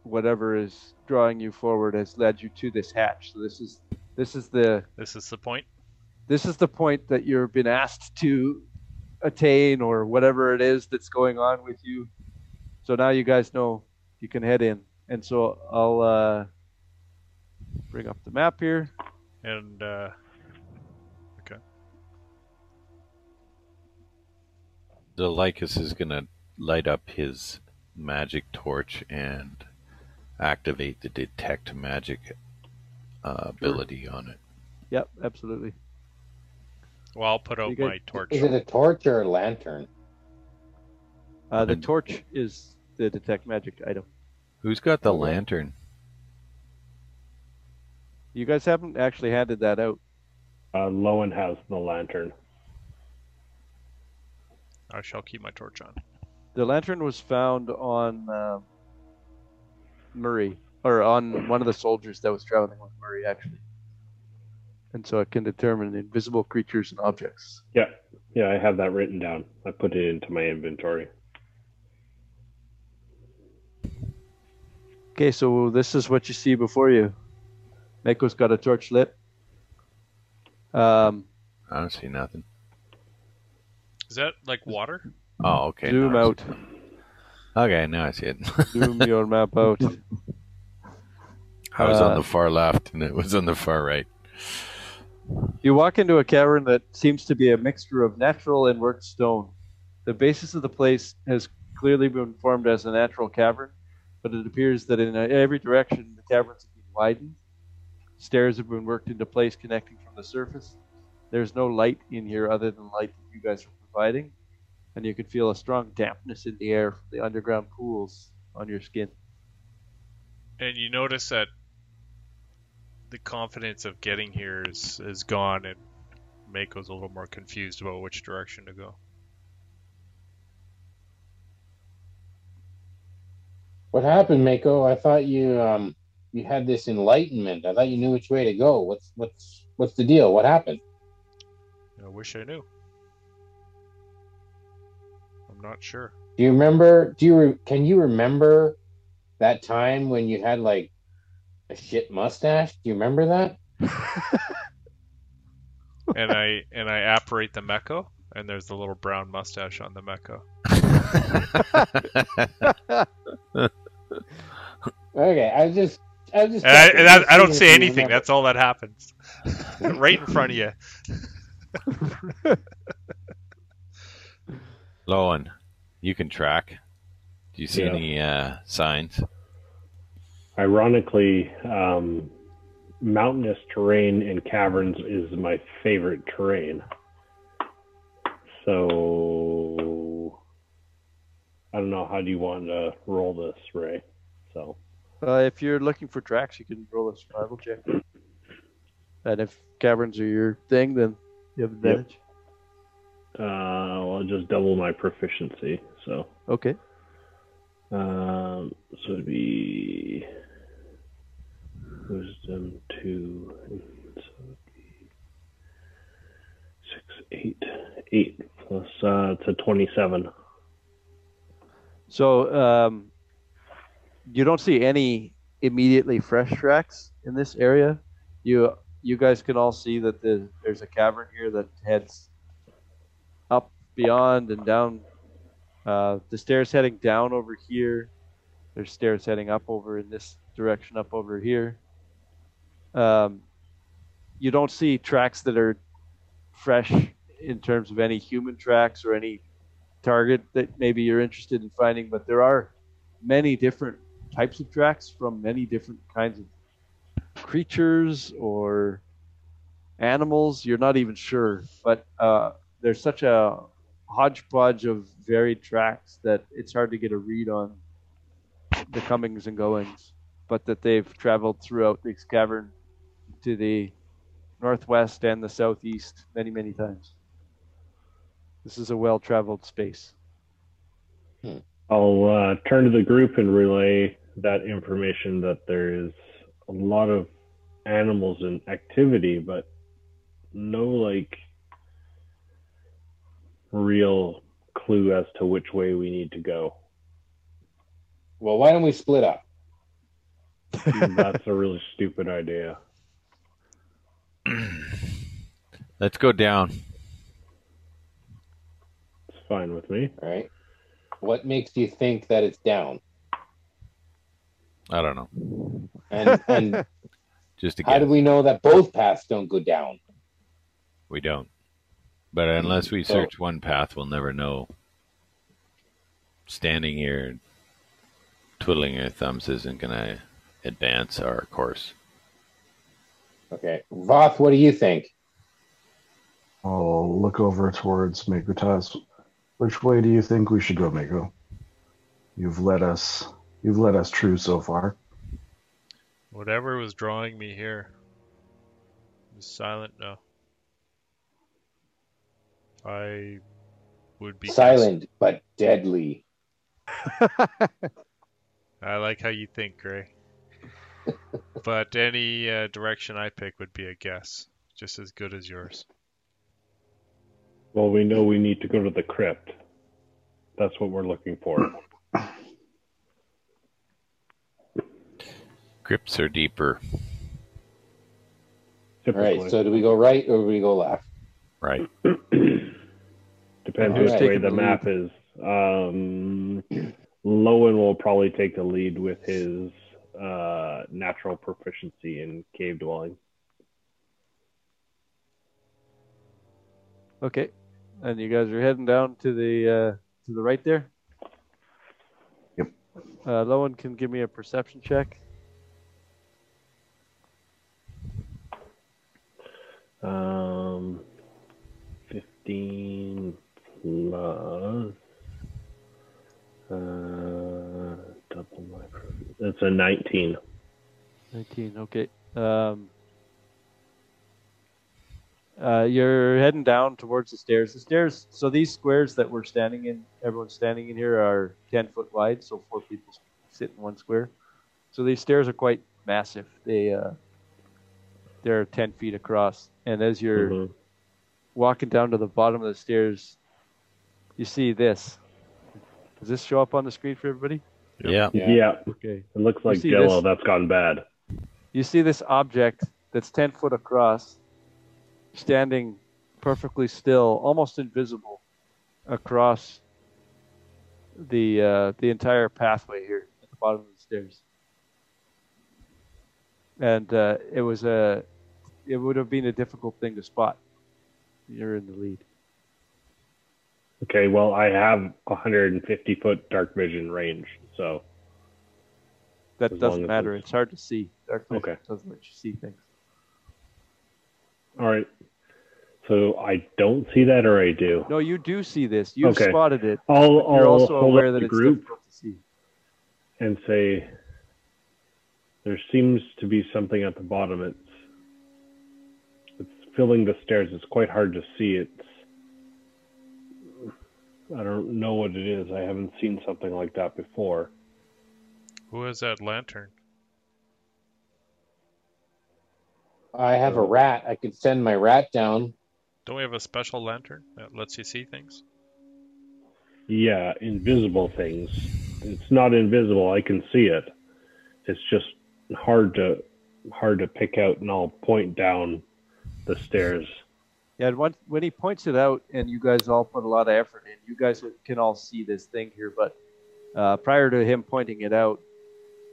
B: whatever is drawing you forward has led you to this hatch. So this is this is the
E: This is the point.
B: this is the point that you've been asked to attain or whatever it is that's going on with you. So now you guys know you can head in. And so I'll uh, bring up the map here.
E: And uh,
F: The Lycus is going to light up his magic torch and activate the detect magic uh, ability on it.
B: Yep, absolutely.
E: well, I'll put out
B: You got-
E: my torch.
C: Is it a torch or a lantern?
B: Uh, the
F: And-
B: torch is the detect magic item.
F: Who's got the lantern?
B: You guys haven't actually handed that out.
D: Uh, Lowenhouse and the lantern.
E: I shall keep my torch on.
B: The lantern was found on um, Murray, or on one of the soldiers that was traveling with Murray, actually. and so it can determine invisible creatures and objects.
D: Yeah, yeah, I have that written down. I put it into my inventory.
B: Okay, so this is what you see before you. Mako's got a torch lit. Um,
F: I don't see nothing.
E: Is that like water?
F: Oh, okay.
B: zoom
F: now I
B: out,
F: see- Okay, now I see it.
B: zoom your map out.
F: I was
B: Uh,
F: on the far left and it was on the far right.
B: You walk into a cavern that seems to be a mixture of natural and worked stone. The basis of the place has clearly been formed as a natural cavern, but it appears that in every direction the caverns have been widened. Stairs have been worked into place connecting from the surface. There's no light in here other than light that you guys are providing, and you can feel a strong dampness in the air from the underground pools on your skin.
E: And you notice that the confidence of getting here is is gone, and Mako's a little more confused about which direction to go.
C: What happened, Mako? I thought you um you had this enlightenment. I thought you knew which way to go. What's what's what's the deal? What happened?
E: I wish I knew. I'm not sure.
C: Do you remember? Do you re- can you remember that time when you had like a shit mustache? Do you remember that?
E: And I and I apparate the Meko, and there's the little brown mustache on the Meko.
C: Okay, I was just I was just.
E: And I,
C: checking
E: and
C: to
E: I, I don't
C: see
E: say
C: if you
E: anything.
C: remember.
E: That's all that happens, right in front of you.
F: Lowen, you can track. Do you see
D: Yeah.
F: any uh, signs?
D: Ironically, um, mountainous terrain and caverns is my favorite terrain. So I don't know how do you want to roll this, Ray? So
B: Uh, if you're looking for tracks, you can roll a survival check. And if caverns are your thing, then you have advantage.
D: uh, I'll just double my proficiency. So
B: Okay.
D: Um, so it'd be wisdom two, so it'd be six, eight, eight plus. Uh, it's a twenty-seven.
B: So um, you don't see any immediately fresh tracks in this area. You you guys can all see that the, there's a cavern here that heads up beyond and down. Uh, the stairs heading down over here. There's stairs heading up over in this direction up over here. Um, you don't see tracks that are fresh in terms of any human tracks or any target that maybe you're interested in finding, but there are many different types of tracks from many different kinds of creatures or animals. You're not even sure, but uh, there's such a hodgepodge of varied tracks that it's hard to get a read on the comings and goings, but that they've traveled throughout this cavern to the northwest and the southeast many, many times. This is a well-traveled space.
D: I'll uh, turn to the group and relay that information that there is a lot of animals in activity, but no like real clue as to which way we need to go.
C: Well, why don't we split up?
D: That's a really stupid idea.
F: Let's go down.
D: It's fine with me.
C: All right. What makes you think that it's down?
F: I don't know.
C: And and
F: Just to
C: how do
F: guess.
C: we know that both paths don't go down?
F: We don't. But unless we
C: So-
F: search one path, we'll never know. Standing here, twiddling your thumbs isn't going to advance our course.
C: Okay, Voth, what do you think?
G: I'll look over towards Makutas. Which way do you think we should go, Mako? You've led us. You've led us true so far.
E: Whatever was drawing me here is silent now. I would be
C: Silent but deadly.
E: I like how you think, Gray. but any uh, direction I pick would be a guess. just as good as yours.
D: Well, we know we need to go to the crypt. That's what we're looking for.
F: Crypts are deeper.
C: All
D: Typically,
C: right. So do we go right or do we go left?
F: Right.
D: depends
C: All
D: which
C: right.
D: way
B: Taking the
D: the map is. Um, Lowen will probably take the lead with his uh, natural proficiency in cave dwelling.
B: Okay. And you guys are heading down to the uh, to the right there.
G: Yep.
B: Uh, Lowen can give me a perception check.
D: Um, 15 plus. Uh, double my. profi- It's a 19.
B: 19. Okay. Um, uh, you're heading down towards the stairs. The stairs. So these squares that we're standing in, everyone's standing in here, are 10 foot wide. So four people sit in one square. So these stairs are quite massive. They uh, they're 10 feet across. And as you're
D: Mhm.
B: walking down to the bottom of the stairs, you see this. Does this show up on the screen for everybody?
F: Yeah.
D: Yeah.
B: Okay.
D: it looks like
B: see
D: Jello.
B: this?
D: That's gone bad.
B: you see this object that's 10 foot across standing perfectly still almost invisible across the uh, the entire pathway here at the bottom of the stairs and uh, it was a it would have been a difficult thing to spot you're in the lead
D: Okay, well, I have 150 foot dark vision range, so
B: that
D: As long
B: doesn't
D: as
B: matter
D: it's-
B: it's hard to see dark vision
D: Okay.
B: doesn't let you see things
D: all right. So I don't see that, or I do.
B: no you do see this you've
D: Okay.
B: spotted it
D: I'll,
B: you're
D: I'll
B: also
D: hold
B: aware
D: up
B: that
D: the
B: it's
D: group
B: difficult to see
D: and say there seems to be something at the bottom. It's it's filling the stairs. It's quite hard to see. It's I don't know what it is. I haven't seen something like that before.
E: Who has that lantern?
C: I have a rat. I could send my rat down.
E: Don't we have a special lantern that lets you see things?
D: Yeah, invisible things. It's not invisible. I can see it. It's just hard to hard to pick out, and I'll point down the stairs.
B: Yeah, and when, when he points it out, and you guys all put a lot of effort in, you guys can all see this thing here. But uh, prior to him pointing it out,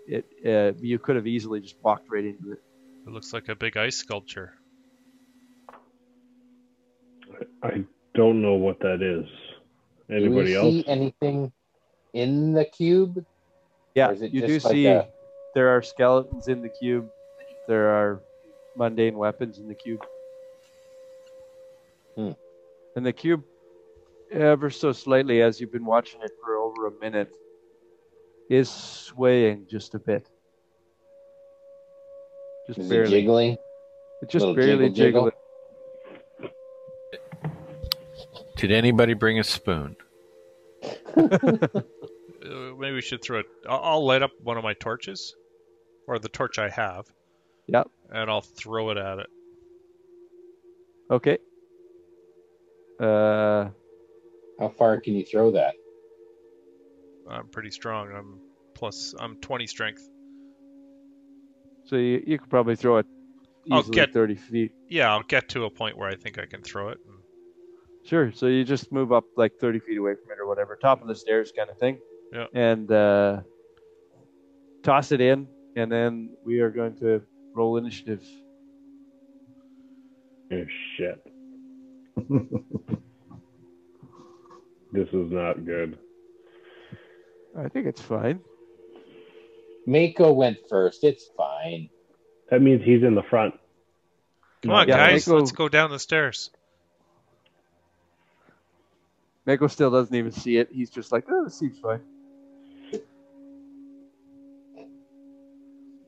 B: it uh, you could have easily just walked right into it.
E: It looks like a big ice sculpture.
D: I don't know what that is. Anybody
C: do we
D: else?
C: see anything in the cube?
B: Yeah,
C: Or is it
B: you do
C: just like
B: see
C: a-
B: there are skeletons in the cube. There are mundane weapons in the cube.
C: Hmm.
B: And the cube, ever so slightly, as you've been watching it for over a minute, is swaying just a bit. Just
C: Is it
B: barely.
C: jiggling?
B: It's just
C: Little
B: barely
C: jiggle, jiggle.
B: jiggling.
F: Did anybody bring a spoon?
E: Uh, maybe we should throw it. I'll, I'll light up one of my torches, or the torch I have.
B: Yep.
E: And I'll throw it at it.
B: Okay. Uh,
C: How far can you throw that?
E: I'm pretty strong. I'm plus. I'm 20 strength.
B: so you, you could probably throw it
E: I'll
B: easily
E: get-
B: 30 feet.
E: Yeah, I'll get to a point where I think I can throw it.
B: Sure. So you just move up like 30 feet away from it or whatever, top of the stairs kind of thing.
E: Yeah.
B: And uh, toss it in. And then we are going to roll initiative.
D: Oh, shit. this is not good.
B: I think it's fine.
C: Mako went first. It's fine.
D: That means he's in the front.
E: Come on,
B: Yeah,
E: guys,
B: Michael-
E: let's go down the stairs.
B: Mako still doesn't even see it. He's just like, oh, this seems fine.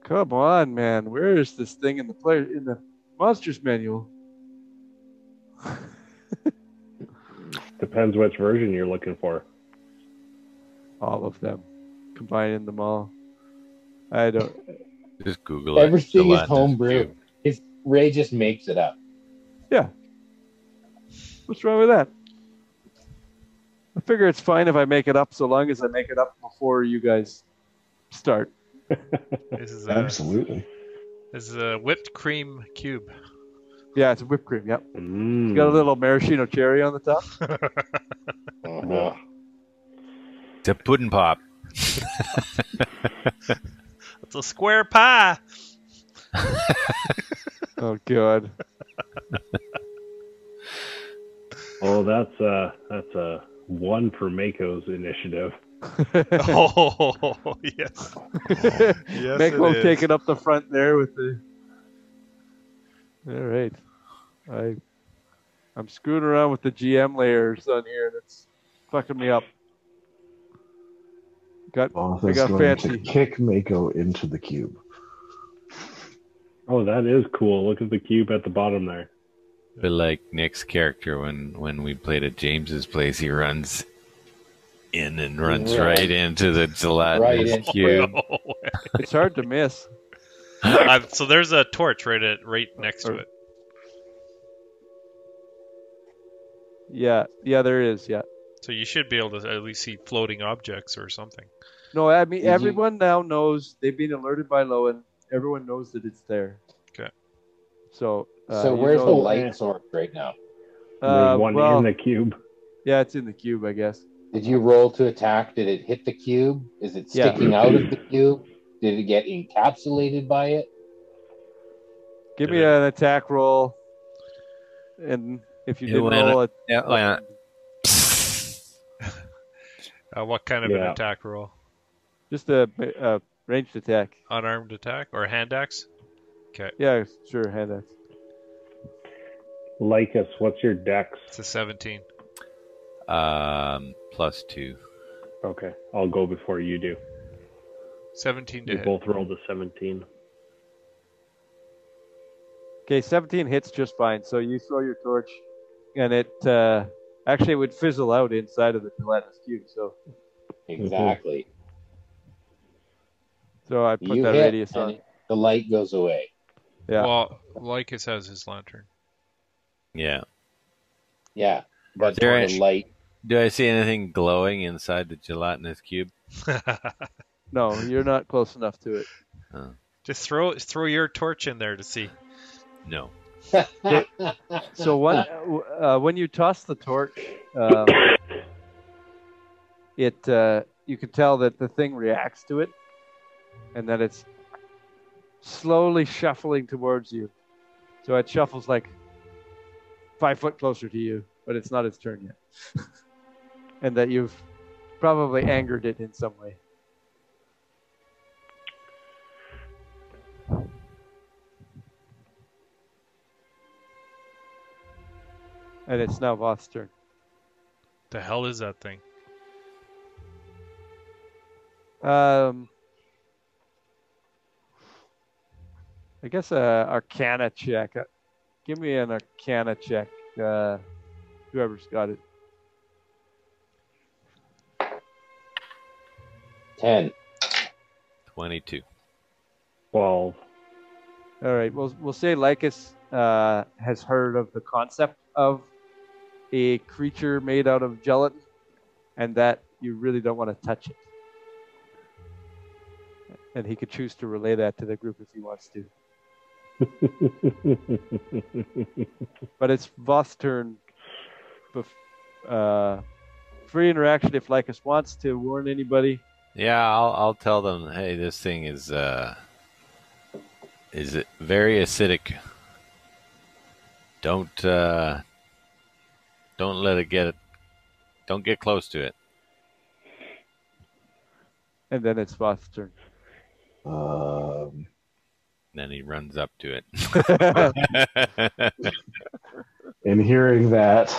B: Come on, man. Where is this thing in the player in the monsters manual?
D: Depends which version you're looking for.
B: All of them, combining them all. I don't.
F: Just Google it.
C: Everything
F: The
C: is
F: Latin
C: homebrew.
F: cube.
C: His Ray just makes it up.
B: What's wrong with that? I figure it's fine if I make it up, so long as I make it up before you guys start.
E: This is a,
G: Absolutely.
E: this is a whipped cream cube.
B: Yeah, it's whipped cream. Yep,
D: Mm.
B: it's got a little maraschino cherry on the top. Uh,
C: Uh-huh.
F: It's a pudding pop.
E: It's a square pie.
B: Oh god,
D: Oh, that's uh that's a one for Mako's initiative.
E: oh yes. Yes,
B: Mako
E: it is.
B: taking up the front there with the. All right, I, I'm screwing around with the GM layers on here, and it's fucking me up. Got
G: Both
B: I
G: is
B: got
G: going
B: fancy.
G: to kick Mako into the cube.
D: Oh, that is cool. Look at the cube at the bottom there.
F: But like Nick's character, when when we played at James's place, he runs in and runs
C: Right.
F: right, into the
C: Right
F: gelatinous
C: into
F: cube.
E: Oh,
B: it's hard to miss.
E: uh, so there's a torch right at right next to it.
B: Yeah, yeah, there is. Yeah.
E: So you should be able to at least see floating objects or something.
B: No, I mean
C: Mhm.
B: everyone now knows they've been alerted by Lowen. Everyone knows that it's there.
E: Okay.
B: So. Uh,
C: so
B: you
C: where's the
B: know-
C: light source right now?
B: Uh,
D: There's one
B: well,
D: in the cube.
B: yeah, it's in the cube, I guess.
C: Did you roll to attack? Did it hit the cube? Is it
B: Yeah.
C: sticking out of the cube? Did it get encapsulated by it?
B: Give
E: Did
B: me
E: it-
B: an attack roll, and if you
F: It
B: didn't
F: went-
B: roll it,
F: Yeah, why not?
E: Uh, what kind of an
D: Yeah.
E: attack roll?
B: just a, a ranged attack.
E: Unarmed attack or hand axe?
B: Yeah, sure, hand axe.
D: Lycus, what's your dex?
E: It's a 17.
F: Um, plus two.
D: Okay, I'll go before you do.
E: 17 to
D: You
E: hit.
D: both rolled a 17.
B: Okay, 17 hits just fine. So you throw your torch, and it uh, actually would fizzle out inside of the gelatinous cube. So, Mm-hmm.
C: Exactly.
B: so I put
C: You
B: that
C: hit,
B: radius
C: and
B: on.
C: it- the light goes away.
B: Yeah.
E: Well, Lycus has his lantern.
F: Yeah.
C: Yeah, but
F: there
C: the
F: is-
C: light.
F: Do I see anything glowing inside the gelatinous cube?
B: No, you're not close enough to it.
E: Just throw throw your torch in there to see.
F: No.
B: So when uh, when you toss the torch, um, it uh, you can tell that the thing reacts to it, and that it's slowly shuffling towards you. So it shuffles like five foot closer to you, but it's not its turn yet, and that you've probably angered it in some way. And it's now Voth's turn.
E: The hell is that thing?
B: Um, I guess a Arcana check. Uh, Give me an Arcana check. Uh, whoever's got it.
C: Ten.
F: Twenty-two.
D: 12.
B: All right. We'll we'll say Lycus uh, has heard of the concept of a creature made out of gelatin, and that you really don't want to touch it. And he could choose to relay that to the group if he wants to. But it's Voth's turn. Bef- uh, free interaction if Lycus wants to warn anybody.
F: Yeah, I'll I'll tell them. Hey, this thing is uh, is it very acidic. Don't uh, don't let it get it. Don't get close to it.
B: And then it's Voth's turn.
G: Um,
F: Then he runs up to it.
G: and hearing that,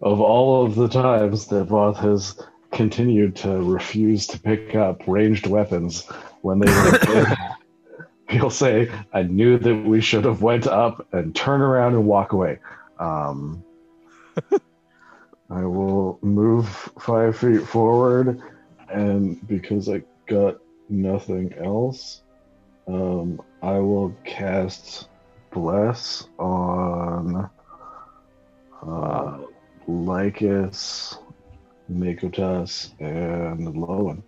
G: of all of the times that Voth has continued to refuse to pick up ranged weapons when they were, he'll say, "I knew that we should have went up and turn around and walk away." Um, I will move five feet forward, and because I got nothing else, um, I will cast bless on uh, Lycus, Mikotas, and Lowen.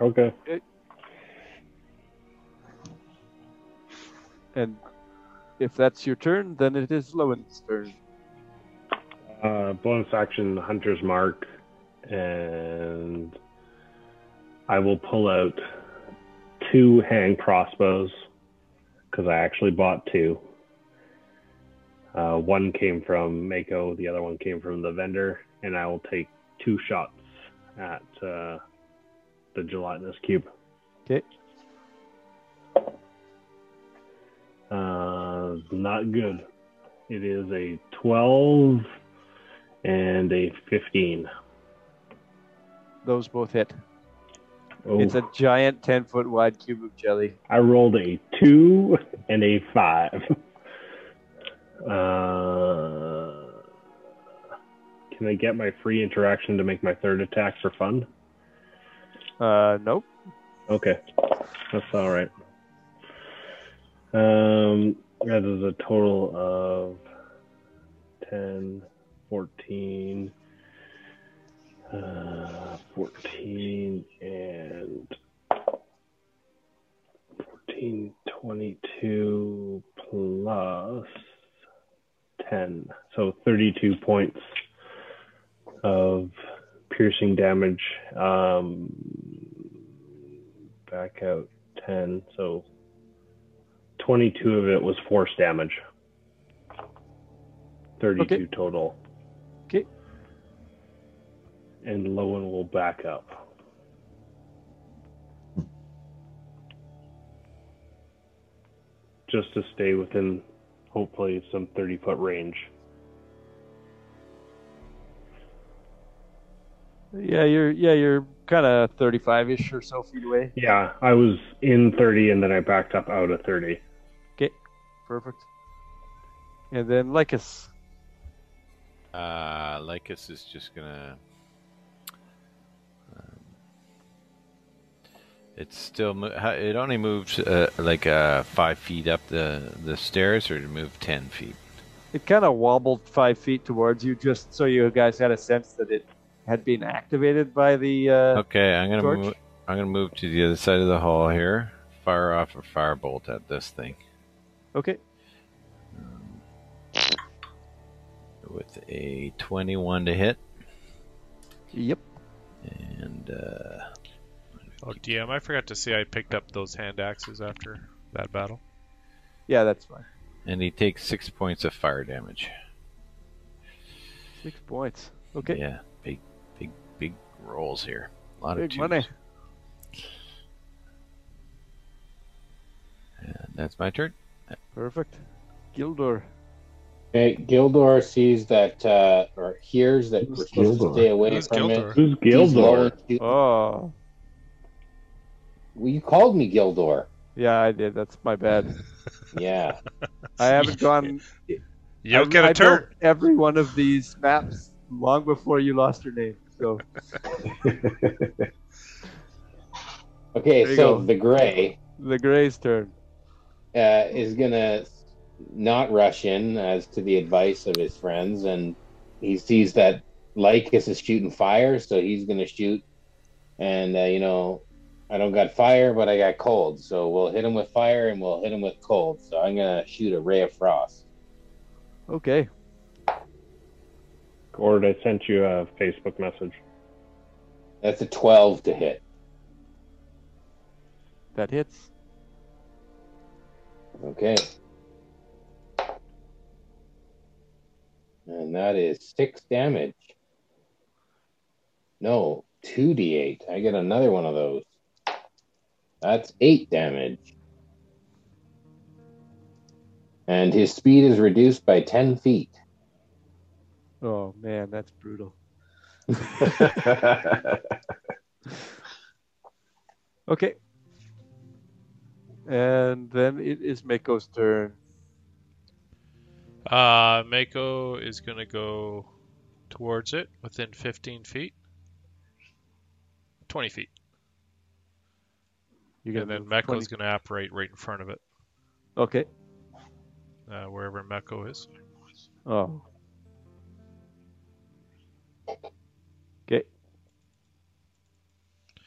D: Okay.
B: And if that's your turn, then it is Lowen's turn.
D: Uh, bonus action, Hunter's Mark, and I will pull out two hang crossbows because I actually bought two. Uh, one came from Mako, the other one came from the vendor, and I will take two shots at uh, the gelatinous cube.
B: Okay.
D: Uh, not good. It is a 12 and a 15.
B: Those both hit.
D: Oh,
B: It's a giant 10 foot wide cube of jelly.
D: I rolled a 2 and a 5. Uh, can I get my free interaction to make my third attack for fun?
B: Uh, nope.
D: Okay, that's all right. Um, that is a total of 10, 14, uh, 14, and 14, 22 plus 10. So 32 points of piercing damage. Um, back out 10, so 22 of it was force damage. 32
B: Okay.
D: total.
B: Okay.
D: And Lowen will back up. Just to stay within, hopefully, some 30 foot range.
B: Yeah, you're yeah you're kind of 35 ish or so feet away.
D: Yeah, I was in 30 and then I backed up out of 30.
B: Perfect. And then Lycus.
F: Uh, Lycus is just gonna. um, It's still. mo- how- It only moved uh, like uh, five feet up the the stairs, or it moved ten feet.
B: It kind of wobbled five feet towards you, just so you guys had a sense that it had been activated by the. Uh,
F: Okay, I'm gonna
B: Torch?
F: move, I'm gonna move to the other side of the hall here. Fire off a firebolt at this thing Um,
B: okay.
F: with a 21 to hit,
B: Yep.
F: and uh,
E: Oh, DM, I forgot to say I picked up those hand axes after that battle.
B: Yeah, that's fine.
F: and he takes six points of fire damage.
B: Six points. Okay.
F: Yeah, big, big, big rolls here. A lot of
B: Big
F: twos.
B: money.
F: And that's my turn.
B: Perfect. Gildor.
C: Okay, Gildor sees that uh, or hears that
G: Who's
C: we're supposed
G: Gildor?
C: to stay away
E: Who's
C: from
E: Gildor?
C: it.
D: Who's
C: He's lower
D: Gildor?
C: to-
B: Oh.
C: Well, you called me Gildor.
B: Yeah, I did. That's my bad.
C: Yeah.
B: I haven't gone.
E: You don't
B: I-
E: get a
B: I built
E: turn.
B: Every one of these maps long before you lost your name. So There
C: Okay,
B: you
C: so
B: go.
C: the gray
B: the Gray's turn.
C: uh, is gonna not rush in as to the advice of his friends, and he sees that Lycus is shooting fire, so he's gonna shoot. And uh, you know, I don't got fire, but I got cold, so we'll hit him with fire and we'll hit him with cold. So I'm gonna shoot a ray of frost.
B: Okay.
D: Gord, I sent you a Facebook message.
C: That's a 12 to hit.
B: That hits.
C: Okay. And that is six damage. No, 2d8. I get another one of those. That's eight damage. And his speed is reduced by 10 feet.
B: Oh man, that's brutal. Okay. And then it is Mako's turn.
E: Uh, Mako is going to go towards it within 15 feet. 20 feet.
B: You're
E: And then Mako is going to operate right in front of it.
B: Okay.
E: uh, wherever Mecco is.
B: Oh. Okay.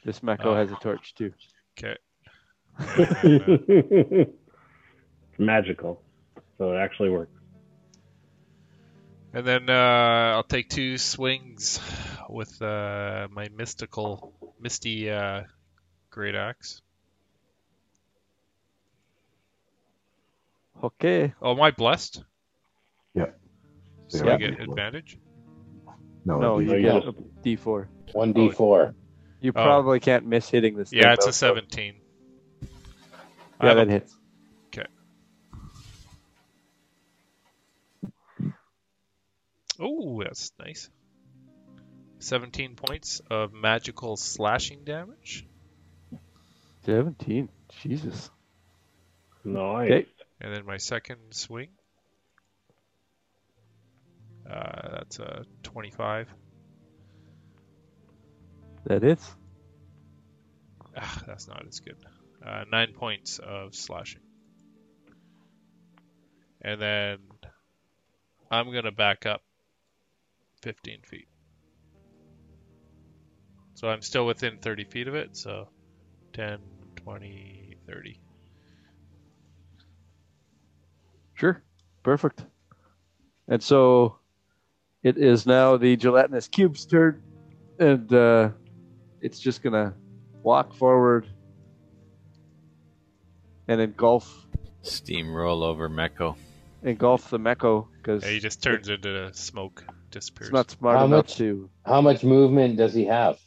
B: This Mecco
E: Uh,
B: has a torch too.
E: Okay.
D: it's magical, so it actually works.
E: And then uh, I'll take two swings with uh, my mystical, misty uh, great axe.
B: Okay.
E: Oh, am I blessed?
G: Yeah.
E: So
G: Yeah.
E: I get advantage.
G: No,
B: No,
G: it'd be-
B: Oh, you
D: you
B: get
D: just-
B: a D4.
C: One D four.
B: You
E: Oh.
B: probably can't miss hitting this.
E: Yeah,
B: thing,
E: it's
B: though,
E: a
B: so-
E: 17. I
B: Yeah,
E: have a-
B: that hits.
E: Oh, that's nice. 17 points of magical slashing damage.
B: 17. Jesus.
D: Nice.
B: Okay.
E: And then my second swing. Uh, that's a 25.
B: That hits.
E: Ah, that's not as good. Uh, nine points of slashing. And then I'm going to back up 15 feet. So I'm still within 30 feet of it, so 10, 20, 30.
B: Sure. Perfect. And so it is now the gelatinous cube's turn. And uh, it's just going to walk forward and engulf
F: Steamroll over Mecco.
B: engulf the Mecco because
E: Yeah, he just turns into smoke, disappears.
B: it's not smart
C: How
B: enough
C: much?
B: to
C: How much movement does he have?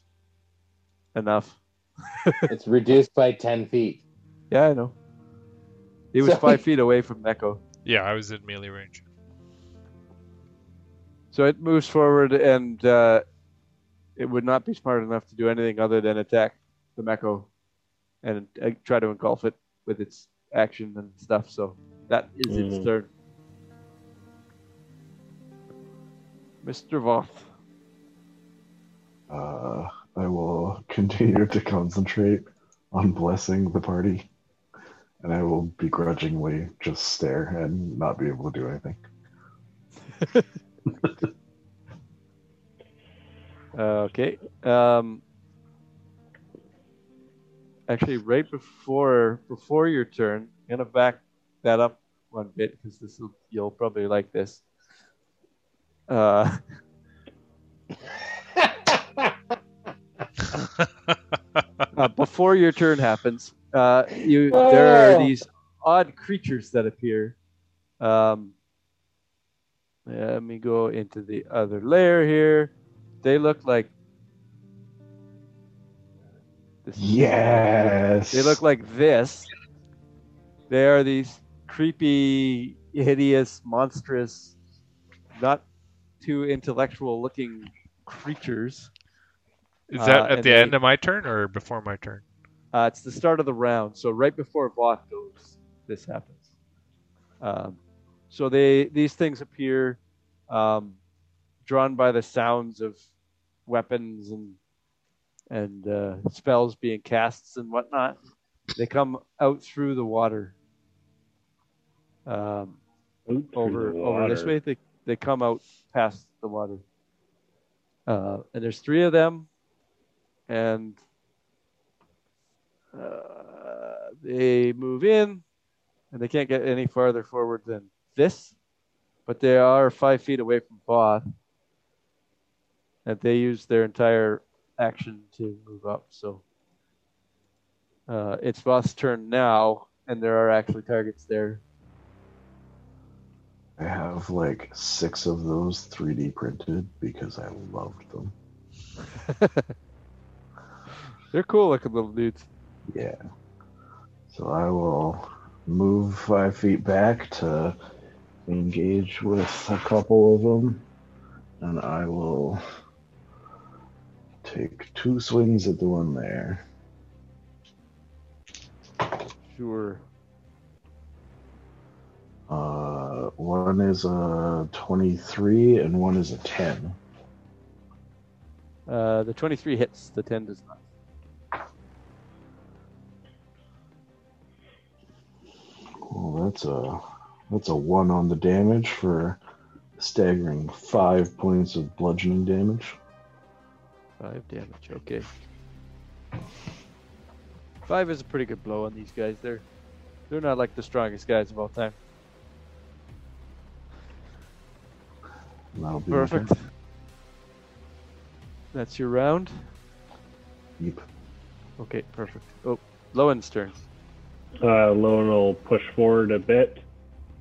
B: enough.
C: It's reduced by ten feet.
B: Yeah, I know. He was
C: So-
B: five feet away from Mecco.
E: Yeah, I was in melee range.
B: So it moves forward, and uh, it would not be smart enough to do anything other than attack the Mecco and uh, try to engulf it with its action and stuff. So that is its
C: Mm-hmm.
D: Mhm.
B: turn. Mr. Voth.
G: Uh, I will continue to concentrate on blessing the party, and I will begrudgingly just stare and not be able to do anything.
B: Uh, okay. Um, actually, right before before your turn, I'm gonna back that up one bit because this will, you'll probably like this. Uh, uh, before your turn happens, uh, you there are
C: Oh.
B: these odd creatures that appear. Um, let me go into the other layer here. They look like this.
G: Yes.
B: They look like this. They are these creepy, hideous, monstrous, not too intellectual looking creatures.
E: Is that
B: Uh,
E: at
B: and
E: the
B: they-
E: end of my turn or before my turn?
B: Uh, it's the start of the round, so right before Voth goes, this happens. Um, so they these things appear, um, drawn by the sounds of weapons and and uh, spells being casts and whatnot. They come out through the water. Um,
D: Out through
B: over
D: the
B: over this
D: water.
B: way. They they come out past the water. Uh, and there's three of them, and uh, they move in, and they can't get any farther forward than this, but they are five feet away from Both. And they use their entire action to move up. So uh, it's Both's turn now, and there are actually targets there.
G: I have like six of those 3D printed because I loved them.
B: They're cool looking little dudes.
G: Yeah. So I will move five feet back to engage with a couple of them. And I will take two swings at the one there.
B: Sure.
G: Uh, one is a 23 and one is a 10.
B: Uh, the 23 hits, the 10 does not.
G: Well, that's a That's a one on the damage for staggering five points of bludgeoning damage.
B: Five damage. Okay. Five is a pretty good blow on these guys. They're they're not like the strongest guys of all time.
G: And that'll be my turn.
B: Perfect. That's your round.
G: Yep.
B: Okay. Perfect. Oh, Lowen's turn.
D: Uh, Lone will push forward a bit.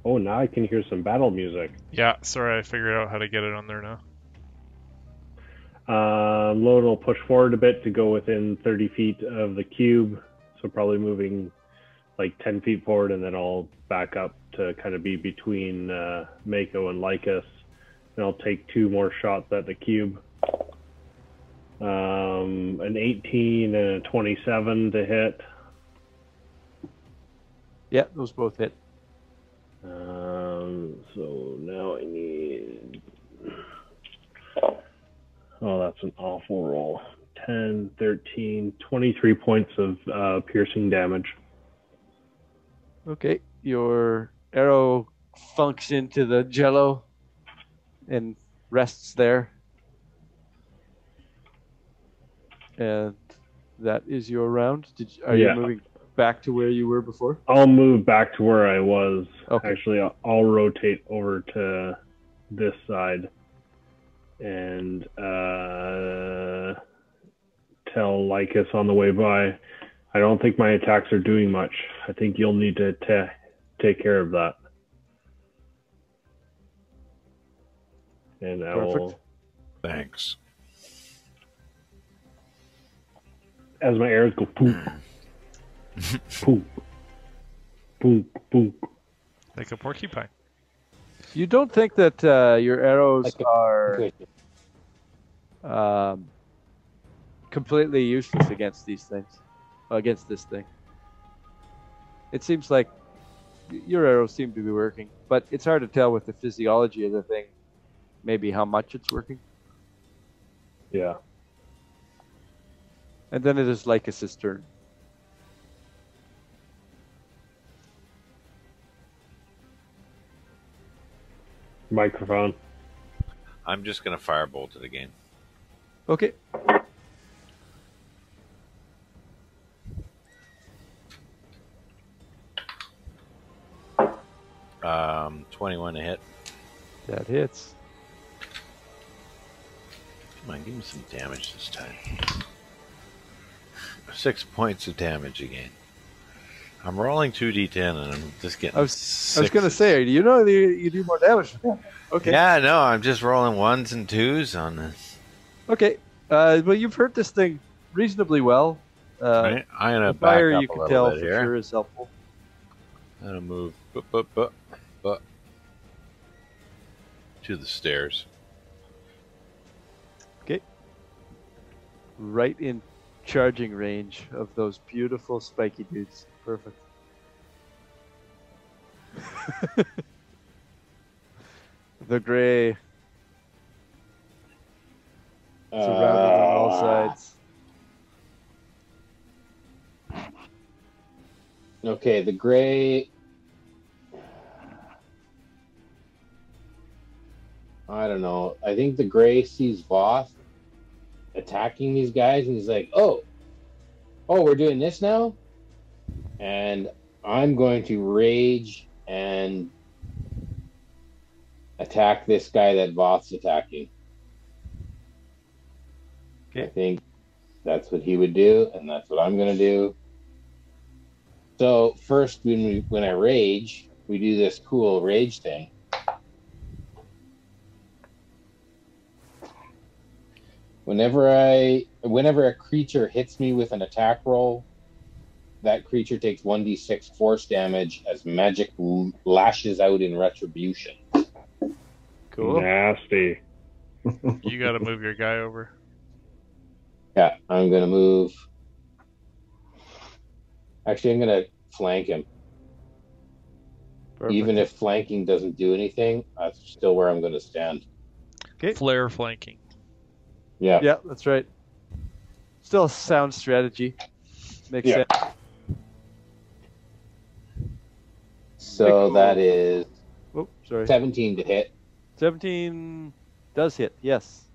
D: Oh, now I can hear some battle music.
E: Yeah, sorry, I figured out how to get it on there now.
D: Uh, Lone will push forward a bit to go within 30 feet of the cube. So probably moving like 10 feet forward and then I'll back up to kind of be between uh, Mako and Lycus. And I'll take two more shots at the cube. Um, an 18 and a 27 to hit.
B: Yeah, those both hit.
D: Um, so now I need. Oh, that's an awful roll. 10, 13, 23 points of uh, piercing damage.
B: Okay. Your arrow funks into the jello and rests there. And that is your round. Did you, are
D: Yeah.
B: you moving back to where you were before?
D: I'll move back to where I was.
B: Okay.
D: Actually, I'll, I'll rotate over to this side and uh, tell Lycus on the way by. I don't think my attacks are doing much. I think you'll need to ta take care of that. And I will,
B: Perfect.
F: Thanks.
D: as my arrows go poop, poop, poop, poop.
E: Like a porcupine.
B: You don't think that uh, your arrows
C: Like a-
B: are
C: Good.
B: um, completely useless against these things, against this thing. It seems like y- your arrows seem to be working, but it's hard to tell with the physiology of the thing, maybe how much it's working.
D: Yeah.
B: And then it is Lycus's turn.
D: Microphone.
F: I'm just gonna firebolt it again.
B: Okay.
F: Um, 21 to hit.
B: That hits.
F: Come on, give me some damage this time. Six points of damage again. I'm rolling 2d10 and I'm just getting.
B: I was- I was
F: sixes.
B: going to say, you know, you, you do more damage. than that. Okay.
F: Yeah, no, I'm just rolling ones and twos on this.
B: Okay. Uh, well, you've hurt this thing reasonably well. Uh,
F: right? I'm gonna
B: the
F: back
B: fire
F: up
B: you
F: a
B: can
F: little
B: tell for
F: bit here.
B: sure is helpful.
F: I'm gonna move, but but but but to the stairs.
B: Right in charging range of those beautiful spiky dudes. Perfect. the gray surrounded on all
C: Ah. Uh,
B: sides.
C: Okay, the gray. I don't know. I think the gray sees Voth attacking these guys, and he's like, "Oh, oh, we're doing this now," and I'm going to rage and attack this guy that Voth's attacking. I think that's what he would do, and that's what I'm going to do. So first, when we when I rage, we do this cool rage thing. Whenever I, whenever a creature hits me with an attack roll, that creature takes one d six force damage as magic l- lashes out in retribution.
B: Cool.
D: Nasty.
E: You gotta move your guy over.
C: Yeah, I'm gonna move. Actually, I'm gonna flank him.
B: Perfect.
C: Even if flanking doesn't do anything, that's still where I'm gonna stand.
B: Okay.
E: Flare flanking.
C: Yeah.
B: Yeah, that's right. Still a sound strategy. Makes
C: Yeah.
B: sense.
C: So that is
B: Oh, sorry.
C: 17 to hit.
B: 17 does hit, yes.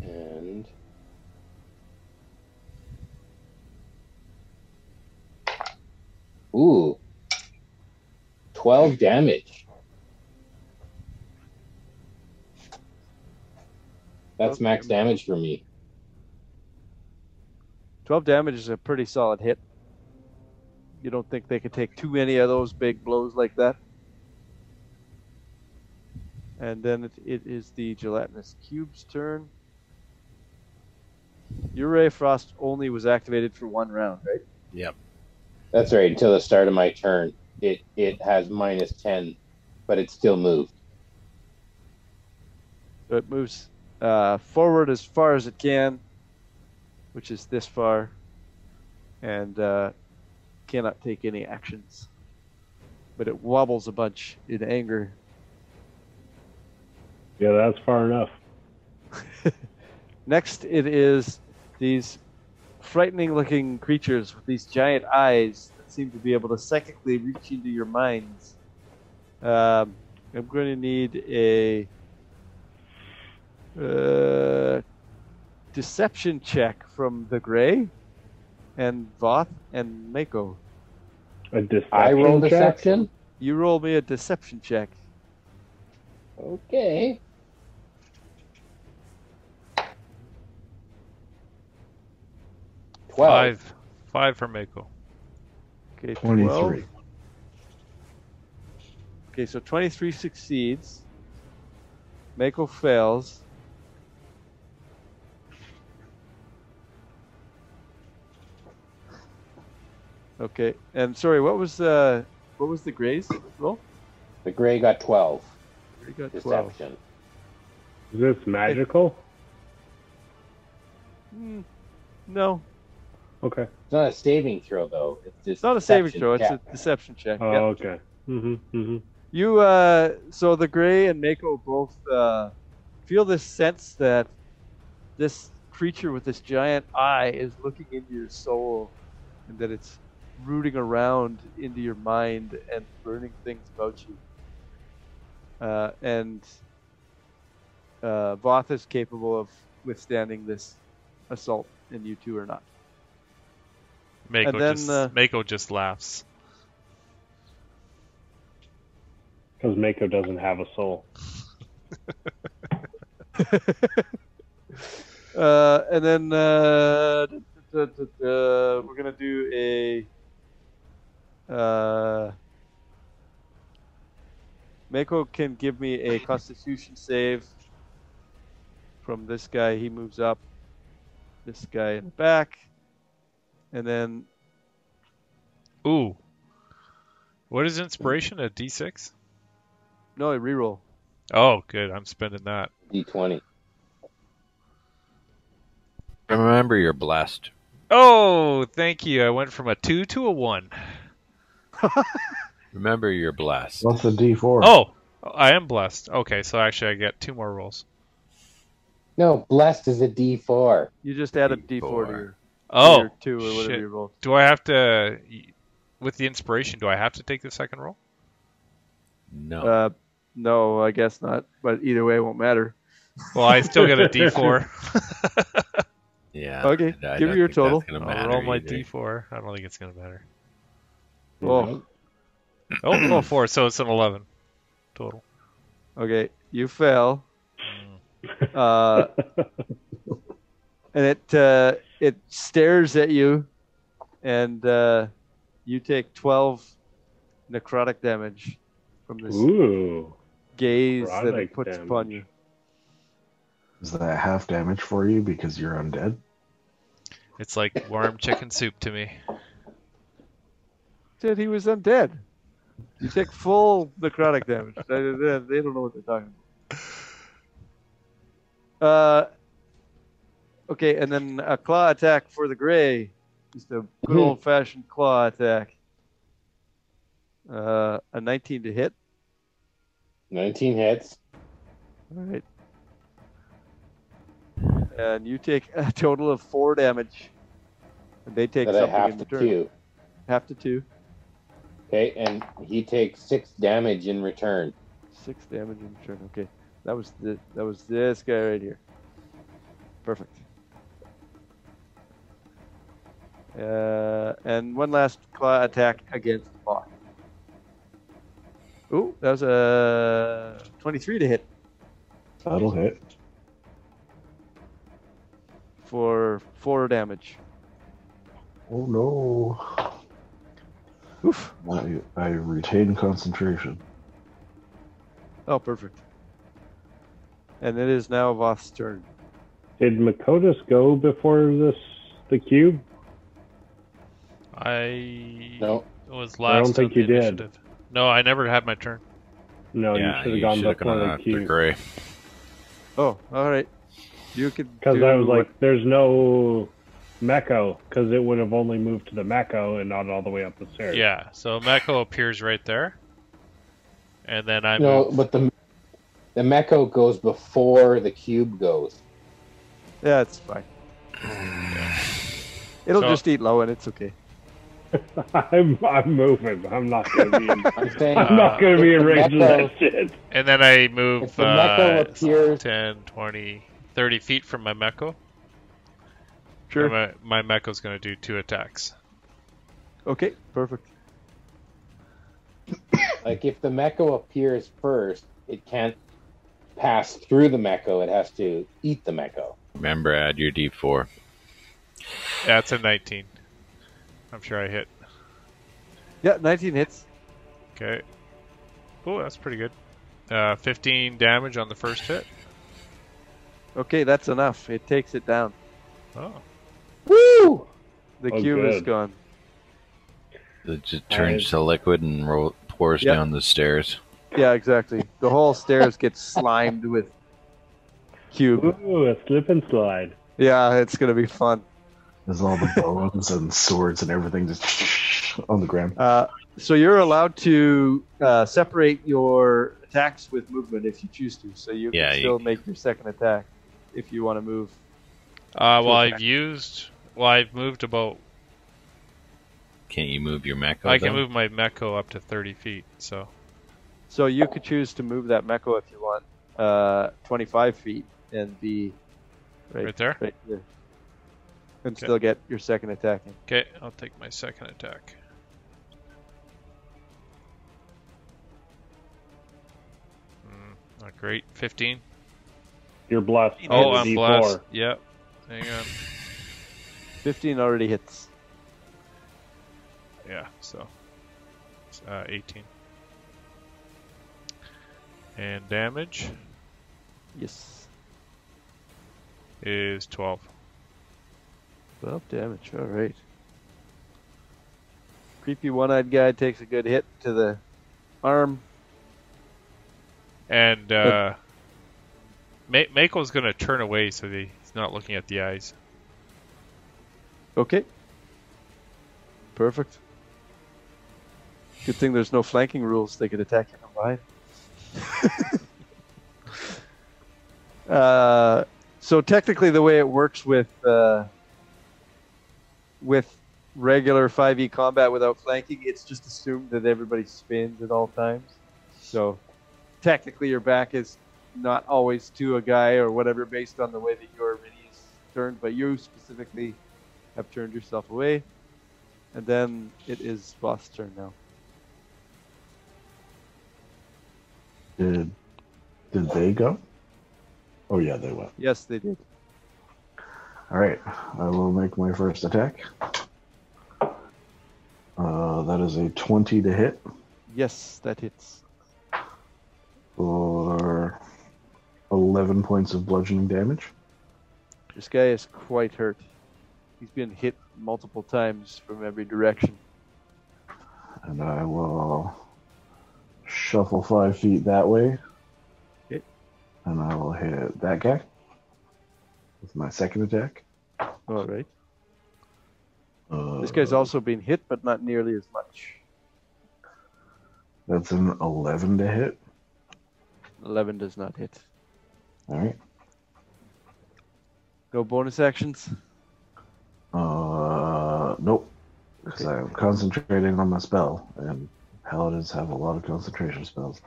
C: And ooh, twelve damage. That's
B: Okay.
C: max damage for me.
B: 12 damage is a pretty solid hit. You don't think they could take too many of those big blows like that? And then it, it is the gelatinous cube's turn. Your ray of frost only was activated for one round, right?
C: That's right. Until the start of my turn, it it has minus ten, but it's still moved.
B: So it moves uh, forward as far as it can, which is this far, and uh, cannot take any actions. But it wobbles a bunch in anger.
D: Yeah, that's far enough.
B: Next, it is these frightening looking creatures with these giant eyes that seem to be able to psychically reach into your minds. Um, I'm going to need a uh, deception check from the Gray and Voth and Mako.
D: A deception
C: I roll
D: check?
C: deception.
B: You roll me a deception check.
C: Okay. Twelve.
E: Five. Five for Mako.
B: Okay,
G: 23.
B: 12. Okay, so 23 succeeds. Mako fails. Okay, and sorry, what was uh, what was the Grays roll?
C: The gray got twelve.
B: We got twelve.
C: Deception.
D: Is this magical?
B: Hmm, no,
D: Okay.
C: It's not a saving throw though. It's, just
B: it's not a saving
C: deception
B: throw. It's a
C: check.
B: deception check.
D: Oh,
B: yeah.
D: okay. hmm hmm
B: You uh, so the gray and Mako both uh, feel this sense that this creature with this giant eye is looking into your soul, and that it's rooting around into your mind and learning things about you. Uh, and uh, Voth is capable of withstanding this assault, and you two are not.
E: Mako
B: And then,
E: just
B: uh,
E: Mako just laughs.
D: Because Mako doesn't have a soul.
B: Uh, and then uh, d- d- d- d- uh, we're gonna do a uh, Mako can give me a Constitution save from this guy. He moves up, this guy in the back, and then
E: Ooh. What is inspiration? A D6?
B: no, a reroll.
E: Oh, good. I'm spending that.
C: D twenty.
F: Remember your blast.
E: Oh, thank you. I went from a two to a one.
F: Remember your blast.
G: What's a D4?
E: Oh, I am blessed. Okay, so actually, I get two more rolls.
C: No, blessed is a D four.
B: You just add a D4 to
F: D4.
B: your, to
E: Oh,
B: your two or whatever
E: shit.
B: you rolled.
E: do I have to, with the inspiration, do I have to take the second roll? Oh.
F: No.
B: Uh, no, I guess not. But either way, it won't matter.
E: Well, I still get a D4.
F: yeah.
B: Okay,
F: I
B: give
F: don't
B: me your
F: think that's
B: total.
F: gonna
E: I'll
F: matter
E: roll my
F: either.
E: D4. I don't think it's gonna matter.
B: Oh.
E: Oh, oh, four. So it's an eleven total.
B: Okay, you fail.
D: Mm.
B: Uh, and it uh, it stares at you, and uh, you take twelve necrotic damage from this
D: Ooh.
B: gaze that it
D: necrotic
B: puts upon
D: damage.
B: you.
G: Is that half damage for you because you're undead?
E: It's like warm chicken soup to me.
B: Said he was undead. You take full necrotic damage. They, they- they don't know what they're talking about. Uh, okay, and then a claw attack for the gray. Just a good
C: Mhm.
B: old fashioned claw attack. Uh, a 19 to hit.
C: Nineteen hits.
B: All right. And you take a total of four damage. And they take
C: But I
B: something
C: have
B: in
C: to
B: return.
C: do.
B: Half to two.
C: Okay, and he takes six damage in return.
B: Six damage in turn. Okay, that was the, that was this guy right here. Perfect. Uh, and one last claw attack against the boss. Ooh, that was a 23 to hit
G: That'll hit.
B: for four damage.
G: Oh no.
B: Oof.
G: I, I retain concentration.
B: Oh, perfect. And it is now Voth's turn.
D: Did Makotis go before this the cube?
E: I
C: No,
E: was last.
D: don't think
E: on the
D: you did.
E: initiative. No, I never had my turn.
D: No,
F: yeah,
D: you
F: you
D: should have
F: should
D: gone
F: have
D: before
F: gone
D: the
F: out the
D: cube.
F: gray.
B: Oh, all right. You could.
D: Because
B: do
D: I was
B: what-
D: like, there's no Mecco, because it would have only moved to the Mecco and not all the way up the stairs.
E: Yeah, so Mako appears right there, and then I
C: no,
E: move.
C: but the the Mecco goes before the cube goes.
B: Yeah, it's fine. It'll
E: So-
B: just eat low and it's okay.
D: I'm, I'm moving. I'm not going to be in,
C: I'm saying
D: I'm not going to be
B: Uh,
D: in range of that shit.
E: and then I move
C: If the Mako
E: uh,
C: appears-
E: 10, 20, 30 feet from my Mako.
B: Sure.
E: and My, my Meko's going to do two attacks.
B: Okay, perfect.
C: like if the Mecco appears first, it can't pass through the Mecco. It has to eat the Mecco.
F: Remember, add your d4.
E: That's a 19. I'm sure I hit.
B: Yeah, 19 hits.
E: Okay. Oh, that's pretty good. Uh, 15 damage on the first hit.
B: Okay, that's enough. It takes it down.
E: Oh,
C: Woo!
B: The
D: Oh,
B: cube is
D: good.
B: gone.
F: It just turns to liquid and roll, pours
B: Yep.
F: down the stairs.
B: Yeah, exactly. The whole stairs gets slimed with cube.
D: Ooh, a slip and slide.
B: Yeah, it's gonna be fun.
G: There's all the bones and swords and everything just on the ground.
B: Uh, so you're allowed to uh, separate your attacks with movement if you choose to. So you
F: Yeah,
B: can
F: you-
B: still make your second attack if you want to move.
E: Uh, well,
B: Okay.
E: I've used. Well, I've moved about.
F: Can't you move your mech?
E: I can move my Meko up to 30 feet, so.
B: So you could choose to move that mecho if you want, uh, 25 feet, and be
E: Right,
B: Right.
E: there?
B: right there, and
E: Okay.
B: still get your second attack. in.
E: Okay, I'll take my second attack. Mm, not great. 15.
D: You're blessed.
E: Oh,
D: with a
E: I'm
D: D4.
E: blessed. Yep. Hang on.
B: 15 already hits.
E: Yeah, so. it's, Uh, 18. And damage
B: Yes.
E: is 12.
B: 12 damage. All right. Creepy one-eyed guy takes a good hit to the arm.
E: And, uh. Ma- Mako's gonna turn away so that he's not looking at the eyes.
B: Okay. Perfect. Good thing there's no flanking rules. They could attack you from behind. uh, so technically, the way it works with uh, with regular 5e combat without flanking, it's just assumed that everybody spins at all times. So technically, your back is not always to a guy or whatever, based on the way that your mini is turned. But you specifically have turned yourself away. And then it is boss turn now.
G: Did did they go? Oh yeah, they went.
B: Yes, they did.
G: All right, I will make my first attack. Uh, that is a twenty to hit
B: Yes, that hits.
G: for eleven points of bludgeoning damage.
B: This guy is quite hurt. He's been hit multiple times from every direction.
G: And I will shuffle five feet that way.
B: Okay.
G: And I will hit that guy with my second attack.
B: All right.
G: Uh,
B: This guy's also been hit, but not nearly as much.
G: That's an 11 to hit.
B: 11 does not hit.
G: All right.
B: No bonus actions?
G: Uh, nope. Because I'm concentrating on my spell and Paladins have a lot of concentration spells.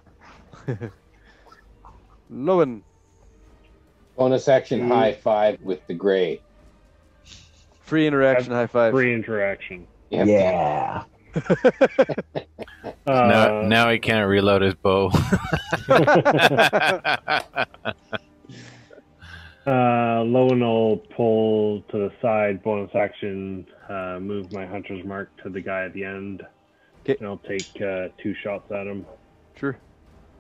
B: Lowen.
C: Bonus action
B: Mm.
C: high five with the gray.
B: Free interaction high five.
D: Free interaction.
C: Yep.
G: Yeah.
D: Uh,
F: now, now he can't reload his bow.
D: Uh, Lowen will pull to the side, bonus action, uh, move my hunter's mark to the guy at the end.
B: 'Kay.
D: And I'll take uh, two shots at him.
B: Sure.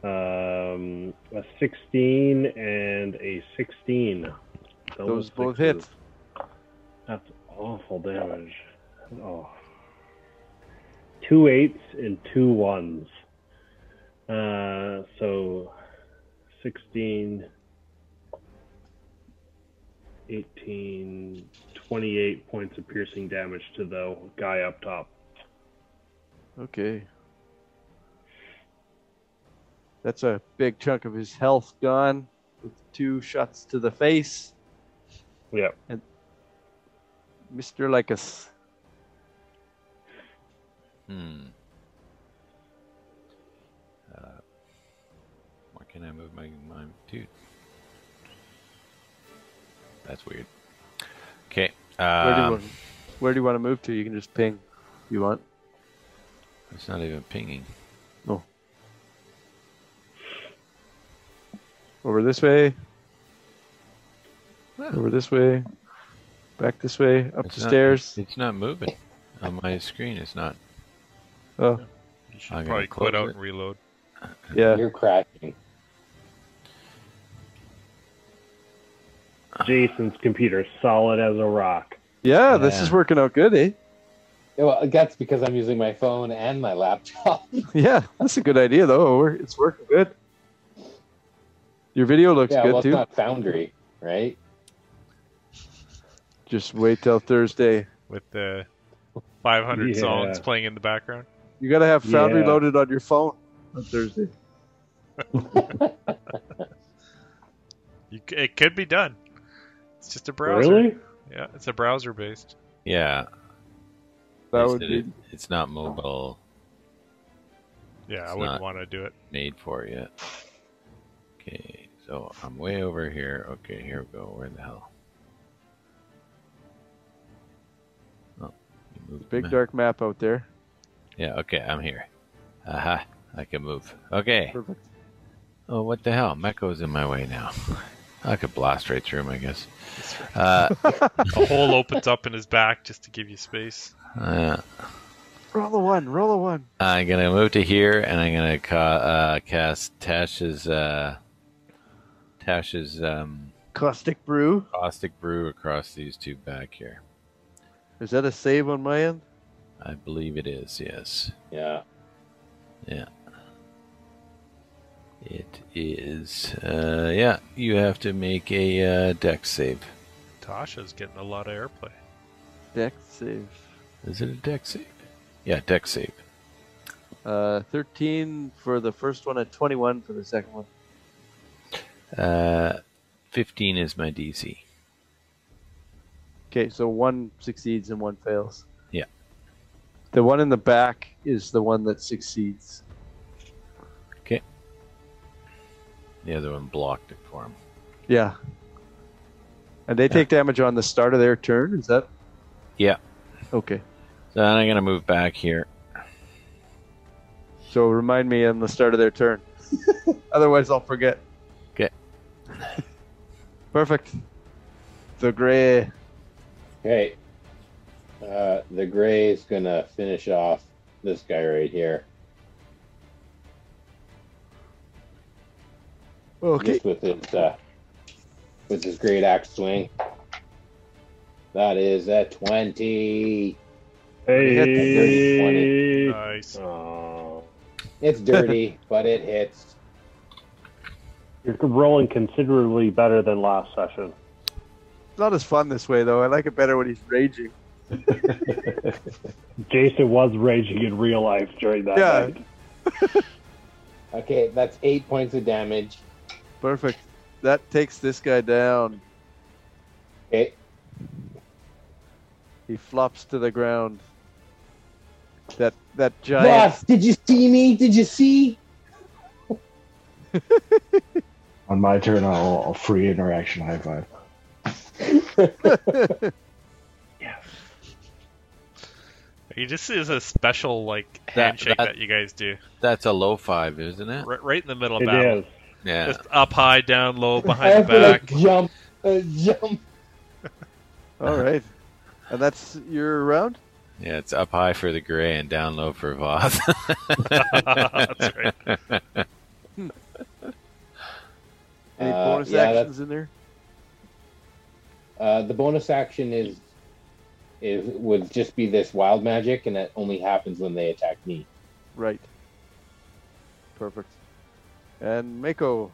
D: Um, a 16 and a 16.
B: Those both
D: sixes.
B: hit.
D: That's awful damage. Oh. Two eights and two ones. Uh, so 16, 18, 28 points of piercing damage to the guy up top.
B: Okay. That's a big chunk of his health gone with two shots to the face.
D: Yeah.
B: Mr. Lycus.
F: Hmm. Uh, why can't I move my mind too? That's weird. Okay.
B: Where, do you
F: Um,
B: want, where do you want to move to? You can just ping. You want?
F: it's not even pinging.
B: Over this way. Over this way. Back this way. Up
F: It's
B: the
F: not-
B: stairs.
F: It's not moving on my screen. It's not.
B: Oh,
E: You should
F: I'm gonna
E: probably quit
F: close
E: out
F: it.
E: and reload.
B: yeah.
C: You're crashing.
D: Jason's computer, solid as a rock.
B: Yeah, this is
F: Yeah.
B: working out good, eh?
C: Well, that's because I'm using my phone and my laptop.
B: Yeah, that's a good idea, though. It wor- It's working good. Your video looks
C: yeah,
B: good,
C: well, it's
B: too.
C: not Foundry, right?
B: Just wait till Thursday.
E: with the 500
D: Yeah.
E: songs playing in the background.
B: You got to have Foundry
D: Yeah.
B: loaded on your phone on Thursday.
E: You, c- it could be done. It's just a browser.
D: Really?
E: Yeah, it's a browser based.
F: Yeah.
B: That
F: it's,
B: would
F: it-
B: be.
F: it's not mobile
E: Yeah,
F: It's
E: I wouldn't
F: not.
E: want to do it.
F: made for it yet. Okay. So I'm way over here. Okay. Here we go. Where the hell? Oh, you moved the
B: Big
F: map.
B: dark map out there.
F: Yeah, okay, I'm here. Aha, I can move. Okay.
B: Perfect.
F: Oh, what the hell? Mecho's in my way now. I could blast right through him, I guess. Uh,
E: A hole opens up in his back just to give you space.
F: uh,
B: Roll a one. Roll a one.
F: I'm going to move to here, and I'm going to ca- uh, cast Tash's, uh, Tash's um,
B: Caustic brew.
F: Caustic Brew across these two back here.
B: Is that a save on my end?
F: I believe it is, yes.
C: Yeah.
F: It is. Uh, yeah, you have to make a uh, deck save.
E: Tasha's getting a lot of airplay.
B: Deck save.
F: Is it a deck save? Yeah, deck save.
B: Uh, 13 for the first one and 21 for the second one.
F: Uh, 15 is my DC.
B: Okay, so one succeeds and one fails.
F: Yeah.
B: The one in the back is the one that succeeds.
F: The other one blocked it for him.
B: Yeah. And they take damage on the start of their turn, is that?
F: Yeah.
B: Okay.
F: So then I'm going to move back here.
B: So remind me on the start of their turn. Otherwise I'll forget.
F: 'Kay.
B: Perfect. The gray
C: Okay. Uh, the gray is gonna finish off this guy right here,
B: Okay.
C: just with his uh, with his great axe swing. That is a twenty.
D: Hey.
E: Nice.
D: Oh.
C: It's dirty, but it hits.
D: You're rolling considerably better than last session.
B: It's not as fun this way though. I like it better when he's raging.
D: Jason was raging in real life during that
B: Yeah.
D: night.
C: Okay, that's eight points of damage.
B: Perfect. That takes this guy down.
C: Okay,
B: He flops to the ground. That that giant.
C: Boss, did you see me? Did you see?
G: On my turn, I'll, I'll free interaction high five.
E: He just is a special like
F: That-
E: handshake that,
F: that-
E: you guys do
F: That's a low five, isn't it?
E: right, right in the middle of
D: It
E: battle.
D: is.
F: Yeah.
E: Just up high, down low,
C: I
E: behind
C: have
E: the back.
C: to like, jump, uh, jump.
B: All right. And that's your round?
F: Yeah, it's up high for the gray and down low for Voth.
E: That's right.
B: Any
C: Uh,
B: bonus
C: yeah, that-
B: actions in there?
C: Uh, the bonus action is is would just be this wild magic, and that only happens when they attack me.
B: Right. Perfect. And Mako.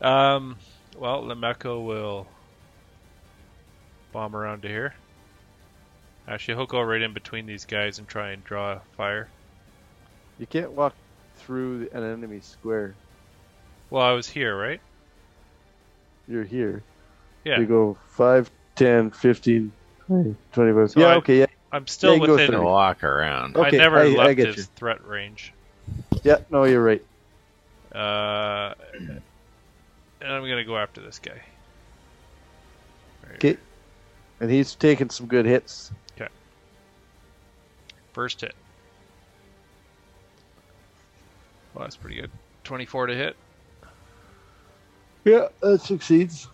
E: Um, well, Lemeko will bomb around to here. Actually, he'll go right in between these guys and try and draw fire.
B: You can't walk through an enemy square.
E: Well, I was here, right?
B: You're here.
E: Yeah.
B: You go 5, 10, 15, 20, 25.
E: So
B: yeah,
E: I-
B: okay. Yeah,
E: I'm still
B: Yeah, you go
E: within.
F: to
B: through.
F: walk around.
B: Okay,
E: I never
B: I- I
E: left
B: get
E: his
B: you.
E: threat range.
B: yeah, no, you're right.
E: Uh, and I'm gonna go after this guy. Right.
B: 'Kay. And he's taking some good hits.
E: First hit. Well, that's pretty good. 24 to hit.
B: Yeah, that succeeds.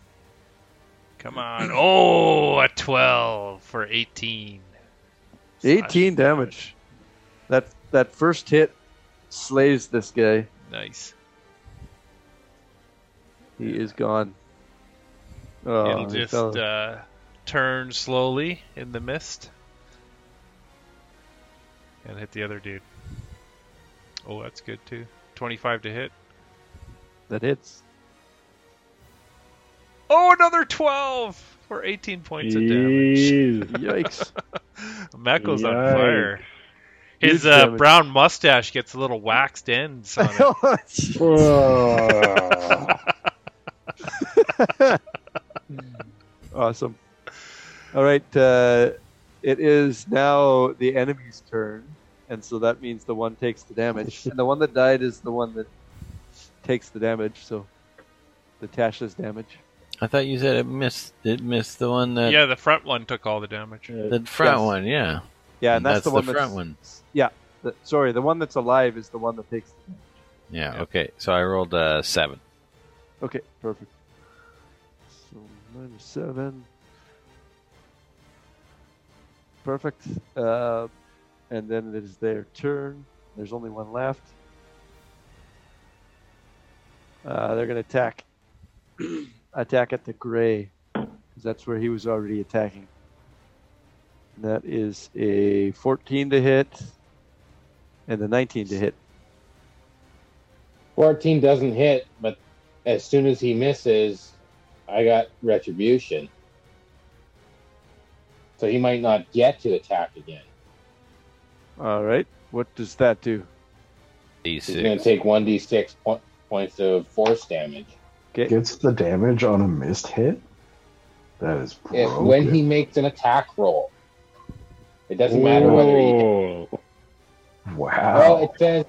E: Come on. Oh, a 12 for 18.
B: 18
E: Slash
B: damage. That that first hit slays this guy.
E: Nice.
B: He is gone. Oh,
E: It'll
B: he
E: just
B: fell.
E: uh, turn slowly in the mist and hit the other dude. Oh, that's good too. 25 to hit.
B: that hits.
E: Oh, another 12 for 18 points of damage.
D: Jeez.
B: Yikes.
E: Mako's on
D: Yikes.
E: fire. His
B: Huge
E: uh,
B: damage.
E: brown mustache gets little waxed ends on it.
B: awesome. All right. Uh, it is now the enemy's turn. And so that means the one takes the damage. And the one that died is the one that takes the damage. So the Tasha's damage.
F: I thought you said it missed. It missed the one that
E: yeah, the front one took all the damage.
F: the front
B: Yes.
F: one. Yeah.
B: Yeah, and,
F: And
B: that's,
F: that's
B: the
F: the
B: one
F: front
B: that's,
F: one.
B: Yeah. The, sorry, the one that's alive is the one that takes.
F: yeah.
E: Yeah.
F: Okay. So I rolled a seven.
B: Okay, perfect. So minus seven. Perfect. Uh, and then it is their turn. There's only one left. Uh, they're gonna attack. attack at the gray, 'cause that's where he was already attacking. And that is a 14 to hit, and a 19 to hit.
C: Fourteen doesn't hit, but as soon as he misses, I got retribution. So he might not get to attack again.
B: All right. What does that do?
F: D
C: He's going to
F: six.
C: take one d six po- points of force damage.
G: Gets the damage on a missed hit. That is
C: if
G: broken.
C: when he makes an attack roll. It doesn't matter whether he hits.
D: Whoa.
G: wow.
C: Well, it says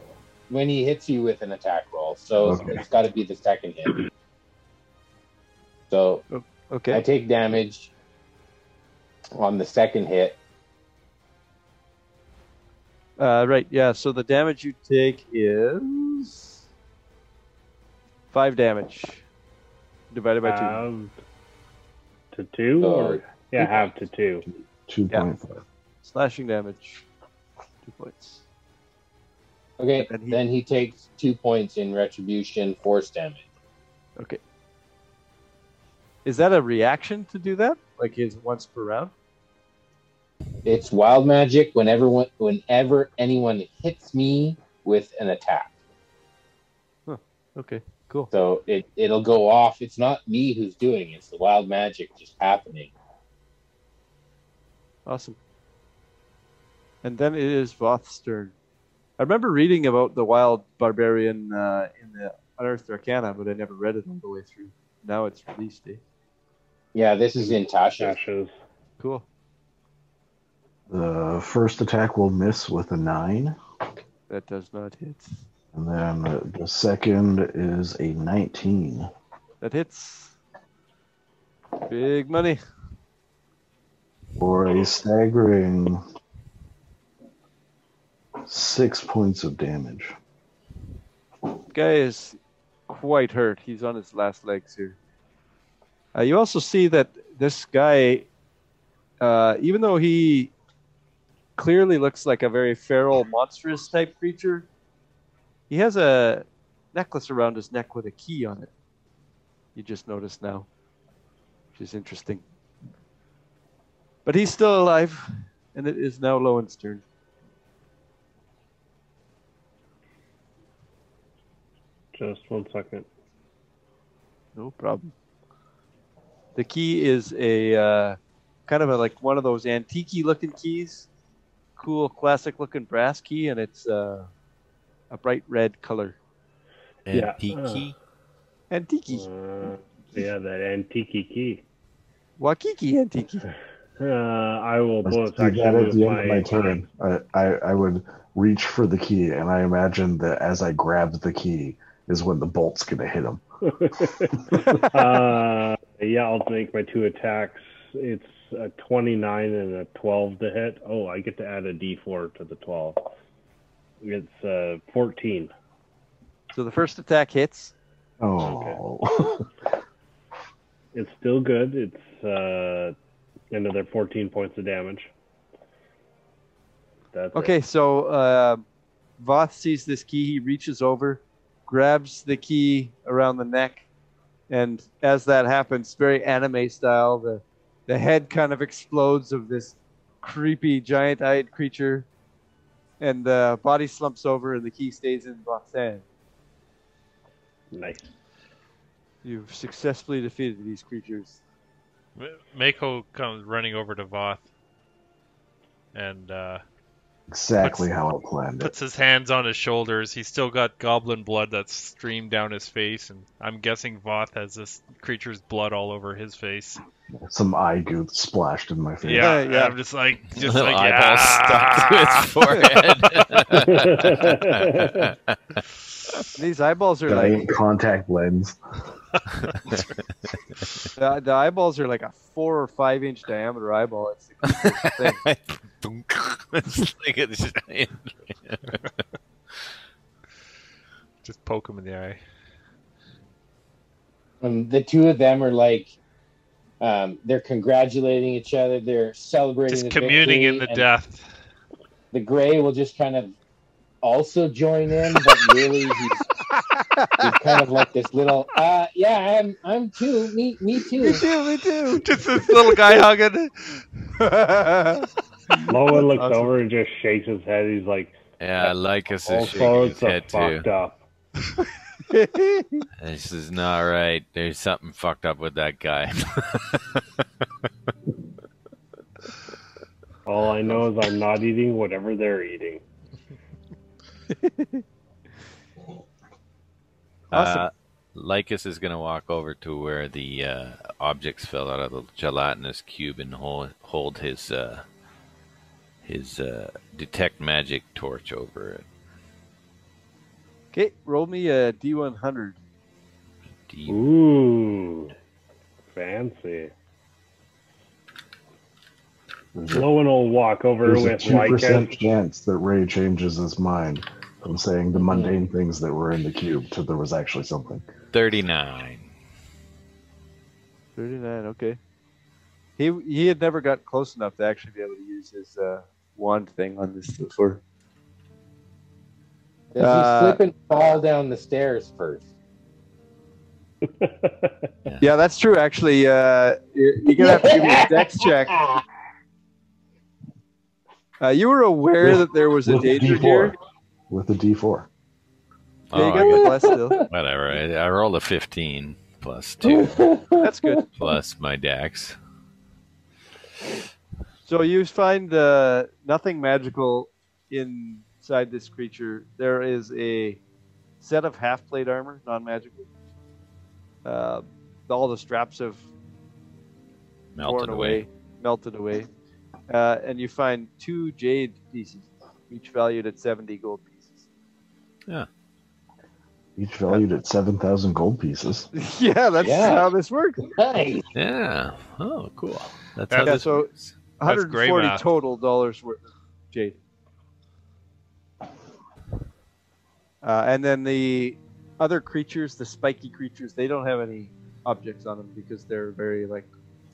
C: when he hits you with an attack roll, so
G: Okay.
C: it's got to be the second hit. So
B: Okay.
C: I take damage on the second hit.
B: Uh, right, yeah. So the damage you take is five damage divided by two.
D: Halved to two?
C: So
D: or, yeah, half to two.
G: Two
B: Yeah.
G: point five.
B: Slashing damage, two points.
C: okay,
B: And
C: then
B: he-
C: he, takes two points in retribution force damage.
B: Is that a reaction to do that? Like is it once per round?
C: It's wild magic. Whenever one- whenever anyone hits me with an attack,
B: Okay, cool.
C: so it it'll go off. It's not me who's doing it. It's the wild magic just happening.
B: Awesome. And then it is Voth's turn. I remember reading about the wild barbarian uh, in the Unearthed Arcana, but I never read it all the way through. Now it's eh? release day.
C: Yeah, this is in Tasha.
D: Ashes.
B: Cool.
G: The first attack will miss with a nine,
B: That does not hit.
G: and then the, the second is a 19.
B: That hits. Big money.
G: for a staggering six points of damage.
B: Guy is quite hurt. He's on his last legs here. Uh, you also see that this guy, uh, even though he clearly looks like a very feral, monstrous type creature, he has a necklace around his neck with a key on it. You just noticed now, which is interesting. But he's still alive, and it is now Lowen's turn.
D: Just one second.
B: No problem. The key is a uh, kind of a, like one of those antique looking keys, cool classic looking brass key, and it's uh, a bright red color.
F: And
D: Yeah.
F: Peaky.
E: Uh,
B: Antique,
D: Uh, yeah, that antique key.
B: Wakiki antique.
D: Uh, I will
G: Let's
D: both
G: do that
D: actually move
G: at the end of
D: my,
G: my turn. I, I, I would reach for the key, and I imagine that as I grab the key is when the bolt's going to hit him.
D: uh, yeah, I'll make my two attacks. It's a 29 and a 12 to hit. Oh, I get to add a d4 to the 12. It's uh, 14.
B: So the first attack hits.
G: Oh,
D: It's still good. It's uh, another 14 points of damage. That's it.
B: Okay, so uh, Voth sees this key. He reaches over, grabs the key around the neck, and as that happens, very anime style, the the head kind of explodes of this creepy giant-eyed creature, and the body slumps over, and the key stays in Voth's hand.
D: Nice.
B: You've successfully defeated these creatures.
E: Mako comes running over to Voth and uh,
G: exactly
E: Puts-
G: how I planned it.
E: puts his hands on his shoulders. He's still got goblin blood that's streamed down his face, and I'm guessing Voth has this creature's blood all over his face.
G: Some eye goo splashed in my face.
E: Yeah,
B: yeah.
E: I'm just like, just
F: Little
E: like, ah!
F: eyeball
E: yeah.
F: stuck to its forehead.
B: These eyeballs are like
G: Giant contact lens.
B: the, the eyeballs are like a four or five inch diameter eyeball. It's the creepiest thing.
F: It's like a giant-
E: just poke him in the eye.
C: Um, the two of them are like, um, they're congratulating each other. They're celebrating.
E: Just
C: the
E: communing in
C: victory,
E: the
C: and
E: death.
C: The gray will just kind of also join in, but really he's, he's kind of like this little. Uh, yeah, I'm. I'm too. Me. Me too.
B: me too, me too.
E: Just this little guy hugging.
D: Lowen looks
B: Awesome.
D: over and just shakes his head. He's like,
F: yeah, I like us
D: all
F: is shaking his
D: sorts
F: head
D: of
F: too.
D: fucked up.
F: This is not right. There's something fucked up with that guy.
D: All I know is I'm not eating whatever they're eating.
B: Awesome.
F: Uh, Lycus is going to walk over to where the uh, objects fell out of the gelatinous cube and hold, hold his uh, his uh, detect magic torch over it.
B: Okay, roll me a D100.
F: Do you-
D: Ooh, fancy.
G: There's a,
D: Lowen will walk over
G: there's a
D: with
G: 2%
D: Lycan.
G: chance that Ray changes his mind from saying the mundane things that were in the cube to there was actually something.
F: 39.
B: 39, okay. He he had never got close enough to actually be able to use his uh, wand thing on this before.
C: Does he
B: Uh,
C: slip and fall down the stairs first?
B: Yeah, that's true, actually. Uh, you're you're going to have to give me a dex check. Uh, you were aware that there was a
G: With the
B: danger
G: D4.
B: here.
G: With the D4.
B: Yeah, you
F: Oh,
B: got the bless still.
F: whatever. I, I rolled a 15 plus 2
B: That's good.
F: plus my dex.
B: So you find uh, nothing magical inside this creature. There is a set of half plate armor, non magical. Uh, all the straps have
F: Melted
B: torn
F: away.
B: melted away. uh, and you find two jade pieces, each valued at 70 gold pieces.
G: Each valued at 7,000 gold pieces.
B: yeah, that's
C: Yeah.
B: how this works.
C: Nice.
F: Yeah. Oh, cool. That's
E: Yeah,
F: how
B: yeah,
F: this
B: so-
F: works.
E: That's great
B: 140
E: math.
B: total dollars worth of jade. Uh, and then the other creatures, the spiky creatures, they don't have any objects on them because they're very like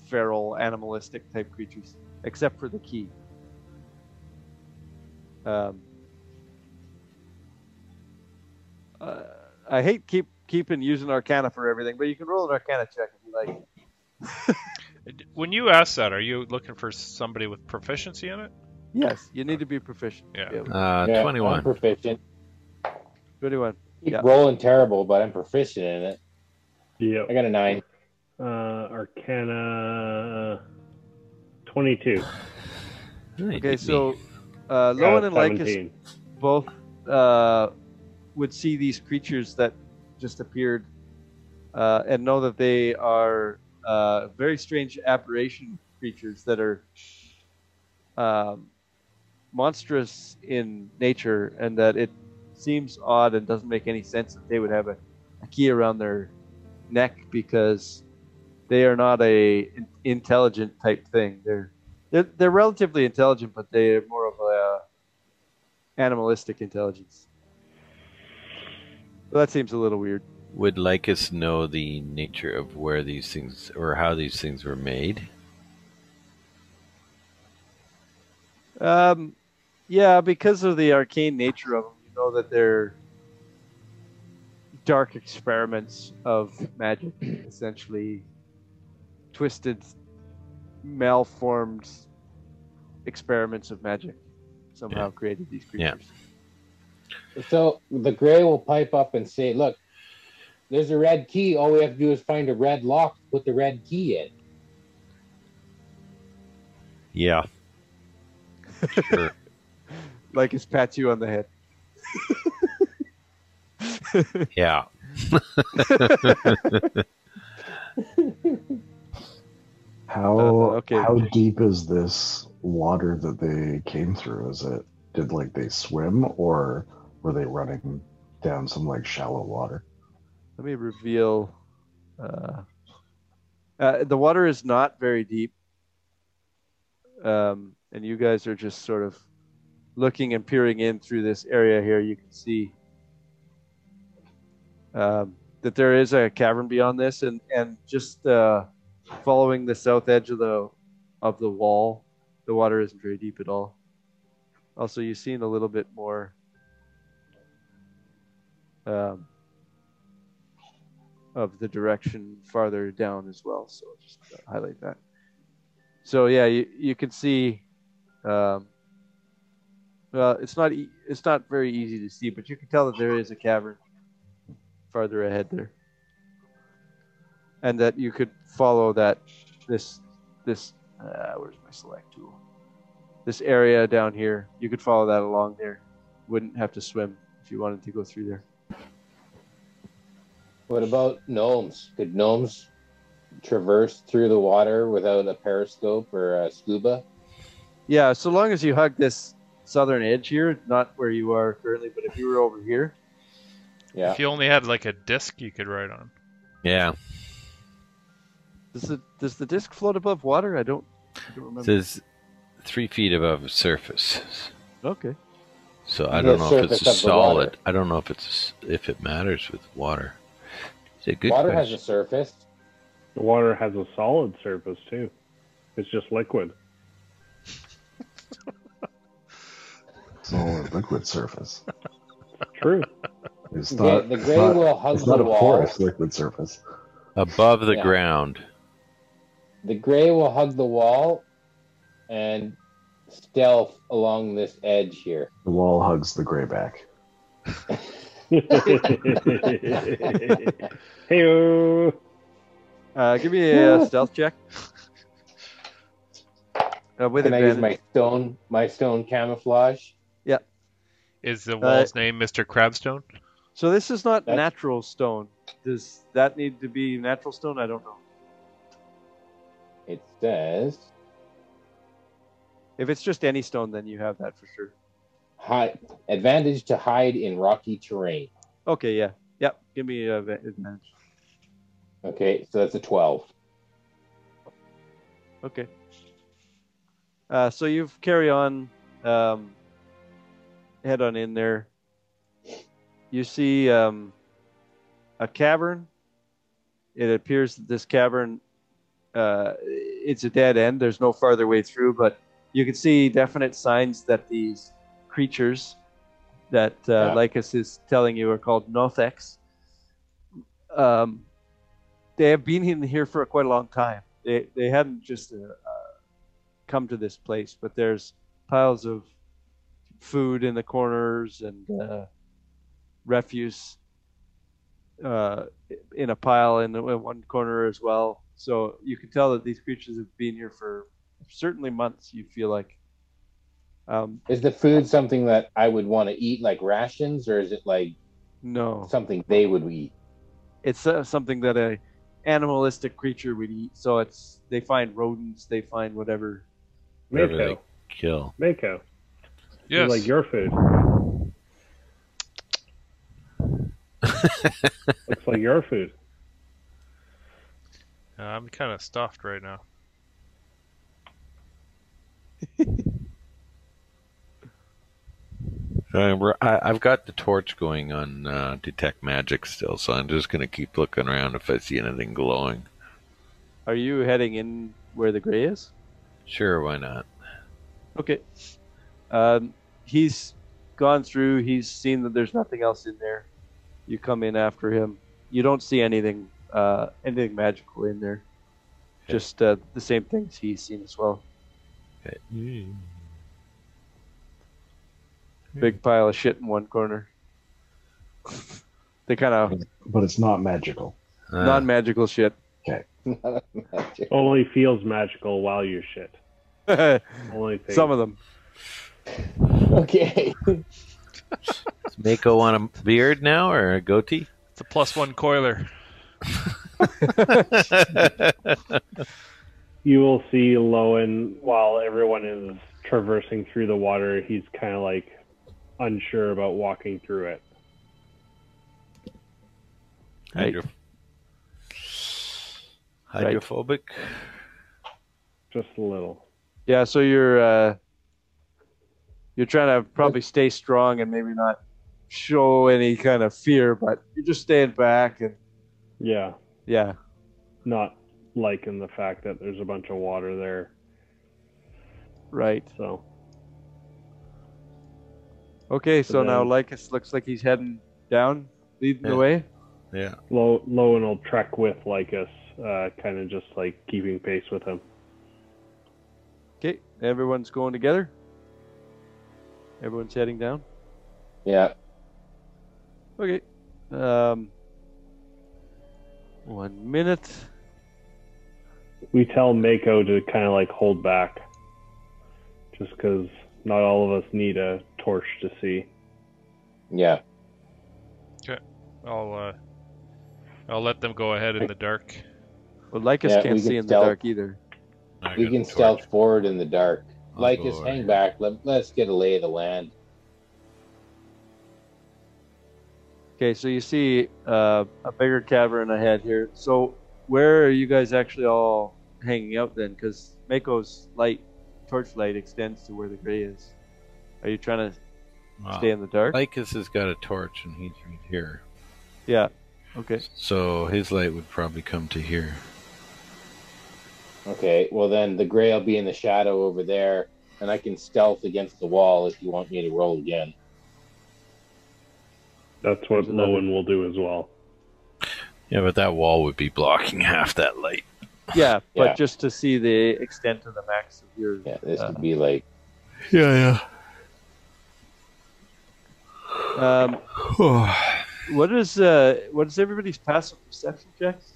B: feral, animalistic type creatures, except for the key. Um, uh, I hate keep keeping using Arcana for everything, but you can roll an Arcana check if you like.
E: When you ask that, are you looking for somebody with proficiency in it?
B: Yes, you need to be proficient.
E: Yeah.
F: Uh,
C: Yeah, I'm
F: 21.
C: proficient.
B: Twenty-one.
C: Keep
B: Yeah.
C: rolling terrible, but I'm proficient in it.
D: Yep.
C: I got a nine.
D: Uh, Arcana uh, 22.
F: Hey,
B: Okay,
F: beat me.
B: so uh, Lowen and Lycus both uh, would see these creatures that just appeared uh, and know that they are uh, very strange aberration creatures that are um, monstrous in nature and that it seems odd and doesn't make any sense that they would have a, a key around their neck because they are not a in- intelligent type thing. They're they're, they're relatively intelligent, but they're more of a animalistic intelligence. Well, that seems a little weird.
F: Would Lycus know the nature of where these things or how these things were made?
B: Um, yeah, because of the arcane nature of them, you know that they're dark experiments of magic, essentially twisted, malformed experiments of magic somehow created these
F: Yeah.
B: creatures.
C: So the gray will pipe up and say, "Look, there's a red key. All we have to do is find a red lock to put the red key in."
F: Yeah. sure.
B: Like it's pat you on the head.
F: Yeah.
G: How
B: Uh, okay.
G: how deep is this water that they came through? Is it did like they swim or were they running down some like shallow water?
B: Let me reveal. Uh, uh, the water is not very deep. Um, and you guys are just sort of looking and peering in through this area here. You can see um, that there is a cavern beyond this, and and just uh, following the south edge of the of the wall, the water isn't very deep at all. Also, you've seen a little bit more. Um, of the direction farther down as well. So just to highlight that. So yeah, you, you can see. Um, well, it's not e- it's not very easy to see, but you can tell that there is a cavern farther ahead there, and that you could follow that this this uh, where's my select tool this area down here. You could follow that along there. Wouldn't have to swim if you wanted to go through there.
C: What about gnomes? Could gnomes traverse through the water without a periscope or a scuba?
B: Yeah, so long as you hug this southern edge here, not where you are currently, but if you were over here,
C: Yeah.
E: If you only had like a disc you could write on.
F: Yeah.
B: does the does the disc float above water? I don't, I don't remember.
F: says three feet above surface.
B: okay.
F: So I don't
C: The
F: know if it's a
C: surface of the water.
F: solid. I don't know if it's if it matters with water. It's a good
C: Water has
F: question.
C: a surface.
D: The water has a solid surface, too. It's just liquid.
G: Solid liquid surface.
D: True.
G: It's
C: Okay,
G: not,
C: the
G: it's
C: gray
G: not-
C: will hug
G: it's not
C: the
G: a
C: wall.
G: porous liquid surface.
F: above the
C: Yeah.
F: ground.
C: The gray will hug the wall and stealth along this edge here.
G: The wall hugs the gray back.
D: hey
B: Uh, give me a stealth check. Uh, with
C: Can I use
B: advantage.
C: my stone my stone camouflage?
E: Is the wall's name Mr. Crabstone?
B: So this is not
C: That's-
B: natural stone. Does that need to be natural stone? I don't know.
C: It says
B: If it's just any stone, then you have that for sure.
C: Hi, advantage to hide in rocky terrain.
B: Okay, yeah. Yep, give me a va- advantage.
C: Okay, so that's a 12.
B: Okay. Uh, so you've carry on, um, head on in there. You see um, a cavern. It appears that this cavern, uh, it's a dead end. There's no farther way through, but you can see definite signs that these creatures that uh,
C: Yeah.
B: Lycus is telling you are called Nothex. Um, they have been in here for quite a long time. They they hadn't just uh, uh, come to this place, but there's piles of food in the corners and uh, refuse uh, in a pile in, the, in one corner as well. So you can tell that these creatures have been here for certainly months. You feel like um,
C: Is the food something that I would want to eat, like rations, or is it like
B: no,
C: something they would eat?
B: it's uh, something that a animalistic creature would eat. So it's they find rodents, they find whatever.
F: Whatever
D: Mako.
F: Kill.
D: Mako. you
E: Yes.
D: Like your food. Looks like your food.
E: Uh, I'm kind of stuffed right now.
F: Uh, we're- I, I've got the torch going on uh, detect magic still, so I'm just gonna keep looking around if I see anything glowing.
B: Are you heading in where the gray is?
F: Sure, why not?
B: Okay. Um, he's gone through. He's seen that there's nothing else in there. You come in after him. You don't see anything, uh, anything magical in there.
F: Okay.
B: Just uh, the same things he's seen as well. Hmm.
F: Okay.
B: Big pile of shit in one corner. they kind of
G: but it's not magical.
F: Uh,
B: non-magical shit.
D: Only feels magical while you shit. Only thing.
B: Some of them.
C: okay.
F: does Mako want a beard now or a goatee?
E: It's a plus one coiler.
D: you will see Lowen while everyone is traversing through the water. He's kind of like unsure about walking through it.
B: Right.
F: Hydro- Hydrophobic.
D: Just a little.
B: Yeah. So you're uh, you're trying to probably stay strong and maybe not show any kind of fear, but you're just staying back and
D: Yeah.
B: yeah.
D: Not liking the fact that there's a bunch of water there.
B: Right.
D: So
B: Okay, so
D: And
C: uh,
B: now
D: then-
B: Lycus looks like he's heading down, leading
F: Yeah.
B: the way.
F: Yeah.
D: Lo- Lowen will trek with Lycus, uh, kind of just like keeping pace with him.
B: Okay, everyone's going together. Everyone's heading down.
C: Yeah.
B: Okay. Um, one minute.
D: We tell Mako to kind of like hold back, just because not all of us need a torch to see.
C: Yeah.
E: I'll uh, I'll let them go ahead in the dark.
B: Well, Lycus
C: Yeah,
B: can't
C: we can
B: see in
C: stealth.
B: the dark either.
F: I
C: We
F: got
C: can
F: a torch. Oh,
C: stealth forward in the dark.
F: I'll
C: like
F: go
C: us,
F: over.
C: hang back. Let, let's get a lay of the land.
B: Okay, so you see uh, a bigger cavern ahead here. So where are you guys actually all hanging out then? Because Mako's light, torchlight extends to where the gray is. Are you trying to
F: Wow.
B: stay in the dark?
F: Lycus has got a torch and he's right here.
B: Yeah. Okay.
F: So his light would probably come to here.
C: Okay. Well, then the gray will be in the shadow over there, and I can stealth against the wall if you want me to roll again.
D: That's what
B: There's another-
D: Lowen will do as well.
F: Yeah, but that wall would be blocking half that light.
B: Yeah, but
C: Yeah.
B: just to see the extent of the max of your.
C: Yeah. This
F: Uh-huh.
C: would be like.
F: Yeah,
B: Um,
F: yeah.
B: what is uh, what is everybody's passive perception checks?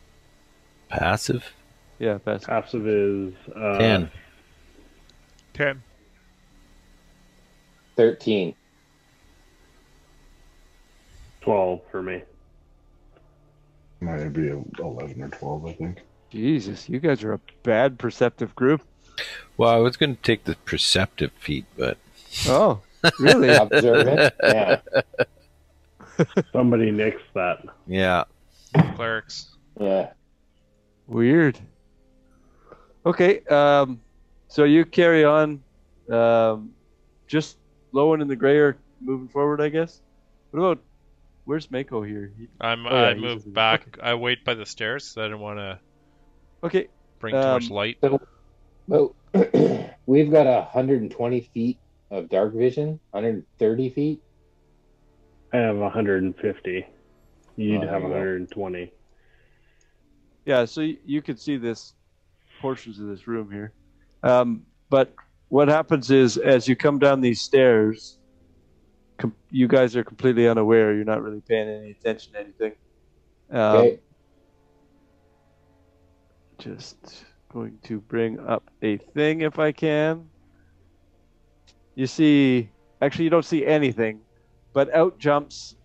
F: Passive?
B: Yeah, passive.
D: Passive is uh,
F: 10.
E: Ten.
C: 13.
D: 12 for me.
G: Might be eleven or twelve, I think.
B: Jesus, you guys are a bad perceptive group.
F: Well, I was going to take the perceptive feat, but
B: Oh, really?
C: Observant. yeah.
D: Somebody nicks that.
F: yeah,
E: Clerics.
C: Yeah.
B: Weird. Okay, um, so you carry on, um, just Lowen and the Gray are moving forward, I guess. What about where's Mako here? He-
E: I'm,
B: Oh, yeah,
E: I
B: he's
E: move
B: just-
E: back. I wait by the stairs 'cause I didn't want to
B: Okay,
E: bring too much
B: Um,
E: light.
C: Well, we've got 120 feet of dark vision, 130 feet.
D: I have 150. You'd
C: Oh, there
D: have
C: you go.
D: 120.
B: yeah, so y- you can see this portions of this room here, um, but what happens is as you come down these stairs, com- you guys are completely unaware. You're not really paying any attention to anything. Um,
C: Okay.
B: just going to bring up a thing if I can. You see, actually, you don't see anything, but out jumps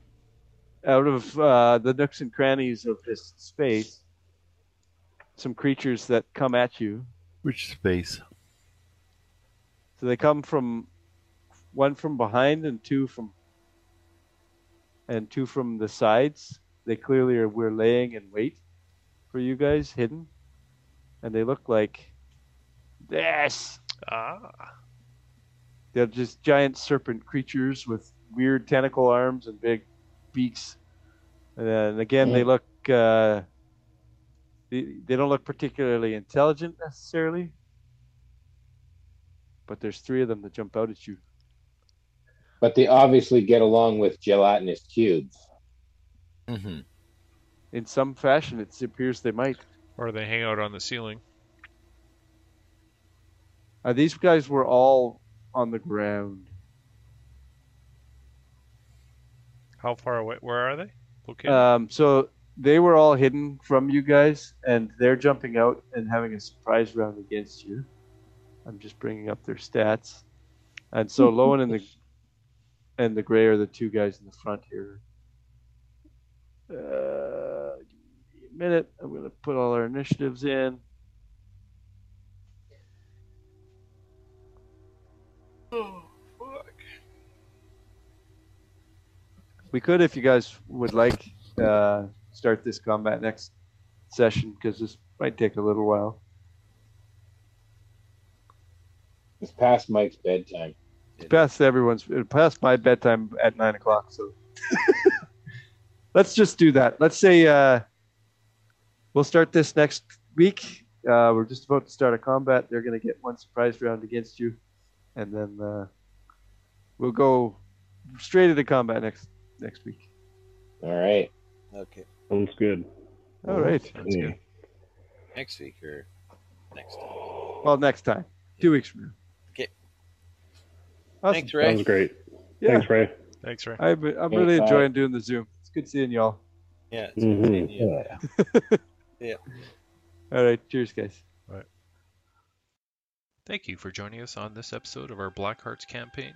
B: out of uh, the nooks and crannies of this space some creatures that come at you.
F: which space?
B: So they come from one from behind and two from and two from the sides. They clearly are we're laying in wait for you guys hidden. And they look like this.
E: Ah,
B: They're just giant serpent creatures with weird tentacle arms and big beaks. And then again, they look. Uh, they, they don't look particularly intelligent necessarily. But there's three of them that jump out at you.
C: But they obviously get along with gelatinous cubes.
F: hmm
B: In some fashion, it appears they might.
E: or they hang out on the ceiling.
B: Uh, these guys were all on the ground.
E: How far away? Where are they? Okay.
B: Um, so they were all hidden from you guys, and they're jumping out and having a surprise round against you. I'm just bringing up their stats, and so Lowen and the and the Gray are the two guys in the front here. Uh, give me a minute, I'm gonna put all our initiatives in. We could, if you guys would like, uh, start this combat next session because this might take a little while.
C: It's past Mike's bedtime.
B: It's past everyone's it's past my bedtime at nine o'clock so let's just do that let's say uh, we'll start this next week uh, we're just about to start a combat they're going to get one surprise round against you and then uh, we'll go straight into combat next next week
C: All right.
F: Okay,
D: Sounds good.
B: all right
E: That's good.
F: next week or next time.
B: well next time two weeks from now
F: Okay.
B: awesome.
F: Thanks,
D: That
F: Ray.
D: was great.
B: yeah
D: Thanks, Ray.
E: Thanks, Ray.
B: I'm, I'm
C: Okay,
B: really
C: bye.
B: enjoying doing the zoom it's good seeing y'all
F: Yeah, it's
D: Mhm.
F: good seeing
G: Mm-hmm.
F: you.
B: all right cheers guys
A: Thank you for joining us on this episode of our Black Hearts campaign.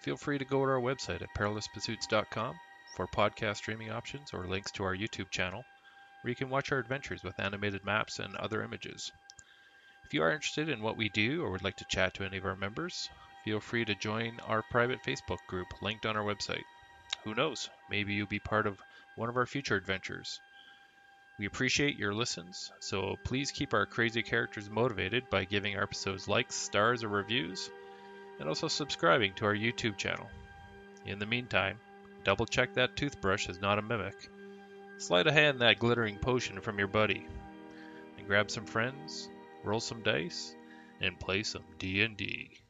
A: Feel free to go to our website at perillouspursuits.com for podcast streaming options or links to our YouTube channel, where you can watch our adventures with animated maps and other images. If you are interested in what we do or would like to chat to any of our members, feel free to join our private Facebook group linked on our website. Who knows, maybe you'll be part of one of our future adventures. We appreciate your listens, so please keep our crazy characters motivated by giving our episodes likes, stars, or reviews, and also subscribing to our YouTube channel. In the meantime, double check that toothbrush is not a mimic. Slide a hand that glittering potion from your buddy, and grab some friends, roll some dice, and play some D&D.